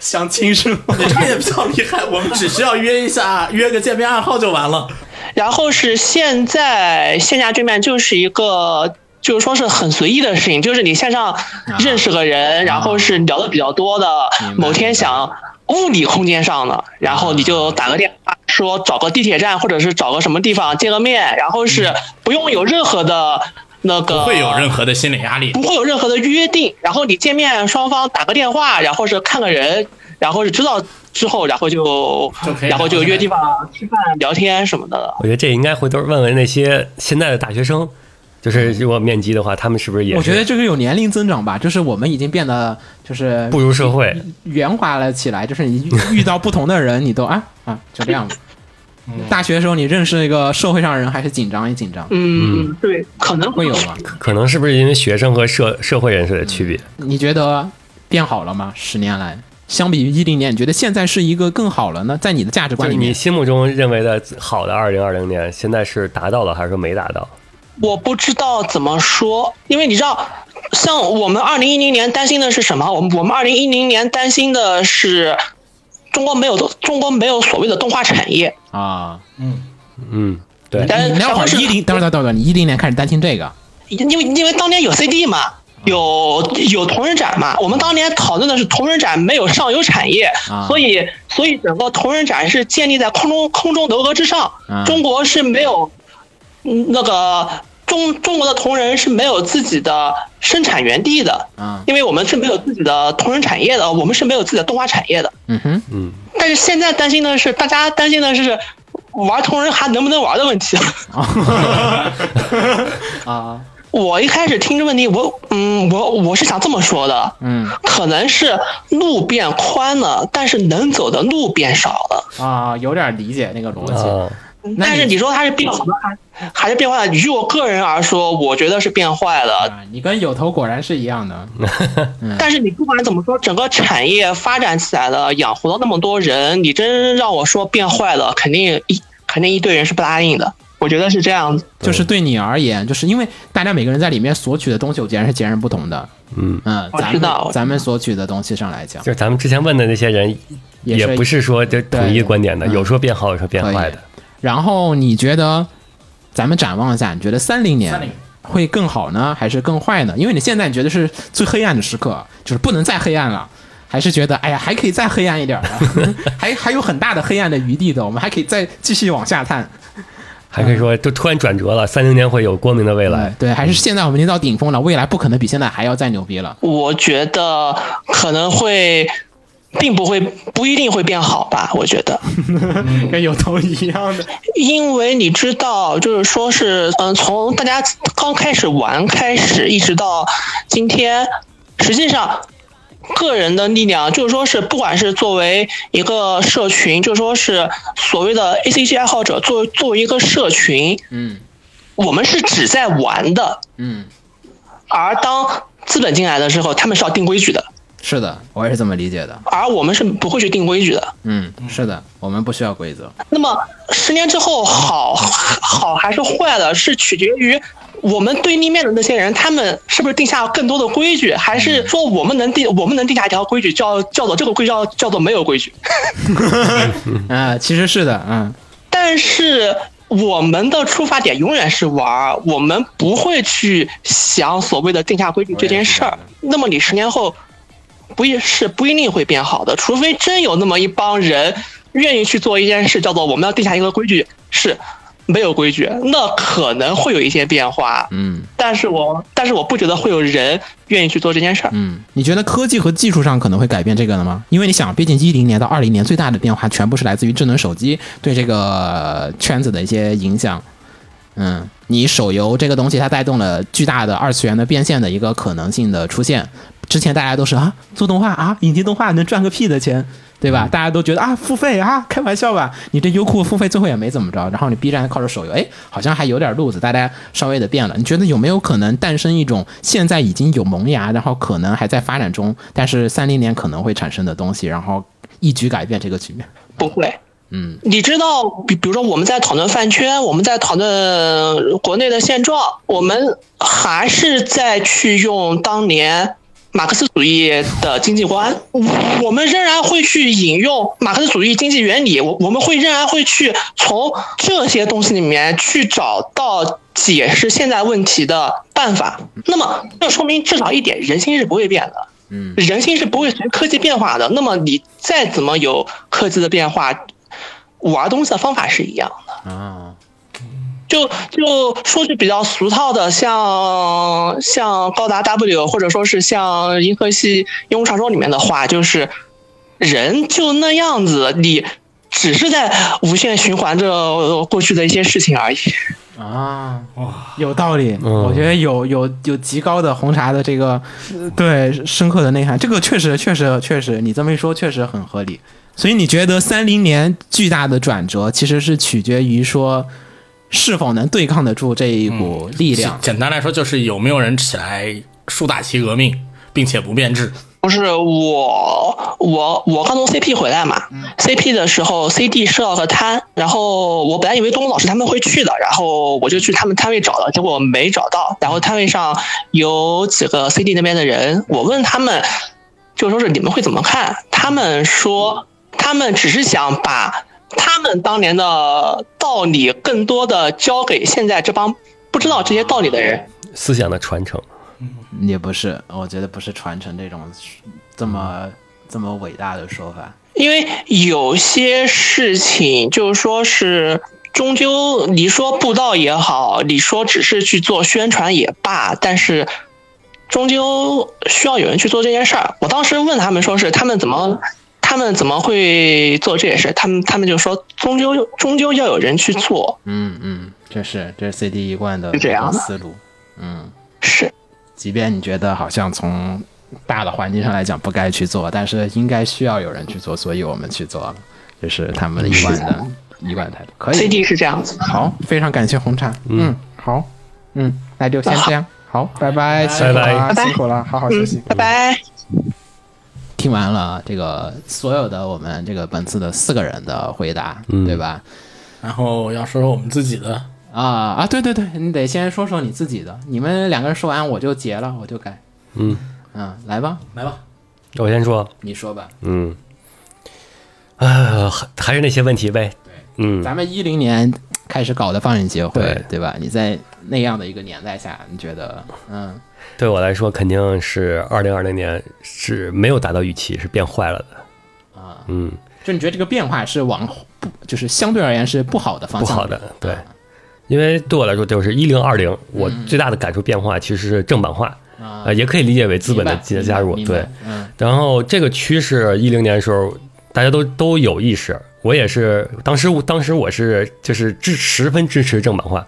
[SPEAKER 4] 相亲是吗？你这也比较厉害，我们只需要约一下，约个见面暗号就完了。
[SPEAKER 9] 然后是现在线下见面就是一个。就是说是很随意的事情，就是你线上认识个
[SPEAKER 4] 啊
[SPEAKER 9] 人，然后是聊的比较多的，
[SPEAKER 1] 明白
[SPEAKER 9] 某天想物理空间上的，然后你就打个电话说找个地铁站或者是找个什么地方见个面，然后是不用有任何的那个
[SPEAKER 4] 嗯不会有任何的心理压力。
[SPEAKER 9] 不会有任何的约定，然后你见面双方打个电话，然后是看个人，然后是知道之后，然后就
[SPEAKER 4] 就可以
[SPEAKER 9] 然后就
[SPEAKER 4] 聊
[SPEAKER 9] 约地方吃饭聊天什么的了。
[SPEAKER 2] 我觉得这应该回头问问那些现在的大学生，就是如果面基的话，他们是不是也是
[SPEAKER 1] 我觉得这个有年龄增长吧，就是我们已经变得就是
[SPEAKER 2] 步入社会？
[SPEAKER 1] 圆滑了起来，就是你遇遇到不同的人，你都啊啊就这样吧。
[SPEAKER 2] 嗯
[SPEAKER 1] 大学的时候，你认识一个社会上的人，还是紧张也紧张，
[SPEAKER 9] 嗯，对，可能
[SPEAKER 1] 会有吗？
[SPEAKER 2] 可能是不是因为学生和社社会人士的区别？
[SPEAKER 1] 你觉得变好了吗？十年来，相比于一零年，你觉得现在是一个更好了呢？在你的价值
[SPEAKER 2] 就
[SPEAKER 1] 观
[SPEAKER 2] 是
[SPEAKER 1] 里
[SPEAKER 2] 你
[SPEAKER 1] 面，
[SPEAKER 2] 心目中认为的好的二零二零年，现在是达到了还是说没达到？
[SPEAKER 9] 我不知道怎么说，因为你知道，像我们二零一零年担心的是什么？我们我们二零一零年担心的是，中国没有中国没有所谓的动画产业，
[SPEAKER 1] 啊，
[SPEAKER 2] 嗯，对，
[SPEAKER 9] 但是
[SPEAKER 1] 你那会儿
[SPEAKER 9] 但是
[SPEAKER 1] 一
[SPEAKER 2] 啊
[SPEAKER 1] 零，等会儿等会儿等会儿，你一零年开始担心这个，
[SPEAKER 9] 因为因为当年有 CD 嘛，有有同人展嘛，我们当年讨论的是同人展没有上游产业，
[SPEAKER 1] 啊
[SPEAKER 9] 所以所以整个同人展是建立在空中空中楼阁之上，
[SPEAKER 1] 啊
[SPEAKER 9] 中国是没有嗯那个中中国的同人是没有自己的生产园地的，
[SPEAKER 1] 啊，
[SPEAKER 9] 因为我们是没有自己的同人产业的，我们是没有自己的动画产业的。
[SPEAKER 1] 嗯哼，
[SPEAKER 2] 嗯，
[SPEAKER 9] 但是现在担心的是，大家担心的是玩同人还能不能玩的问题。
[SPEAKER 1] (laughs) 啊，
[SPEAKER 9] 我一开始听这问题，我嗯，我我是想这么说的，
[SPEAKER 1] 嗯
[SPEAKER 9] 可能是路变宽了，但是能走的路变少了。
[SPEAKER 1] 啊，有点理解那个逻辑，
[SPEAKER 2] 啊，
[SPEAKER 1] 那
[SPEAKER 9] 但是
[SPEAKER 1] 你
[SPEAKER 9] 你说它是变好了，还还是变坏了？与我个人而说，我觉得是变坏了。
[SPEAKER 1] 啊，你跟有头果然是一样的，
[SPEAKER 2] 嗯
[SPEAKER 9] 但是你不管怎么说，整个产业发展起来了，养活了那么多人，你真让我说变坏了，肯定一肯定一堆人是不答应的。我觉得是这样子。
[SPEAKER 1] 就是对你而言，就是因为大家每个人在里面索取的东西，我觉得是截然不同的。
[SPEAKER 2] 嗯，
[SPEAKER 1] 嗯，
[SPEAKER 9] 我
[SPEAKER 1] 咱
[SPEAKER 9] 知
[SPEAKER 1] 们
[SPEAKER 9] 道
[SPEAKER 1] 咱们索取的东西上来讲
[SPEAKER 2] 就，是咱们之前问的那些人，
[SPEAKER 1] 也
[SPEAKER 2] 也
[SPEAKER 1] 是
[SPEAKER 2] 不是说就统一观点的，
[SPEAKER 1] 对嗯
[SPEAKER 2] 有说变好，有说变坏的。
[SPEAKER 1] 然后你觉得，咱们展望一下，你觉得三零
[SPEAKER 4] 30
[SPEAKER 1] 年会更好呢，还是更坏呢？因为你现在你觉得是最黑暗的时刻，就是不能再黑暗了，还是觉得哎呀还可以再黑暗一点儿 (laughs) 的，还还有很大的黑暗的余地的，我们还可以再继续往下探。
[SPEAKER 2] 还
[SPEAKER 1] 嗯
[SPEAKER 2] 可以说，就突然转折了，三零年会有光明的未来。
[SPEAKER 1] 对，还是现在我们已经到顶峰了，未来不可能比现在还要再牛逼了。
[SPEAKER 9] 我觉得可能会，并不会不一定会变好吧？我觉得，
[SPEAKER 1] 跟有头一样的，
[SPEAKER 9] 因为你知道，就是说是，嗯，从大家刚开始玩开始，一直到今天，实际上。个人的力量，就是说是，不管是作为一个社群，就是说是所谓的 ACG 爱好者，作为作为一个社群，
[SPEAKER 1] 嗯
[SPEAKER 9] 我们是只在玩的，
[SPEAKER 1] 嗯，
[SPEAKER 9] 而当资本进来的时候，他们是要定规矩的，
[SPEAKER 1] 是的，我也是这么理解的。
[SPEAKER 9] 而我们是不会去定规矩的。
[SPEAKER 1] 嗯，是的，我们不需要规则。
[SPEAKER 9] 那么十年之后好好还是坏的，是取决于我们对立面的那些人，他们是不是定下更多的规矩，还是说我们能定我们能定下一条规矩，叫叫做这个规矩叫叫做没有规矩？
[SPEAKER 1] 啊、其实是的，嗯
[SPEAKER 9] 但是我们的出发点永远是玩儿，我们不会去想所谓的定下规矩这件事儿。那么你十年后不也是不一定会变好的，除非真有那么一帮人愿意去做一件事，叫做我们要定下一个规矩，是没有规矩，那可能会有一些变化。
[SPEAKER 1] 嗯
[SPEAKER 9] 但是我但是我不觉得会有人愿意去做这件事儿。
[SPEAKER 1] 嗯，你觉得科技和技术上可能会改变这个了吗？因为你想，毕竟一零年到二零年最大的变化全部是来自于智能手机对这个圈子的一些影响。嗯，你手游这个东西它带动了巨大的二次元的变现的一个可能性的出现。之前大家都是啊，做动画啊，引进动画能赚个屁的钱，对吧？大家都觉得啊，付费啊，开玩笑吧，你这优酷付费最后也没怎么着，然后你 B 站靠着手游，哎，好像还有点路子，大家稍微的变了。你觉得有没有可能诞生一种现在已经有萌芽，然后可能还在发展中，但是三零年可能会产生的东西，然后一举改变这个局面？
[SPEAKER 9] 不会。
[SPEAKER 1] 嗯，
[SPEAKER 9] 你知道，比比如说我们在讨论饭圈，我们在讨论国内的现状，我们还是在去用当年马克思主义的经济观，我我们仍然会去引用马克思主义经济原理，我我们会仍然会去从这些东西里面去找到解释现在问题的办法。那么，这说明至少一点，人心是不会变的。人性是不会随科技变化的。那么你再怎么有科技的变化，玩东西的方法是一样的。
[SPEAKER 1] 啊，
[SPEAKER 9] 就就说句比较俗套的，像像高达 W，或者说是像《银河系英雄传说》里面的话，就是人就那样子，你只是在无限循环着过去的一些事情而已。
[SPEAKER 1] 啊，有道理，
[SPEAKER 2] 嗯
[SPEAKER 1] 我觉得有有有极高的红茶的这个对深刻的内涵，这个确实确实确实，你这么一说确实很合理。所以你觉得三零年巨大的转折其实是取决于说是否能对抗得住这一股力量？
[SPEAKER 4] 简简单来说，就是有没有人起来树大旗革命，并且不变质。
[SPEAKER 9] 不是我，我我刚从 CP 回来嘛、c p 的时候 CD 设了个摊，然后我本来以为东东老师他们会去的，然后我就去他们摊位找了，结果没找到。然后摊位上有几个 CD 那边的人，我问他们，就说是你们会怎么看？他们说他们只是想把他们当年的道理更多的教给现在这帮不知道这些道理的人。
[SPEAKER 1] 嗯
[SPEAKER 2] 思想的传承。
[SPEAKER 1] 也不是，我觉得不是传承这种这么这么伟大的说法。
[SPEAKER 9] 因为有些事情就是说是，终究你说布道也好，你说只是去做宣传也罢，但是终究需要有人去做这件事儿。我当时问他们说是他们怎么。他们怎么会做这件事？他们他们就说，终究终究要有人去做，
[SPEAKER 1] 嗯嗯，这是这是 CD 一贯的
[SPEAKER 9] 是这样的
[SPEAKER 1] 思路。嗯，
[SPEAKER 9] 是
[SPEAKER 1] 即便你觉得好像从大的环境上来讲不该去做，但是应该需要有人去做，所以我们去做了，这是他们的一贯的一贯态度。可以
[SPEAKER 9] CD 是这样子。
[SPEAKER 1] 好，非常感谢红茶。嗯，好，嗯，那就先这样。好，拜拜，
[SPEAKER 2] 拜
[SPEAKER 1] 辛苦
[SPEAKER 2] 拜
[SPEAKER 1] 了，
[SPEAKER 9] 拜拜
[SPEAKER 1] 辛苦了，好好休息
[SPEAKER 9] 嗯。，拜拜。
[SPEAKER 1] 听完了这个所有的我们这个本次的四个人的回答，
[SPEAKER 2] 嗯
[SPEAKER 1] 对吧？
[SPEAKER 4] 然后要说说我们自己的，
[SPEAKER 1] 啊啊，对对对，你得先说说你自己的。你们两个人说完我就结了，我就改。
[SPEAKER 2] 嗯
[SPEAKER 1] 嗯，来吧，
[SPEAKER 4] 来吧，
[SPEAKER 2] 我先说，
[SPEAKER 1] 你说吧。
[SPEAKER 2] 嗯，啊，还还是那些问题呗。嗯，
[SPEAKER 1] 咱们一零年开始搞的放映协会，
[SPEAKER 2] 对
[SPEAKER 1] 对吧？你在那样的一个年代下，你觉得，嗯
[SPEAKER 2] 对我来说，肯定是二零二零年是没有达到预期，是变坏了的。
[SPEAKER 1] 啊，
[SPEAKER 2] 嗯，
[SPEAKER 1] 就你觉得这个变化是往不，就是相对而言是不好的方
[SPEAKER 2] 不
[SPEAKER 1] 向，
[SPEAKER 2] 好的，对，因为对我来说就是一零二零，我最大的感受变化其实是正版化，
[SPEAKER 1] 啊
[SPEAKER 2] 呃，也可以理解为资本的
[SPEAKER 1] 明白
[SPEAKER 2] 加加入，
[SPEAKER 1] 明白
[SPEAKER 2] 对。
[SPEAKER 1] 嗯
[SPEAKER 2] 然后这个趋势一零年的时候，大家都都有意识，我也是，当时当时我是就是支十分支持正版化，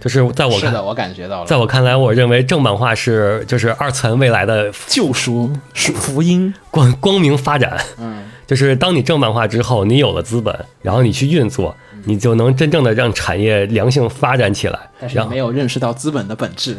[SPEAKER 2] 就是在我
[SPEAKER 1] 嗯是
[SPEAKER 2] 看
[SPEAKER 1] 的，我感觉到了，
[SPEAKER 2] 在我看来，我认为正版化是就是二次元未来的
[SPEAKER 1] 救赎是福音，
[SPEAKER 2] 光光明发展。
[SPEAKER 1] 嗯
[SPEAKER 2] 就是当你正版化之后，你有了资本，然后你去运
[SPEAKER 1] 嗯
[SPEAKER 2] 作，你就能真正的让产业良性发展起来
[SPEAKER 1] 但。是嗯
[SPEAKER 2] 然
[SPEAKER 1] 你
[SPEAKER 2] 后
[SPEAKER 1] 没有认识到资本的本
[SPEAKER 2] (laughs)
[SPEAKER 1] 质，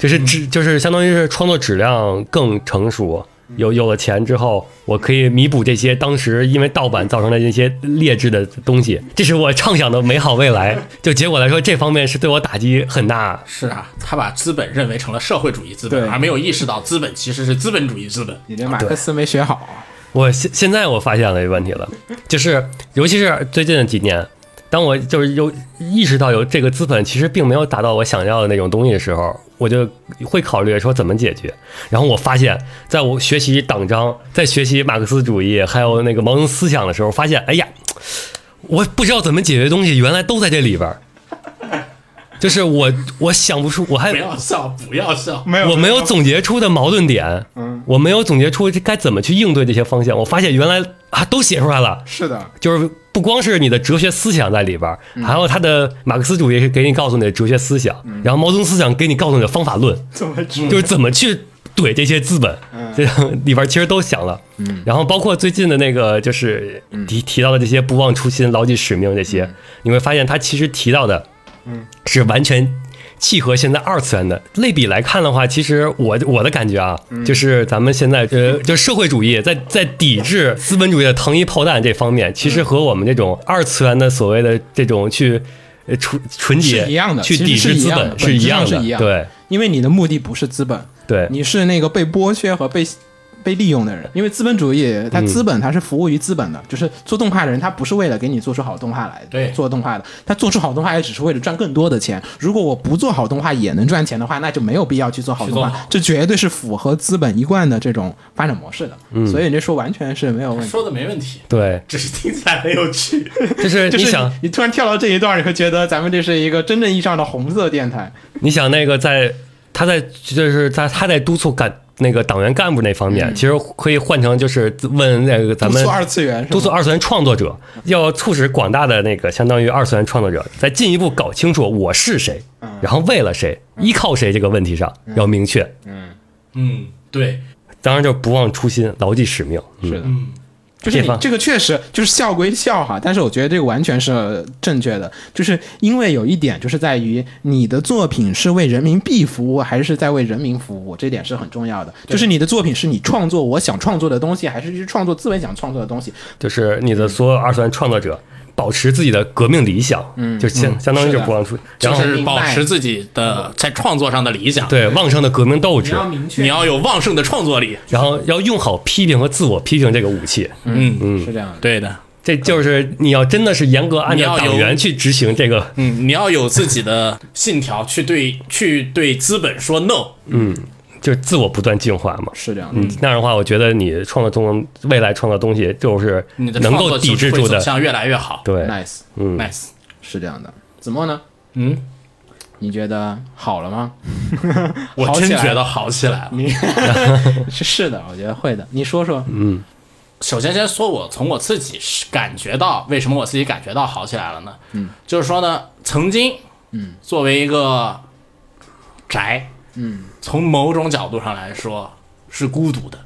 [SPEAKER 2] 就是质，就是相当于是创作质量更成熟。
[SPEAKER 1] 嗯
[SPEAKER 2] 有有了钱之后，我可以弥补这些当时因为盗版造成的一些劣质的东西，这是我畅想的美好未来。就结果来说，这方面是对我打击很大。
[SPEAKER 4] 是啊，他把资本认为成了社会主义资
[SPEAKER 1] 对
[SPEAKER 4] 本，而没有意识到资本其实是资本主义资本。
[SPEAKER 1] 你这马克思没学好，啊
[SPEAKER 2] 我现现在我发现了一个问题了，就是尤其是最近几年，当我就是有意识到有这个资本其实并没有达到我想要的那种东西的时候，我就会考虑说怎么解决。然后我发现，在我学习党章、在学习马克思主义还有那个毛泽东思想的时候，发现，哎呀，我不知道怎么解决的东西，原来都在这里边儿。就是我，我想不出，我还
[SPEAKER 4] 不要笑，不要笑。
[SPEAKER 10] 没有，嗯
[SPEAKER 2] 我没有总结出的矛盾点，我没有总结出该怎么去应对这些方向。我发现原来啊都写出来了，
[SPEAKER 10] 是的，嗯
[SPEAKER 2] 就是不光是你的哲学思想在里边儿，还有他的马克思主义是给你告诉你的哲学思想，然后毛泽东思想给你告诉你的方法论，
[SPEAKER 10] 怎么知
[SPEAKER 1] 嗯
[SPEAKER 2] 就是怎么去怼这些资本，这里边儿其实都想了。
[SPEAKER 1] 嗯
[SPEAKER 2] 然后包括最近的那个就是提提到的这些不忘初心、牢记使命这
[SPEAKER 1] 嗯
[SPEAKER 2] 些，你会发现他其实提到的，是完全。契合现在二次元的类比来看的话，其实我我的感觉啊，
[SPEAKER 1] 嗯
[SPEAKER 2] 就是咱们现在呃，就社会主义在在抵制资本主义的糖衣炮弹这方面，其
[SPEAKER 1] 嗯
[SPEAKER 2] 实和我们这种二次元的所谓的这种去呃纯纯洁
[SPEAKER 1] 是一样的
[SPEAKER 2] 去
[SPEAKER 1] 其实
[SPEAKER 2] 抵
[SPEAKER 1] 是
[SPEAKER 2] 制
[SPEAKER 1] 一
[SPEAKER 2] 资
[SPEAKER 1] 样的
[SPEAKER 2] 本
[SPEAKER 1] 本
[SPEAKER 2] 是
[SPEAKER 1] 质
[SPEAKER 2] 一
[SPEAKER 1] 上
[SPEAKER 2] 样
[SPEAKER 1] 是
[SPEAKER 2] 的
[SPEAKER 1] 一样，
[SPEAKER 2] 对
[SPEAKER 1] 因为你的目的不是资本，
[SPEAKER 2] 对。
[SPEAKER 1] 你是那个被剥削和被被利用的人。因为资本主义，
[SPEAKER 2] 嗯
[SPEAKER 1] 它资本它是服务于资本的，就是做动画的人，他不是为了给你做出好动画来
[SPEAKER 4] 对
[SPEAKER 1] 做动画的，他做出好动画也只是为了赚更多的钱。如果我不做好动画也能赚钱的话，那就没有必要去做好动
[SPEAKER 4] 去做
[SPEAKER 1] 画
[SPEAKER 4] 好，
[SPEAKER 1] 这绝对是符合资本一贯的这种发展模式的。
[SPEAKER 2] 嗯
[SPEAKER 1] 所以你这说完全是没有问题。
[SPEAKER 4] 说的没问题，
[SPEAKER 2] 对，
[SPEAKER 4] 只是听起来很有趣。
[SPEAKER 2] 就是 (laughs)
[SPEAKER 1] 就
[SPEAKER 2] 你
[SPEAKER 1] 是
[SPEAKER 2] 想，
[SPEAKER 1] 你突然跳到这一段，你会觉得咱们这是一个真正意义上的红色电台。
[SPEAKER 2] 你想那个在他在就是在他在督促干那个党员干部那方面，其实可以换成就是问那个咱们
[SPEAKER 1] 督促二次元是吗
[SPEAKER 2] 督促二次元创作者，要促使广大的那个相当于二次元创作者，再进一步搞清楚我是谁，然后为了谁，依靠谁这个问题上要明确。
[SPEAKER 4] 嗯，对，
[SPEAKER 2] 当然就不忘初心，牢记使命。嗯
[SPEAKER 1] 是的，就是
[SPEAKER 2] 这
[SPEAKER 1] 你
[SPEAKER 2] 方
[SPEAKER 1] 这个确实就是笑归笑哈，但是我觉得这个完全是正确的，就是因为有一点就是在于你的作品是为人民币服务还是在为人民服务，这点是很重要的。就是你的作品是你创作我想创作的东西，还是去创作资本想创作的东西，
[SPEAKER 2] 就是你的所有二次元创作者。保持自己的革命理想，嗯，就相相当于
[SPEAKER 1] 是
[SPEAKER 2] 就
[SPEAKER 1] 的
[SPEAKER 2] 不忘初，然
[SPEAKER 4] 就
[SPEAKER 2] 后
[SPEAKER 4] 是保持自己的在创作上的理想，
[SPEAKER 2] 对旺盛的革命斗志，
[SPEAKER 1] 明确
[SPEAKER 4] 你要有旺盛的创作力。
[SPEAKER 2] 然后要用好批评和自我批评这个武器，
[SPEAKER 4] 嗯嗯，
[SPEAKER 1] 是这样的。
[SPEAKER 4] 对的，
[SPEAKER 2] 这就是你要真的是严格按
[SPEAKER 4] 你要
[SPEAKER 2] 照
[SPEAKER 4] 有
[SPEAKER 2] 党员去执行这个，
[SPEAKER 4] 嗯，你要有自己的信条去对去对资本说 no。
[SPEAKER 2] 就是自我不断净化嘛。
[SPEAKER 1] 是这样的，
[SPEAKER 2] 嗯，那样的话，我觉得你创造中未来创造东西就是
[SPEAKER 4] 你的
[SPEAKER 2] 能
[SPEAKER 4] 创
[SPEAKER 2] 够
[SPEAKER 4] 作
[SPEAKER 2] 抵制
[SPEAKER 4] 就
[SPEAKER 2] 住
[SPEAKER 4] 会走
[SPEAKER 2] 的，
[SPEAKER 4] 向越来越好。
[SPEAKER 2] 对
[SPEAKER 1] n i c e
[SPEAKER 4] Nice，
[SPEAKER 1] 是这样的。子墨呢？
[SPEAKER 4] 嗯，
[SPEAKER 1] 你觉得好了
[SPEAKER 4] (laughs)
[SPEAKER 1] 吗？
[SPEAKER 4] 我
[SPEAKER 1] 好
[SPEAKER 4] 真
[SPEAKER 1] 起来
[SPEAKER 4] 觉得好起来了。
[SPEAKER 1] 是是的，我觉得会的。你说说，
[SPEAKER 4] 嗯首先先说我从我自己是感觉到，为什么我自己感觉到好起来了呢？嗯，就是说呢，曾经，嗯，作为一个宅，嗯，从某种角度上来说是孤独的，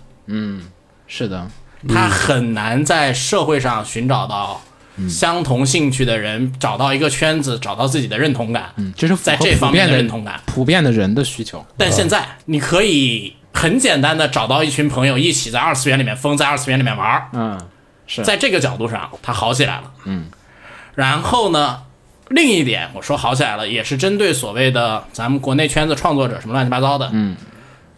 [SPEAKER 1] 是的，
[SPEAKER 4] 他很难在社会上寻找到
[SPEAKER 1] 嗯
[SPEAKER 4] 相同兴趣的人，找到一个圈子，找到自己的认同感。嗯
[SPEAKER 1] 这是符合
[SPEAKER 4] 在这方
[SPEAKER 1] 普遍的
[SPEAKER 4] 面的认同感。
[SPEAKER 1] 普遍的人的需求。
[SPEAKER 4] 但现在你可以很简单的找到一群朋友，一起在二次元里面疯，在二次元里面玩儿。
[SPEAKER 1] 嗯，是
[SPEAKER 4] 在这个角度上，它好起来了。嗯，然后呢，另一点我说好起来了，也是针对所谓的咱们国内圈子创作者什么乱七八糟的。嗯，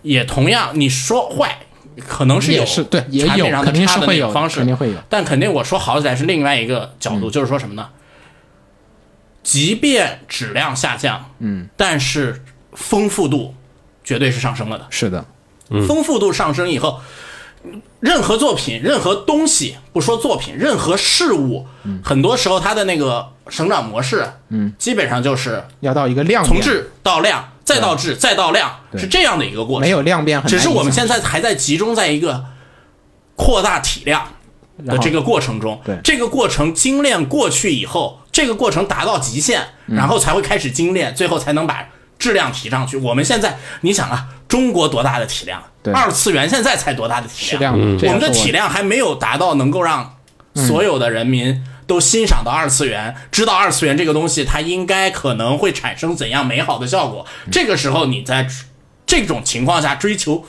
[SPEAKER 4] 也同样你说坏，可能是有
[SPEAKER 1] 也是对，也
[SPEAKER 4] 产品
[SPEAKER 1] 有
[SPEAKER 4] 上的
[SPEAKER 1] 肯定
[SPEAKER 4] 差
[SPEAKER 1] 是
[SPEAKER 4] 的
[SPEAKER 1] 会
[SPEAKER 4] 那个
[SPEAKER 1] 有，
[SPEAKER 4] 方式
[SPEAKER 1] 肯定会有。
[SPEAKER 4] 但肯定我说好起来是另外一个角度，就是说什么呢？即便质量下降，嗯，但是丰富度绝对是上升了的。
[SPEAKER 1] 是的，
[SPEAKER 4] 丰富度上升以后，任何作品、任何东西，不说作品，任何事物，很多时候它的那个生长模式，嗯，基本上就是
[SPEAKER 1] 要到一个量
[SPEAKER 4] 从
[SPEAKER 1] 变，
[SPEAKER 4] 质到量，再到质，再到量，是这样的一个过程。
[SPEAKER 1] 没有量变很难
[SPEAKER 4] 只
[SPEAKER 1] 影响，
[SPEAKER 4] 是我们现在还在集中在一个扩大体量的这个过程中，
[SPEAKER 1] 对
[SPEAKER 4] 这个过程精炼过去以后，这个过程达到极限，
[SPEAKER 1] 嗯
[SPEAKER 4] 然后才会开始精炼，最后才能把质量提上去。我们现在你想啊，中国多大的体量
[SPEAKER 1] 对？
[SPEAKER 4] 二次元现在才多大的体
[SPEAKER 1] 是这样的，这
[SPEAKER 4] 嗯我
[SPEAKER 1] 样
[SPEAKER 4] 们的
[SPEAKER 1] 是
[SPEAKER 4] 体量还没有达到能够让
[SPEAKER 1] 嗯
[SPEAKER 4] 所有的人民都欣赏到二次元，知道二次元这个东西它应该可能会产生怎样美好的效果。
[SPEAKER 1] 嗯
[SPEAKER 4] 这个时候你在这种情况下追求。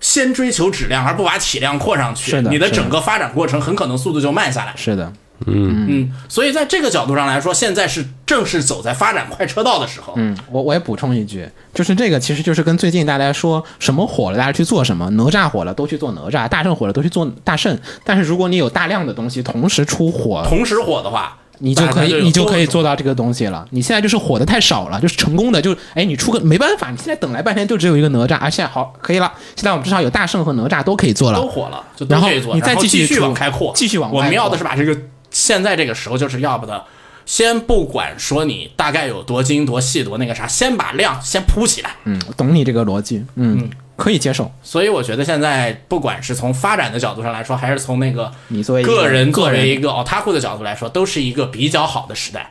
[SPEAKER 4] 先追求质量，而不把体量扩上去，
[SPEAKER 1] 是的
[SPEAKER 4] 你的
[SPEAKER 1] 是的
[SPEAKER 4] 整个发展过程很可能速度就慢下来。
[SPEAKER 1] 是的，
[SPEAKER 4] 嗯，所以在这个角度上来说，现在是正是走在发展快车道的时候。
[SPEAKER 1] 嗯，我我也补充一句，就是这个其实就是跟最近大家说什么火了，大家去做什么，哪吒火了都去做哪吒，大圣火了都去做大圣。但是如果你有大量的东西同时出火，
[SPEAKER 4] 同时火的话，
[SPEAKER 1] 你就可
[SPEAKER 4] 那
[SPEAKER 1] 以
[SPEAKER 4] 就有
[SPEAKER 1] 你就
[SPEAKER 4] 作
[SPEAKER 1] 可以
[SPEAKER 4] 用
[SPEAKER 1] 做到这个东西了。你现在就是火的太少了，就是成功的就哎，你出个没办法，你现在等来半天就只有一个哪吒，啊，现在好可以了，现在我们至少有大圣和哪吒都可以做了
[SPEAKER 4] 都。火了，就
[SPEAKER 1] 然
[SPEAKER 4] 都
[SPEAKER 1] 后
[SPEAKER 4] 可以做，
[SPEAKER 1] 你
[SPEAKER 4] 然
[SPEAKER 1] 再
[SPEAKER 4] 后
[SPEAKER 1] 继续
[SPEAKER 4] 继续
[SPEAKER 1] 出
[SPEAKER 4] 往开扩，
[SPEAKER 1] 继续往
[SPEAKER 4] 我
[SPEAKER 1] 外
[SPEAKER 4] 们要的
[SPEAKER 1] 扩
[SPEAKER 4] 是把这个现在这个时候就是要不的，先不管说你大概有多精多细多那个啥，先把量先铺起来。
[SPEAKER 1] 嗯，懂你这个逻辑，嗯，可以接受。
[SPEAKER 4] 所以我觉得现在不管是从发展的角度上来说，还是从那个
[SPEAKER 1] 你作为一个
[SPEAKER 4] 个人作
[SPEAKER 1] 个人
[SPEAKER 4] 为一个 otaku 的角度来说，都是一个比较好的时代。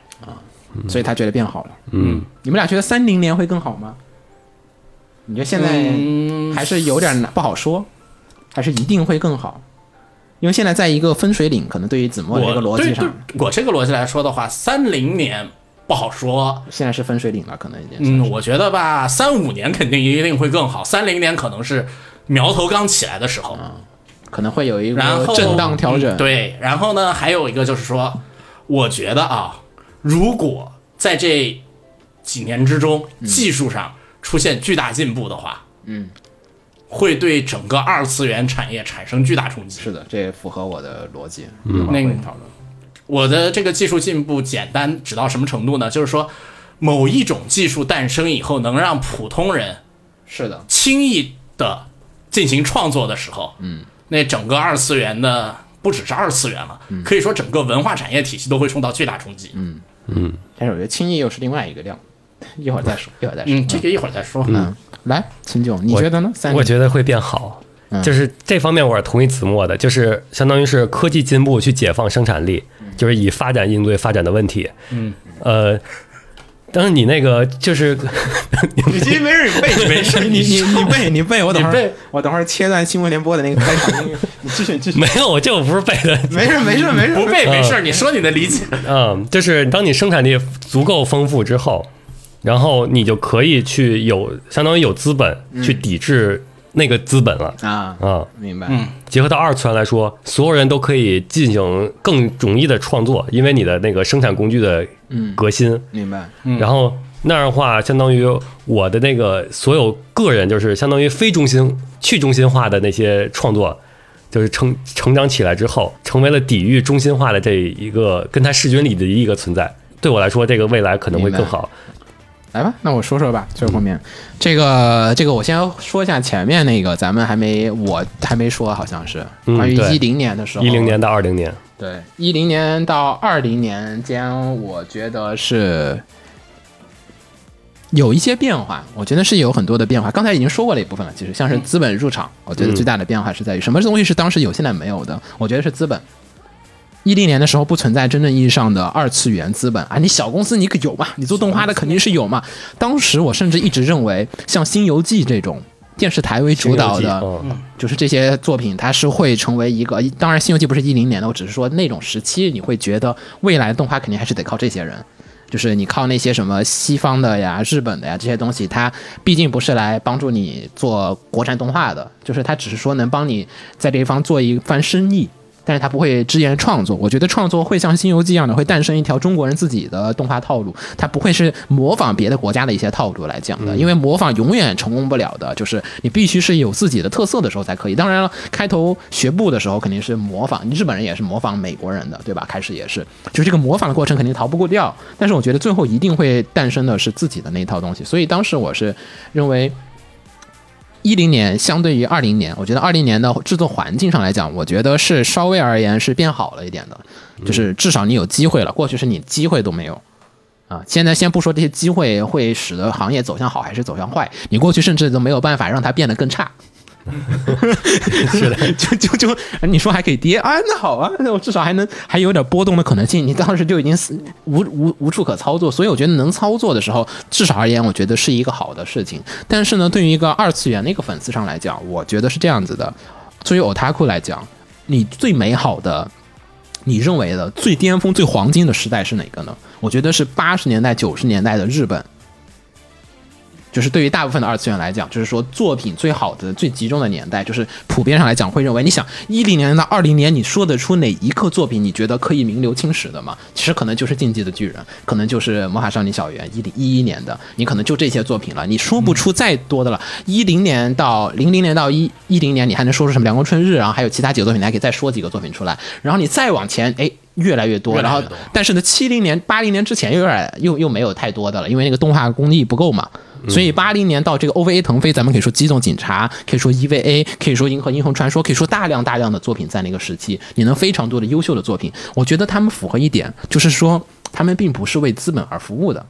[SPEAKER 1] 所以他觉得变好了。
[SPEAKER 2] 嗯，
[SPEAKER 1] 你们俩觉得三零年会更好吗？你觉得现在
[SPEAKER 4] 嗯
[SPEAKER 1] 还是有点难不好说，还是一定会更好？因为现在在一个分水岭，可能对于子墨这个
[SPEAKER 4] 我
[SPEAKER 1] 逻辑
[SPEAKER 4] 对
[SPEAKER 1] 上
[SPEAKER 4] 对，，我这个逻辑来说的话，三零年不好说，
[SPEAKER 1] 现在是分水岭了，可能已经是。
[SPEAKER 4] 嗯，我觉得吧，三五年肯定一定会更好，三零年可能是苗头刚起来的时候。
[SPEAKER 1] 啊可能会有一
[SPEAKER 4] 然
[SPEAKER 1] 个
[SPEAKER 4] 后
[SPEAKER 1] 震荡调整。
[SPEAKER 4] 嗯，对，然后呢，还有一个就是说，我觉得啊，如果在这几年之中，技术上出现巨大进步的话，
[SPEAKER 1] 嗯，
[SPEAKER 4] 会对整个二次元产业产生巨大冲击。
[SPEAKER 1] 是的，这也符合我的逻辑。
[SPEAKER 4] 那个
[SPEAKER 1] 讨论
[SPEAKER 4] 我的这个技术进步简单指到什么程度呢？就是说，某一种技术诞生以后，能让普通人
[SPEAKER 1] 是的，
[SPEAKER 4] 轻易的进行创作的时候，嗯，那整个二次元的不只是二次元了，
[SPEAKER 1] 嗯
[SPEAKER 4] 可以说整个文化产业体系都会受到巨大冲击。嗯
[SPEAKER 1] 但是我觉得轻易又是另外一个量，一会儿再说，一会儿再说。
[SPEAKER 4] 嗯，这个一会儿再说。
[SPEAKER 1] 嗯，来，秦九，你觉得呢？三零
[SPEAKER 2] 我觉得会变好，
[SPEAKER 4] 嗯
[SPEAKER 2] 就是这方面我是同意子墨的，就是相当于是科技进步去解放生产力，
[SPEAKER 4] 嗯
[SPEAKER 2] 就是以发展应对发展的问题。嗯，呃，但是你那个就是， (laughs)
[SPEAKER 1] (laughs)
[SPEAKER 4] 你今天没事，你背，你没事，
[SPEAKER 1] 你你你背你背，我等会
[SPEAKER 4] 你
[SPEAKER 1] 儿
[SPEAKER 4] 背
[SPEAKER 1] 我等会儿切断新闻联播的那个开场音乐，你继续你继续，
[SPEAKER 2] 没有，这我不是背的，
[SPEAKER 1] 没事没事没事，
[SPEAKER 4] 不背没事，你说你的理解。
[SPEAKER 2] 嗯，就是当你生产力足够丰富之后，然后你就可以去有相当于有资本去抵制那个资本了。
[SPEAKER 1] 啊
[SPEAKER 2] 啊，
[SPEAKER 1] 明白，
[SPEAKER 2] 结合到二次元来说，所有人都可以进行更容易的创作，因为你的那个生产工具的革新。
[SPEAKER 1] 明白，
[SPEAKER 2] 然后那样的话，相当于我的那个所有个人，就是相当于非中心、去中心化的那些创作，就是成成长起来之后，成为了抵御中心化的这一个跟它势均力敌的一个存在。对我来说，这个未来可能会更好。
[SPEAKER 1] 来吧，那我说说吧，最后面、这个这个我先说一下前面那个，咱们还没我还没说，好像是
[SPEAKER 2] 嗯
[SPEAKER 1] 关于
[SPEAKER 2] 对
[SPEAKER 1] 一零年的时候，
[SPEAKER 2] 一零年到二零年，
[SPEAKER 1] 对，一零年到二零年间，我觉得是有一些变化，我觉得是有很多的变化。刚才已经说过了一部分了，其实像是资本入场，我觉得最大的变化是在于什么东西是当时有现在没有的，我觉得是资本。一零年的时候不存在真正意义上的二次元资本啊，你小公司你可有嘛？你做动画的肯定是有嘛。当时我甚至一直认为，像《新游记》这种电视台为主导的，
[SPEAKER 2] 嗯
[SPEAKER 1] 就是这些作品，它是会成为一个，当然《新游记》不是一零年的，我只是说那种时期，你会觉得未来动画肯定还是得靠这些人，就是你靠那些什么西方的呀、日本的呀这些东西，它毕竟不是来帮助你做国产动画的，就是它只是说能帮你在这一方做一番生意。但是它不会支援创作，我觉得创作会像《新游记》一样的，会诞生一条中国人自己的动画套路，它不会是模仿别的国家的一些套路来讲的，因为模仿永远成功不了的，就是你必须是有自己的特色的时候才可以。当然了，开头学步的时候肯定是模仿，日本人也是模仿美国人的，对吧？开始也是，就是这个模仿的过程肯定逃不过掉，但是我觉得最后一定会诞生的是自己的那一套东西，所以当时我是认为。一零年相对于二零年，我觉得二零年的制作环境上来讲，我觉得是稍微而言是变好了一点的，就是至少你有机会了，过去是你机会都没有。啊，现在先不说这些机会会使得行业走向好还是走向坏，你过去甚至都没有办法让它变得更差。是的，就就就你说还可以跌啊，那好啊，那我至少还能还有点波动的可能性。你当时就已经死无无无处可操作，所以我觉得能操作的时候，至少而言，我觉得是一个好的事情。但是呢，对于一个二次元的一个粉丝上来讲，我觉得是这样子的。作为 otaku 来讲，你最美好的你认为的最巅峰、最黄金的时代是哪个呢？我觉得是八十年代、九十年代的日本。就是对于大部分的二次元来讲，就是说作品最好的、最集中的年代，就是普遍上来讲会认为，你想一零年到二零年，你说得出哪一个作品你觉得可以名留青史的吗？其实可能就是《进击的巨人》，可能就是《魔法少女小圆》一零一一年的，你可能就这些作品了，你说不出再多的了。一零年到零零年到一啊一零年，你还能说出什么《凉宫春日》，然后还有其他几个作品，你还可以再说几个作品出来，然后你再往前，哎。越来越多，
[SPEAKER 4] 越来
[SPEAKER 1] 然
[SPEAKER 4] 越
[SPEAKER 1] 后
[SPEAKER 4] 多
[SPEAKER 1] 但是呢，七零年、八零年之前又有点又又没有太多的了，因为那个动画工艺不够嘛。嗯所以八零年到这个 OVA 腾飞，咱们可以说《机动警察》，可以说 EVA，可以说《银河英雄传说》，可以说大量大量的作品在那个时期，你能非常多的优秀的作品。我觉得他们符合一点，就是说他们并不是为资本而服务的。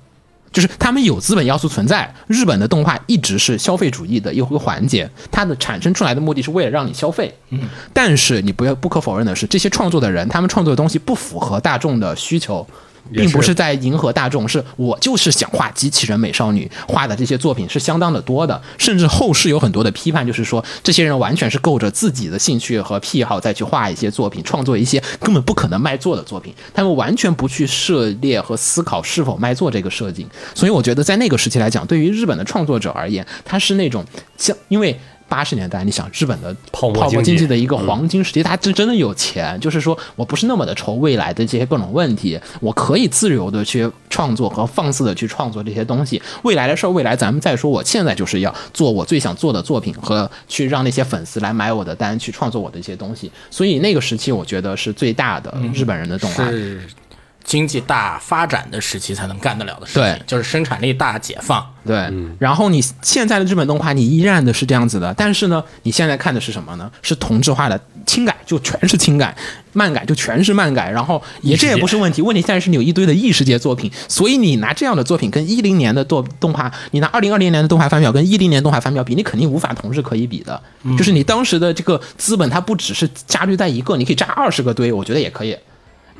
[SPEAKER 1] 就是他们有资本要素存在。日本的动画一直是消费主义的一个环节，它的产生出来的目的是为了让你消费。嗯，但是你不要不可否认的是，这些创作的人，他们创作的东西不符合大众的需求。
[SPEAKER 2] 也是
[SPEAKER 1] 并不是在迎合大众，是我就是想画机器人美少女，画的这些作品是相当的多的，甚至后世有很多的批判，就是说这些人完全是够着自己的兴趣和癖好再去画一些作品，创作一些根本不可能卖座的作品，他们完全不去涉猎和思考是否卖座这个设定，所以我觉得在那个时期来讲，对于日本的创作者而言，他是那种像因为。八十年代，你想日本的
[SPEAKER 2] 泡沫
[SPEAKER 1] 泡沫
[SPEAKER 2] 经
[SPEAKER 1] 经
[SPEAKER 2] 济
[SPEAKER 1] 济的一个黄金时期，他真真的有钱，就是说我不是那么的愁未来的这些各种问题，我可以自由的去创作和放肆的去创作这些东西。未来的事儿，未来咱们再说。我现在就是要做我最想做的作品和去让那些粉丝来买我的单，去创作我的一些东西。所以那个时期，我觉得是最大的日本人的动画。
[SPEAKER 4] 是经济大发展的时期才能干得了的事情，
[SPEAKER 1] 对
[SPEAKER 4] 就是生产力大解放。
[SPEAKER 1] 对，然后你现在的日本动画，你依然的是这样子的，但是呢，你现在看的是什么呢？是同质化的轻改，就全是轻改，漫改就全是漫改，然后也这也不是问题，问题现在是你有一堆的异世界作品，所以你拿这样的作品跟一零年的动动画，你拿二零二零年的动画翻表跟一零年动画翻表比，你肯定无法同日可以比的，就是你当时的这个资本，它不只是加滤在一个，你可以扎二十个堆，我觉得也可以。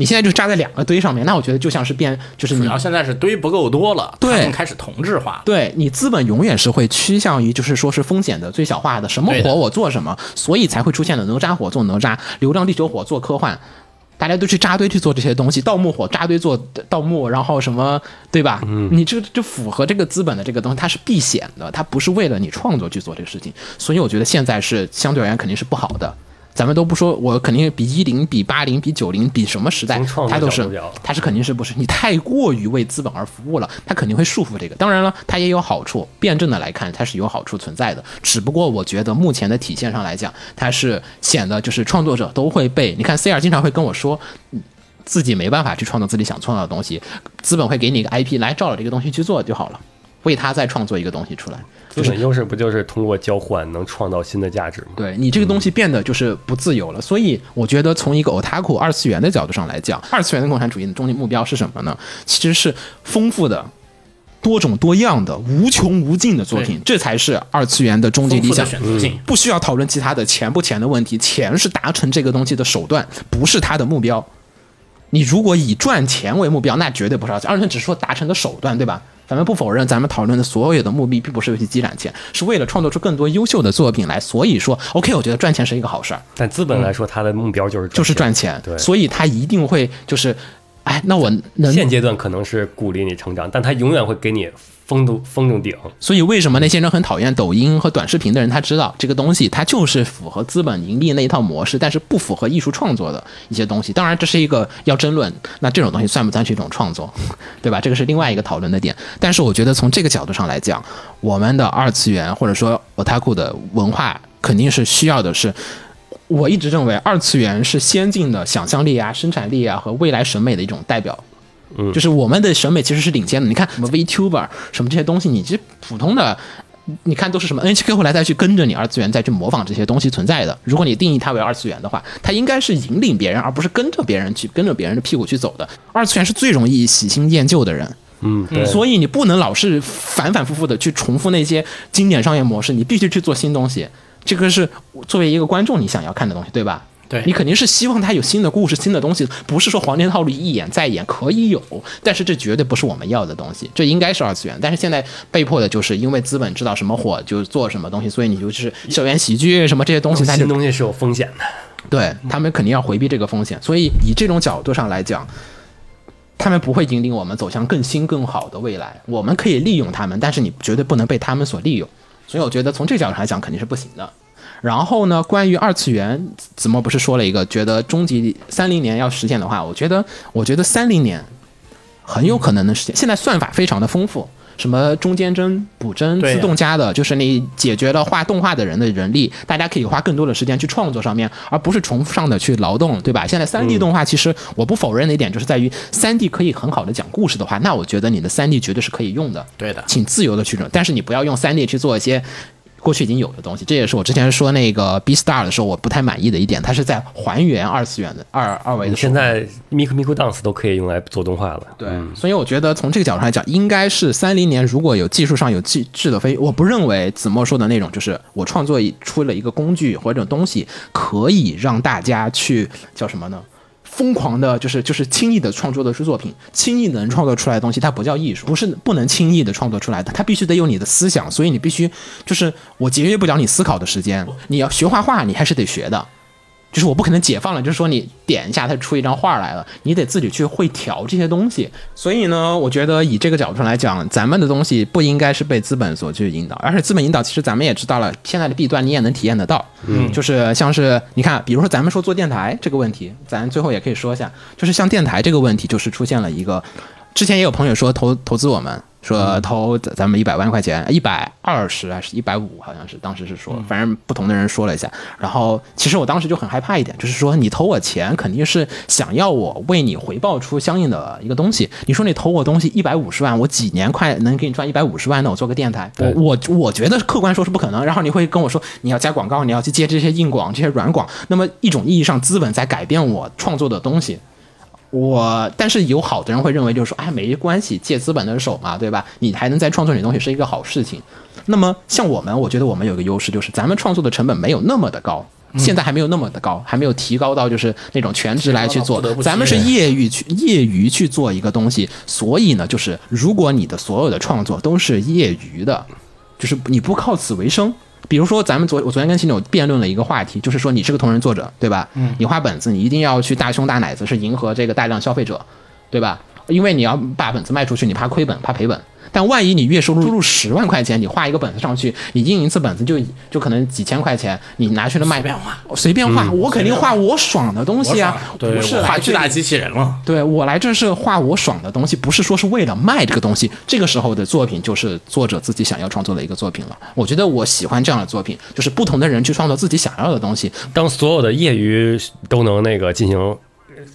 [SPEAKER 1] 你现在就扎在两个堆上面，那我觉得就像是变，就是
[SPEAKER 4] 主
[SPEAKER 1] 你
[SPEAKER 4] 要现在是堆不够多了，
[SPEAKER 1] 对
[SPEAKER 4] 他们开始同质化了。
[SPEAKER 1] 对你资本永远是会趋向于就是说是风险的最小化的，什么
[SPEAKER 4] 对的
[SPEAKER 1] 火我做什么，所以才会出现了哪吒火做哪吒，流浪地球火做科幻。大家都去扎堆去做这些东西，盗墓火扎堆做盗墓，然后什么，对吧？嗯，你这这符合这个资本的这个东西，它是避险的，它不是为了你创作去做这个事情，所以我觉得现在是相对而言肯定是不好的。咱们都不说，我肯定比一零、比八零、比九零、比什么时代
[SPEAKER 2] 从创，作
[SPEAKER 1] 它都
[SPEAKER 2] 角
[SPEAKER 1] 是
[SPEAKER 2] 度讲
[SPEAKER 1] 它是肯定是不是你太过于为资本而服务了，它肯定会束缚这个。当然了，它也有好处，辩证的来看，它是有好处存在的。只不过我觉得目前的体现上来讲，它是显得就是创作者都会被你看 C R 经常会跟我说。嗯自己没办法去创造自己想创造的东西，资本会给你一个 IP 来照着这个东西去做就好了，为它再创作一个东西出来。
[SPEAKER 2] 资本优势不就是通过交换能创造新的价值吗？
[SPEAKER 1] 对你这个东西变得就是不自由了，所以我觉得从一个 otaku 二次元的角度上来讲，二次元的共产主义的终极目标是什么呢？其实是丰富的、多种多样的、无穷无尽的作品，这才是二次元的终极
[SPEAKER 4] 丰
[SPEAKER 1] 理
[SPEAKER 4] 富的
[SPEAKER 1] 想。嗯
[SPEAKER 4] 选择性，
[SPEAKER 1] 不需要讨论其他的钱不钱的问题，钱是达成这个东西的手段，不是它的目标。你如果以赚钱为目标，那绝对不是二次元，二次元只是说达成的手段，对吧？咱们不否认，咱们讨论的所有的目的并不是为去积攒钱，是为了创作出更多优秀的作品来。所以说，OK，我觉得赚钱是一个好事儿，
[SPEAKER 2] 但资本来说，它的目标就是
[SPEAKER 1] 就是
[SPEAKER 2] 赚
[SPEAKER 1] 赚
[SPEAKER 2] 钱。
[SPEAKER 1] 钱。
[SPEAKER 2] 对
[SPEAKER 1] 所以他一定会就是，哎，那我能
[SPEAKER 2] 现阶段可能是鼓励你成长，但它永远会给你封住封住顶。
[SPEAKER 1] 所以为什么那些人很讨厌抖音和短视频的人，他知道这个东西它就是符合资本盈利那一套模式，但是不符合艺术创作的一些东西。当然，这是一个要争论，那这种东西算不算是一种创作，对吧？这个是另外一个讨论的点。但是我觉得从这个角度上来讲，我们的二次元或者说 otaku 的文化肯定是需要的是。我一直认为二次元是先进的想象力啊、生产力啊和未来审美的一种代表。就是我们的审美其实是领先的。你看什么 VTuber 什么这些东西，你这普通的。你看，都是什么 NHK 后来再去跟着你二次元再去模仿这些东西存在的。如果你定义它为二次元的话，它应该是引领别人，而不是跟着别人去跟着别人的屁股去走的。二次元是最容易喜新厌旧的人，
[SPEAKER 2] 嗯，对。
[SPEAKER 1] 所以你不能老是反反复复的去重复那些经典商业模式，你必须去做新东西。这个是作为一个观众你想要看的东西，对吧？
[SPEAKER 4] 对
[SPEAKER 1] 你肯定是希望它有新的故事、新的东西，不是说黄金套路一演再演可以有，但是这绝对不是我们要的东西，这应该是二次元。但是现在被迫的就是因为资本知道什么火就做什么东西，所以你就是校园喜剧什么这些东西，它就
[SPEAKER 2] 新东西是有风险的，
[SPEAKER 1] 对他们肯定要回避这个风险，所以以这种角度上来讲，他们不会引领我们走向更新更好的未来。我们可以利用他们，但是你绝对不能被他们所利用。所以我觉得从这个角度上来讲，肯定是不行的。然后呢，关于二次元，子墨不是说了一个，觉得终极三零年要实现的话，我觉得，我觉得三零年很有可能能实现。现在算法非常的丰富，什么中间帧、补帧、
[SPEAKER 4] 对呀
[SPEAKER 1] 自动加的，就是你解决了画动画的人的人力，大家可以花更多的时间去创作上面，而不是重复上的去劳动，对吧？现在三 D 动画其实我不否认的一点就是在于三 D 可以很好的讲故事的话，那我觉得你的三 D 绝对是可以用的。
[SPEAKER 4] 对的
[SPEAKER 1] 请自由的去用，但是你不要用三 D 去做一些过去已经有的东西。这也是我之前说那个 B Star 的时候我不太满意的一点，它是在还原二次元的二二维的手
[SPEAKER 2] 现在 Miku Miku Dance 都可以用来做动画了。
[SPEAKER 1] 对，嗯所以我觉得从这个角度上来讲，应该是三零年如果有技术上有质质的飞跃，我不认为子墨说的那种，就是我创作一出了一个工具或者东西，可以让大家去叫什么呢？疯狂的，就是就是轻易的创作的是作品，轻易能创作出来的东西，它不叫艺术，不是不能轻易的创作出来的，它必须得有你的思想，所以你必须就是我节约不了你思考的时间，你要学画画，你还是得学的，就是我不可能解放了，就是说你点一下它出一张画来了，你得自己去会调这些东西。所以呢，我觉得以这个角度上来讲，咱们的东西不应该是被资本所去引导，而且资本引导其实咱们也知道了，现在的弊端你也能体验得到。嗯，就是像是你看，比如说咱们说做电台这个问题，咱最后也可以说一下，就是像电台这个问题，就是出现了一个，之前也有朋友说投投资我们。说投咱咱们一百万块钱，一百二十还是一百五，好像是当时是说，反正不同的人说了一下。然后其实我当时就很害怕一点，就是说你投我钱，肯定是想要我为你回报出相应的一个东西。你说你投我东西一百五十万，我几年快能给你赚一百五十万？那我做个电台，我我我觉得客观说是不可能。然后你会跟我说你要加广告，你要去接这些硬广、这些软广。那么一种意义上，资本在改变我创作的东西。我，但是有好的人会认为，就是说，哎，没关系，借资本的手嘛，对吧？你还能再创作你的东西，是一个好事情。那么像我们，我觉得我们有个优势，就是咱们创作的成本没有那么的高，
[SPEAKER 4] 嗯
[SPEAKER 1] 现在还没有那么的高，还没有提高到就是那种全职来去做
[SPEAKER 4] 提高到不得不。
[SPEAKER 1] 咱们是
[SPEAKER 4] 信任
[SPEAKER 1] 业余去业余去做一个东西，所以呢，就是如果你的所有的创作都是业余的，就是你不靠此为生。比如说，咱们昨我昨天跟秦柳辩论了一个话题，就是说你是个同人作者，对吧？嗯，你画本子，你一定要去大胸大奶子，是迎合这个大量消费者，对吧？因为你要把本子卖出去，你怕亏本，怕赔本。但万一你月收入十万块钱，你画一个本子上去，你印一次本子就就可能几千块钱，你拿去了卖，随便画，嗯随便画，我肯定画我爽的东西啊，
[SPEAKER 4] 对，
[SPEAKER 1] 不是
[SPEAKER 4] 我
[SPEAKER 1] 来
[SPEAKER 4] 画
[SPEAKER 1] 去
[SPEAKER 4] 巨大机器人了，
[SPEAKER 1] 对我来这是画我爽的东西，不是说是为了卖这个东西。这个时候的作品就是作者自己想要创作的一个作品了。我觉得我喜欢这样的作品，就是不同的人去创作自己想要的东西。
[SPEAKER 2] 当所有的业余都能那个进行，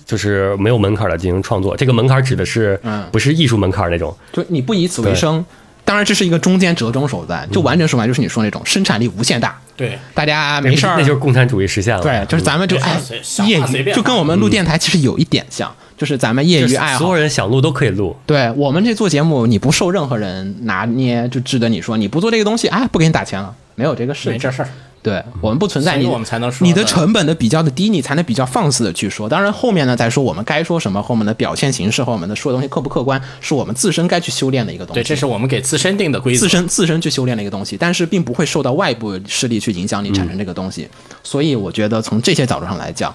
[SPEAKER 2] 就是没有门槛的进行创作，这个门槛指的是
[SPEAKER 1] 嗯
[SPEAKER 2] 不是艺术门槛那种，
[SPEAKER 1] 就你不以此为
[SPEAKER 2] 对嗯
[SPEAKER 1] 生，当然这是一个中间折中手段。就完整手段就是你说那种生产力无限大，
[SPEAKER 4] 对，
[SPEAKER 1] 大家没事儿
[SPEAKER 2] 那就是共产主义实现了。
[SPEAKER 1] 对，就是咱们就
[SPEAKER 4] 别
[SPEAKER 1] 哎
[SPEAKER 4] 想随想
[SPEAKER 1] 业
[SPEAKER 4] 法随
[SPEAKER 1] 余，
[SPEAKER 4] 便
[SPEAKER 1] 就跟
[SPEAKER 4] 吧
[SPEAKER 1] 我们录电台其实有一点像，就是咱们业
[SPEAKER 2] 就
[SPEAKER 1] 余
[SPEAKER 2] 是
[SPEAKER 1] 爱
[SPEAKER 2] 所
[SPEAKER 1] 好
[SPEAKER 2] 有。人想录都可以录，
[SPEAKER 1] 对我们这做节目，你不受任何人拿捏，就值得你说你不做这个东西，哎，不给你打钱了，没有这个事情，
[SPEAKER 4] 没这事儿。
[SPEAKER 1] 对我们不存在
[SPEAKER 4] 嗯所以
[SPEAKER 1] 你，
[SPEAKER 4] 我们才能说
[SPEAKER 1] 你的
[SPEAKER 4] 的
[SPEAKER 1] 成本的比较的低，你才能比较放肆的去说。当然后面呢再说我们该说什么和我们的表现形式和我们的说的东西客不客观，是我们自身该去修炼的一个东西。
[SPEAKER 4] 对，这是我们给自身定的规则
[SPEAKER 1] 自。身自身去修炼的一个东西，但是并不会受到外部势力去影响你产生这个东西。
[SPEAKER 4] 嗯
[SPEAKER 1] 所以我觉得从这些角度上来讲，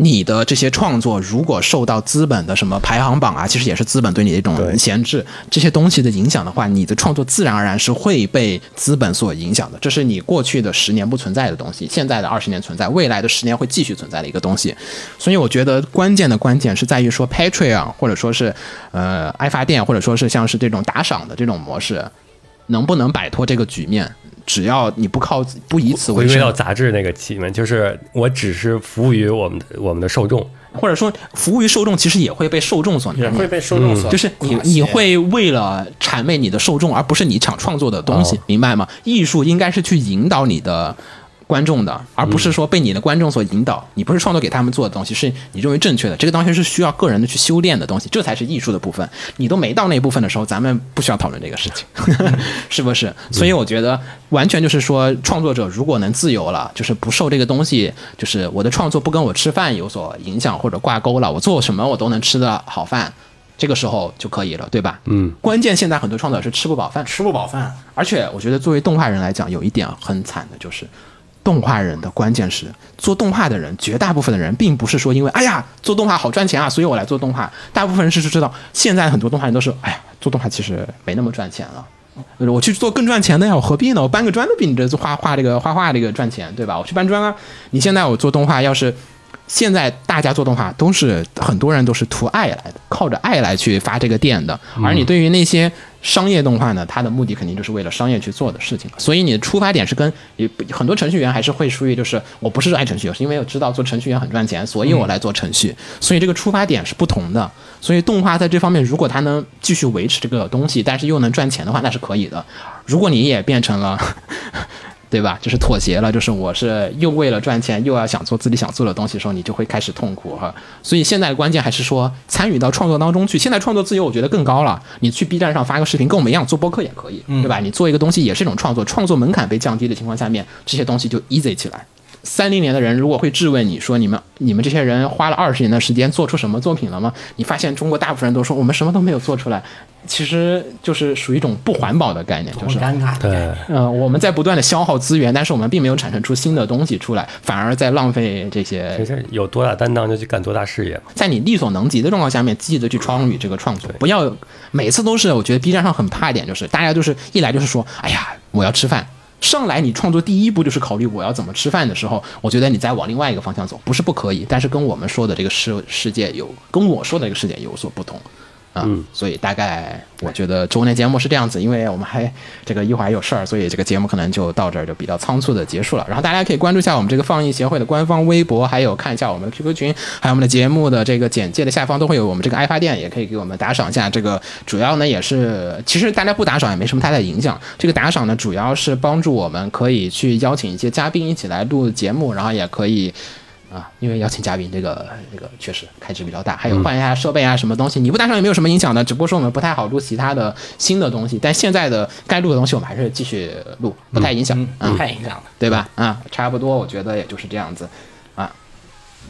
[SPEAKER 1] 你的这些创作如果受到资本的什么排行榜啊，其实也是资本对你的一种呃闲置这些东西的影响的话，你的创作自然而然是会被资本所影响的。这是你过去的十年不存在的东西，现在的二十年存在，未来的十年会继续存在的一个东西。所以我觉得关键的关键是在于说 Patreon 或者说是呃爱发电，或者说是像是这种打赏的这种模式，能不能摆脱这个局面？只要你不靠不以此
[SPEAKER 2] 回
[SPEAKER 1] 为
[SPEAKER 2] 归
[SPEAKER 1] 生，
[SPEAKER 2] 到杂志那个起面，就是我只是服务于我们的我们的受众，
[SPEAKER 1] 或者说服务于受众，其实也会被受众所难
[SPEAKER 4] 也
[SPEAKER 1] 免
[SPEAKER 4] 会被受众
[SPEAKER 1] 嗯
[SPEAKER 4] 所、
[SPEAKER 1] 就是你你会为了谄媚你的受众，而不是你想创作的东西，明白吗？艺术应该是去引导你的观众的，而不是说被你的观众所引导。你不是创作给他们做的东西，是你认为正确的。这个东西是需要个人的去修炼的东西，这才是艺术的部分。你都没到那部分的时候，咱们不需要讨论这个事情，是不是？所以我觉得完全就是说，创作者如果能自由了，就是不受这个东西，就是我的创作不跟我吃饭有所影响或者挂钩了，我做什么我都能吃的好饭。这个时候就可以了，对吧？嗯，关键现在很多创作者是吃不饱饭，
[SPEAKER 4] 吃不饱饭，
[SPEAKER 1] 而且我觉得作为动画人来讲，有一点很惨的就是，动画人的关键是做动画的人，绝大部分的人并不是说因为哎呀做动画好赚钱啊，所以我来做动画。大部分人是知道，现在很多动画人都是哎呀做动画其实没那么赚钱了。我去做更赚钱的呀，我何必呢？我搬个砖都比你这画画这个画画这个赚钱，对吧？我去搬砖啊！你现在我做动画，要是现在大家做动画都是很多人都是图爱来的，靠着爱来去发这个店的。而你对于那些商业动画呢，它的目的肯定就是为了商业去做的事情，所以你的出发点是跟也不很多程序员还是会属于就是我不是热爱程序员，是因为我知道做程序员很赚钱，所以我来做程序，所以这个出发点是不同的。所以动画在这方面，如果它能继续维持这个东西，但是又能赚钱的话，那是可以的。如果你也变成了对吧？就是妥协了，就是我是又为了赚钱，又要想做自己想做的东西的时候，你就会开始痛苦哈。所以现在的关键还是说参与到创作当中去。现在创作自由我觉得更高了，你去 B 站上发个视频，跟我们一样做播客也可以，对吧？你做一个东西也是一种创作，创作门槛被降低的情况下面，这些东西就 easy 起来。三零年的人如果会质问你说你们你们这些人花了二十年的时间做出什么作品了吗？你发现中国大部分人都说我们什么都没有做出来，其实就是属于一种不环保的概念，就是
[SPEAKER 4] 尴尬，
[SPEAKER 2] 对，
[SPEAKER 1] 呃，我们在不断的消耗资源，但是我们并没有产生出新的东西出来，反而在浪费这
[SPEAKER 2] 没
[SPEAKER 1] 些。
[SPEAKER 2] 事，有多大担当就去干多大事业嘛。
[SPEAKER 1] (laughs) 在你力所能及的状况下面，积极的去参与这个创作，不要每次都是。我觉得 B 站上很怕一点，就是大家就是一来就是说，哎呀，我要吃饭。上来你创作第一步就是考虑我要怎么吃饭的时候，我觉得你再往另外一个方向走，不是不可以，但是跟我们说的这个世世界有跟我说的这个世界有所不同。啊，所以大概我觉得周年节目是这样子，因为我们还这个一会儿还有事儿，所以这个节目可能就到这儿就比较仓促的结束了。然后大家可以关注一下我们这个放映协会的官方微博，还有看一下我们的 QQ 群，还有我们的节目的这个简介的下方都会有我们这个爱发电，也可以给我们打赏一下。这个主要呢也是，其实大家不打赏也没什么太大影响。这个打赏呢主要是帮助我们可以去邀请一些嘉宾一起来录节目，然后也可以。啊，因为邀请嘉宾这个这个确实开支比较大，还有换一下设备啊，什么东西，你不打赏也没有什么影响的，只不过说我们不太好录其他的新的东西，但现在的该录的东西我们还是继续录，不太影响，啊，
[SPEAKER 4] 嗯太影响了。
[SPEAKER 1] 对吧？啊，差不多，我觉得也就是这样子，啊，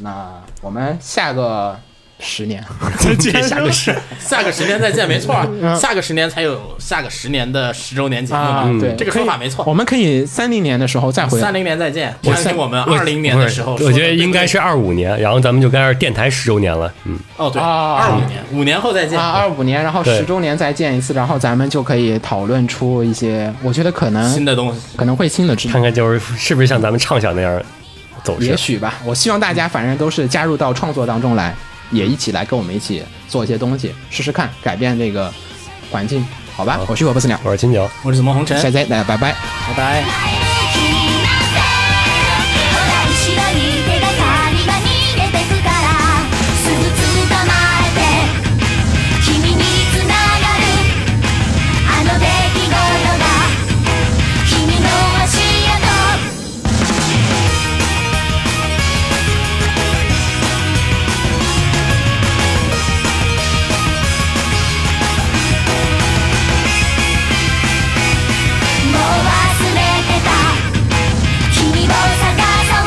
[SPEAKER 1] 那我们下个十年再见，下个十
[SPEAKER 4] 下个十年再见，没错儿，
[SPEAKER 1] 嗯
[SPEAKER 4] 下个十年才有下个十年的十周年节目
[SPEAKER 1] 啊
[SPEAKER 4] 嘛，
[SPEAKER 1] 对，
[SPEAKER 4] 这个
[SPEAKER 1] 可以
[SPEAKER 4] 说法没
[SPEAKER 1] 我
[SPEAKER 4] 错。
[SPEAKER 1] 们可以三零年的时候再回来
[SPEAKER 4] 三，零年再见，我听我们
[SPEAKER 2] 我
[SPEAKER 4] 二零年的时候
[SPEAKER 2] 不是
[SPEAKER 4] 说
[SPEAKER 2] 我
[SPEAKER 4] 的对不对，
[SPEAKER 2] 觉得应该是二五年，然后咱们就该是电台十周年了。嗯，
[SPEAKER 4] 哦，对，
[SPEAKER 1] 啊
[SPEAKER 4] 二五年，五年后再见
[SPEAKER 1] 啊，，二五年，然后
[SPEAKER 2] 对
[SPEAKER 1] 十周年再见一次，然后咱们就可以讨论出一些，我觉得可能
[SPEAKER 4] 新的东西。
[SPEAKER 1] 可能会新的制度
[SPEAKER 2] 看。看就是是不是像咱们畅想那样走势
[SPEAKER 1] 也。许吧。我希望大家反正都是加入到创作当中来，也一起来跟我们一起做一些东西，试试看，改变这个环境，好吧？我是火不死鸟，
[SPEAKER 2] 我是金牛。
[SPEAKER 4] 我是紫梦红尘，
[SPEAKER 1] 下期再见，拜拜。
[SPEAKER 4] 拜拜。
[SPEAKER 5] 「ほら後ろに手がかりが逃げてる」「からすぐ捕まえて」「君につながるあの出来事が君の足跡」もう忘れてた君を探そう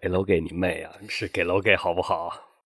[SPEAKER 2] 给楼给你妹啊！是给楼给好不好？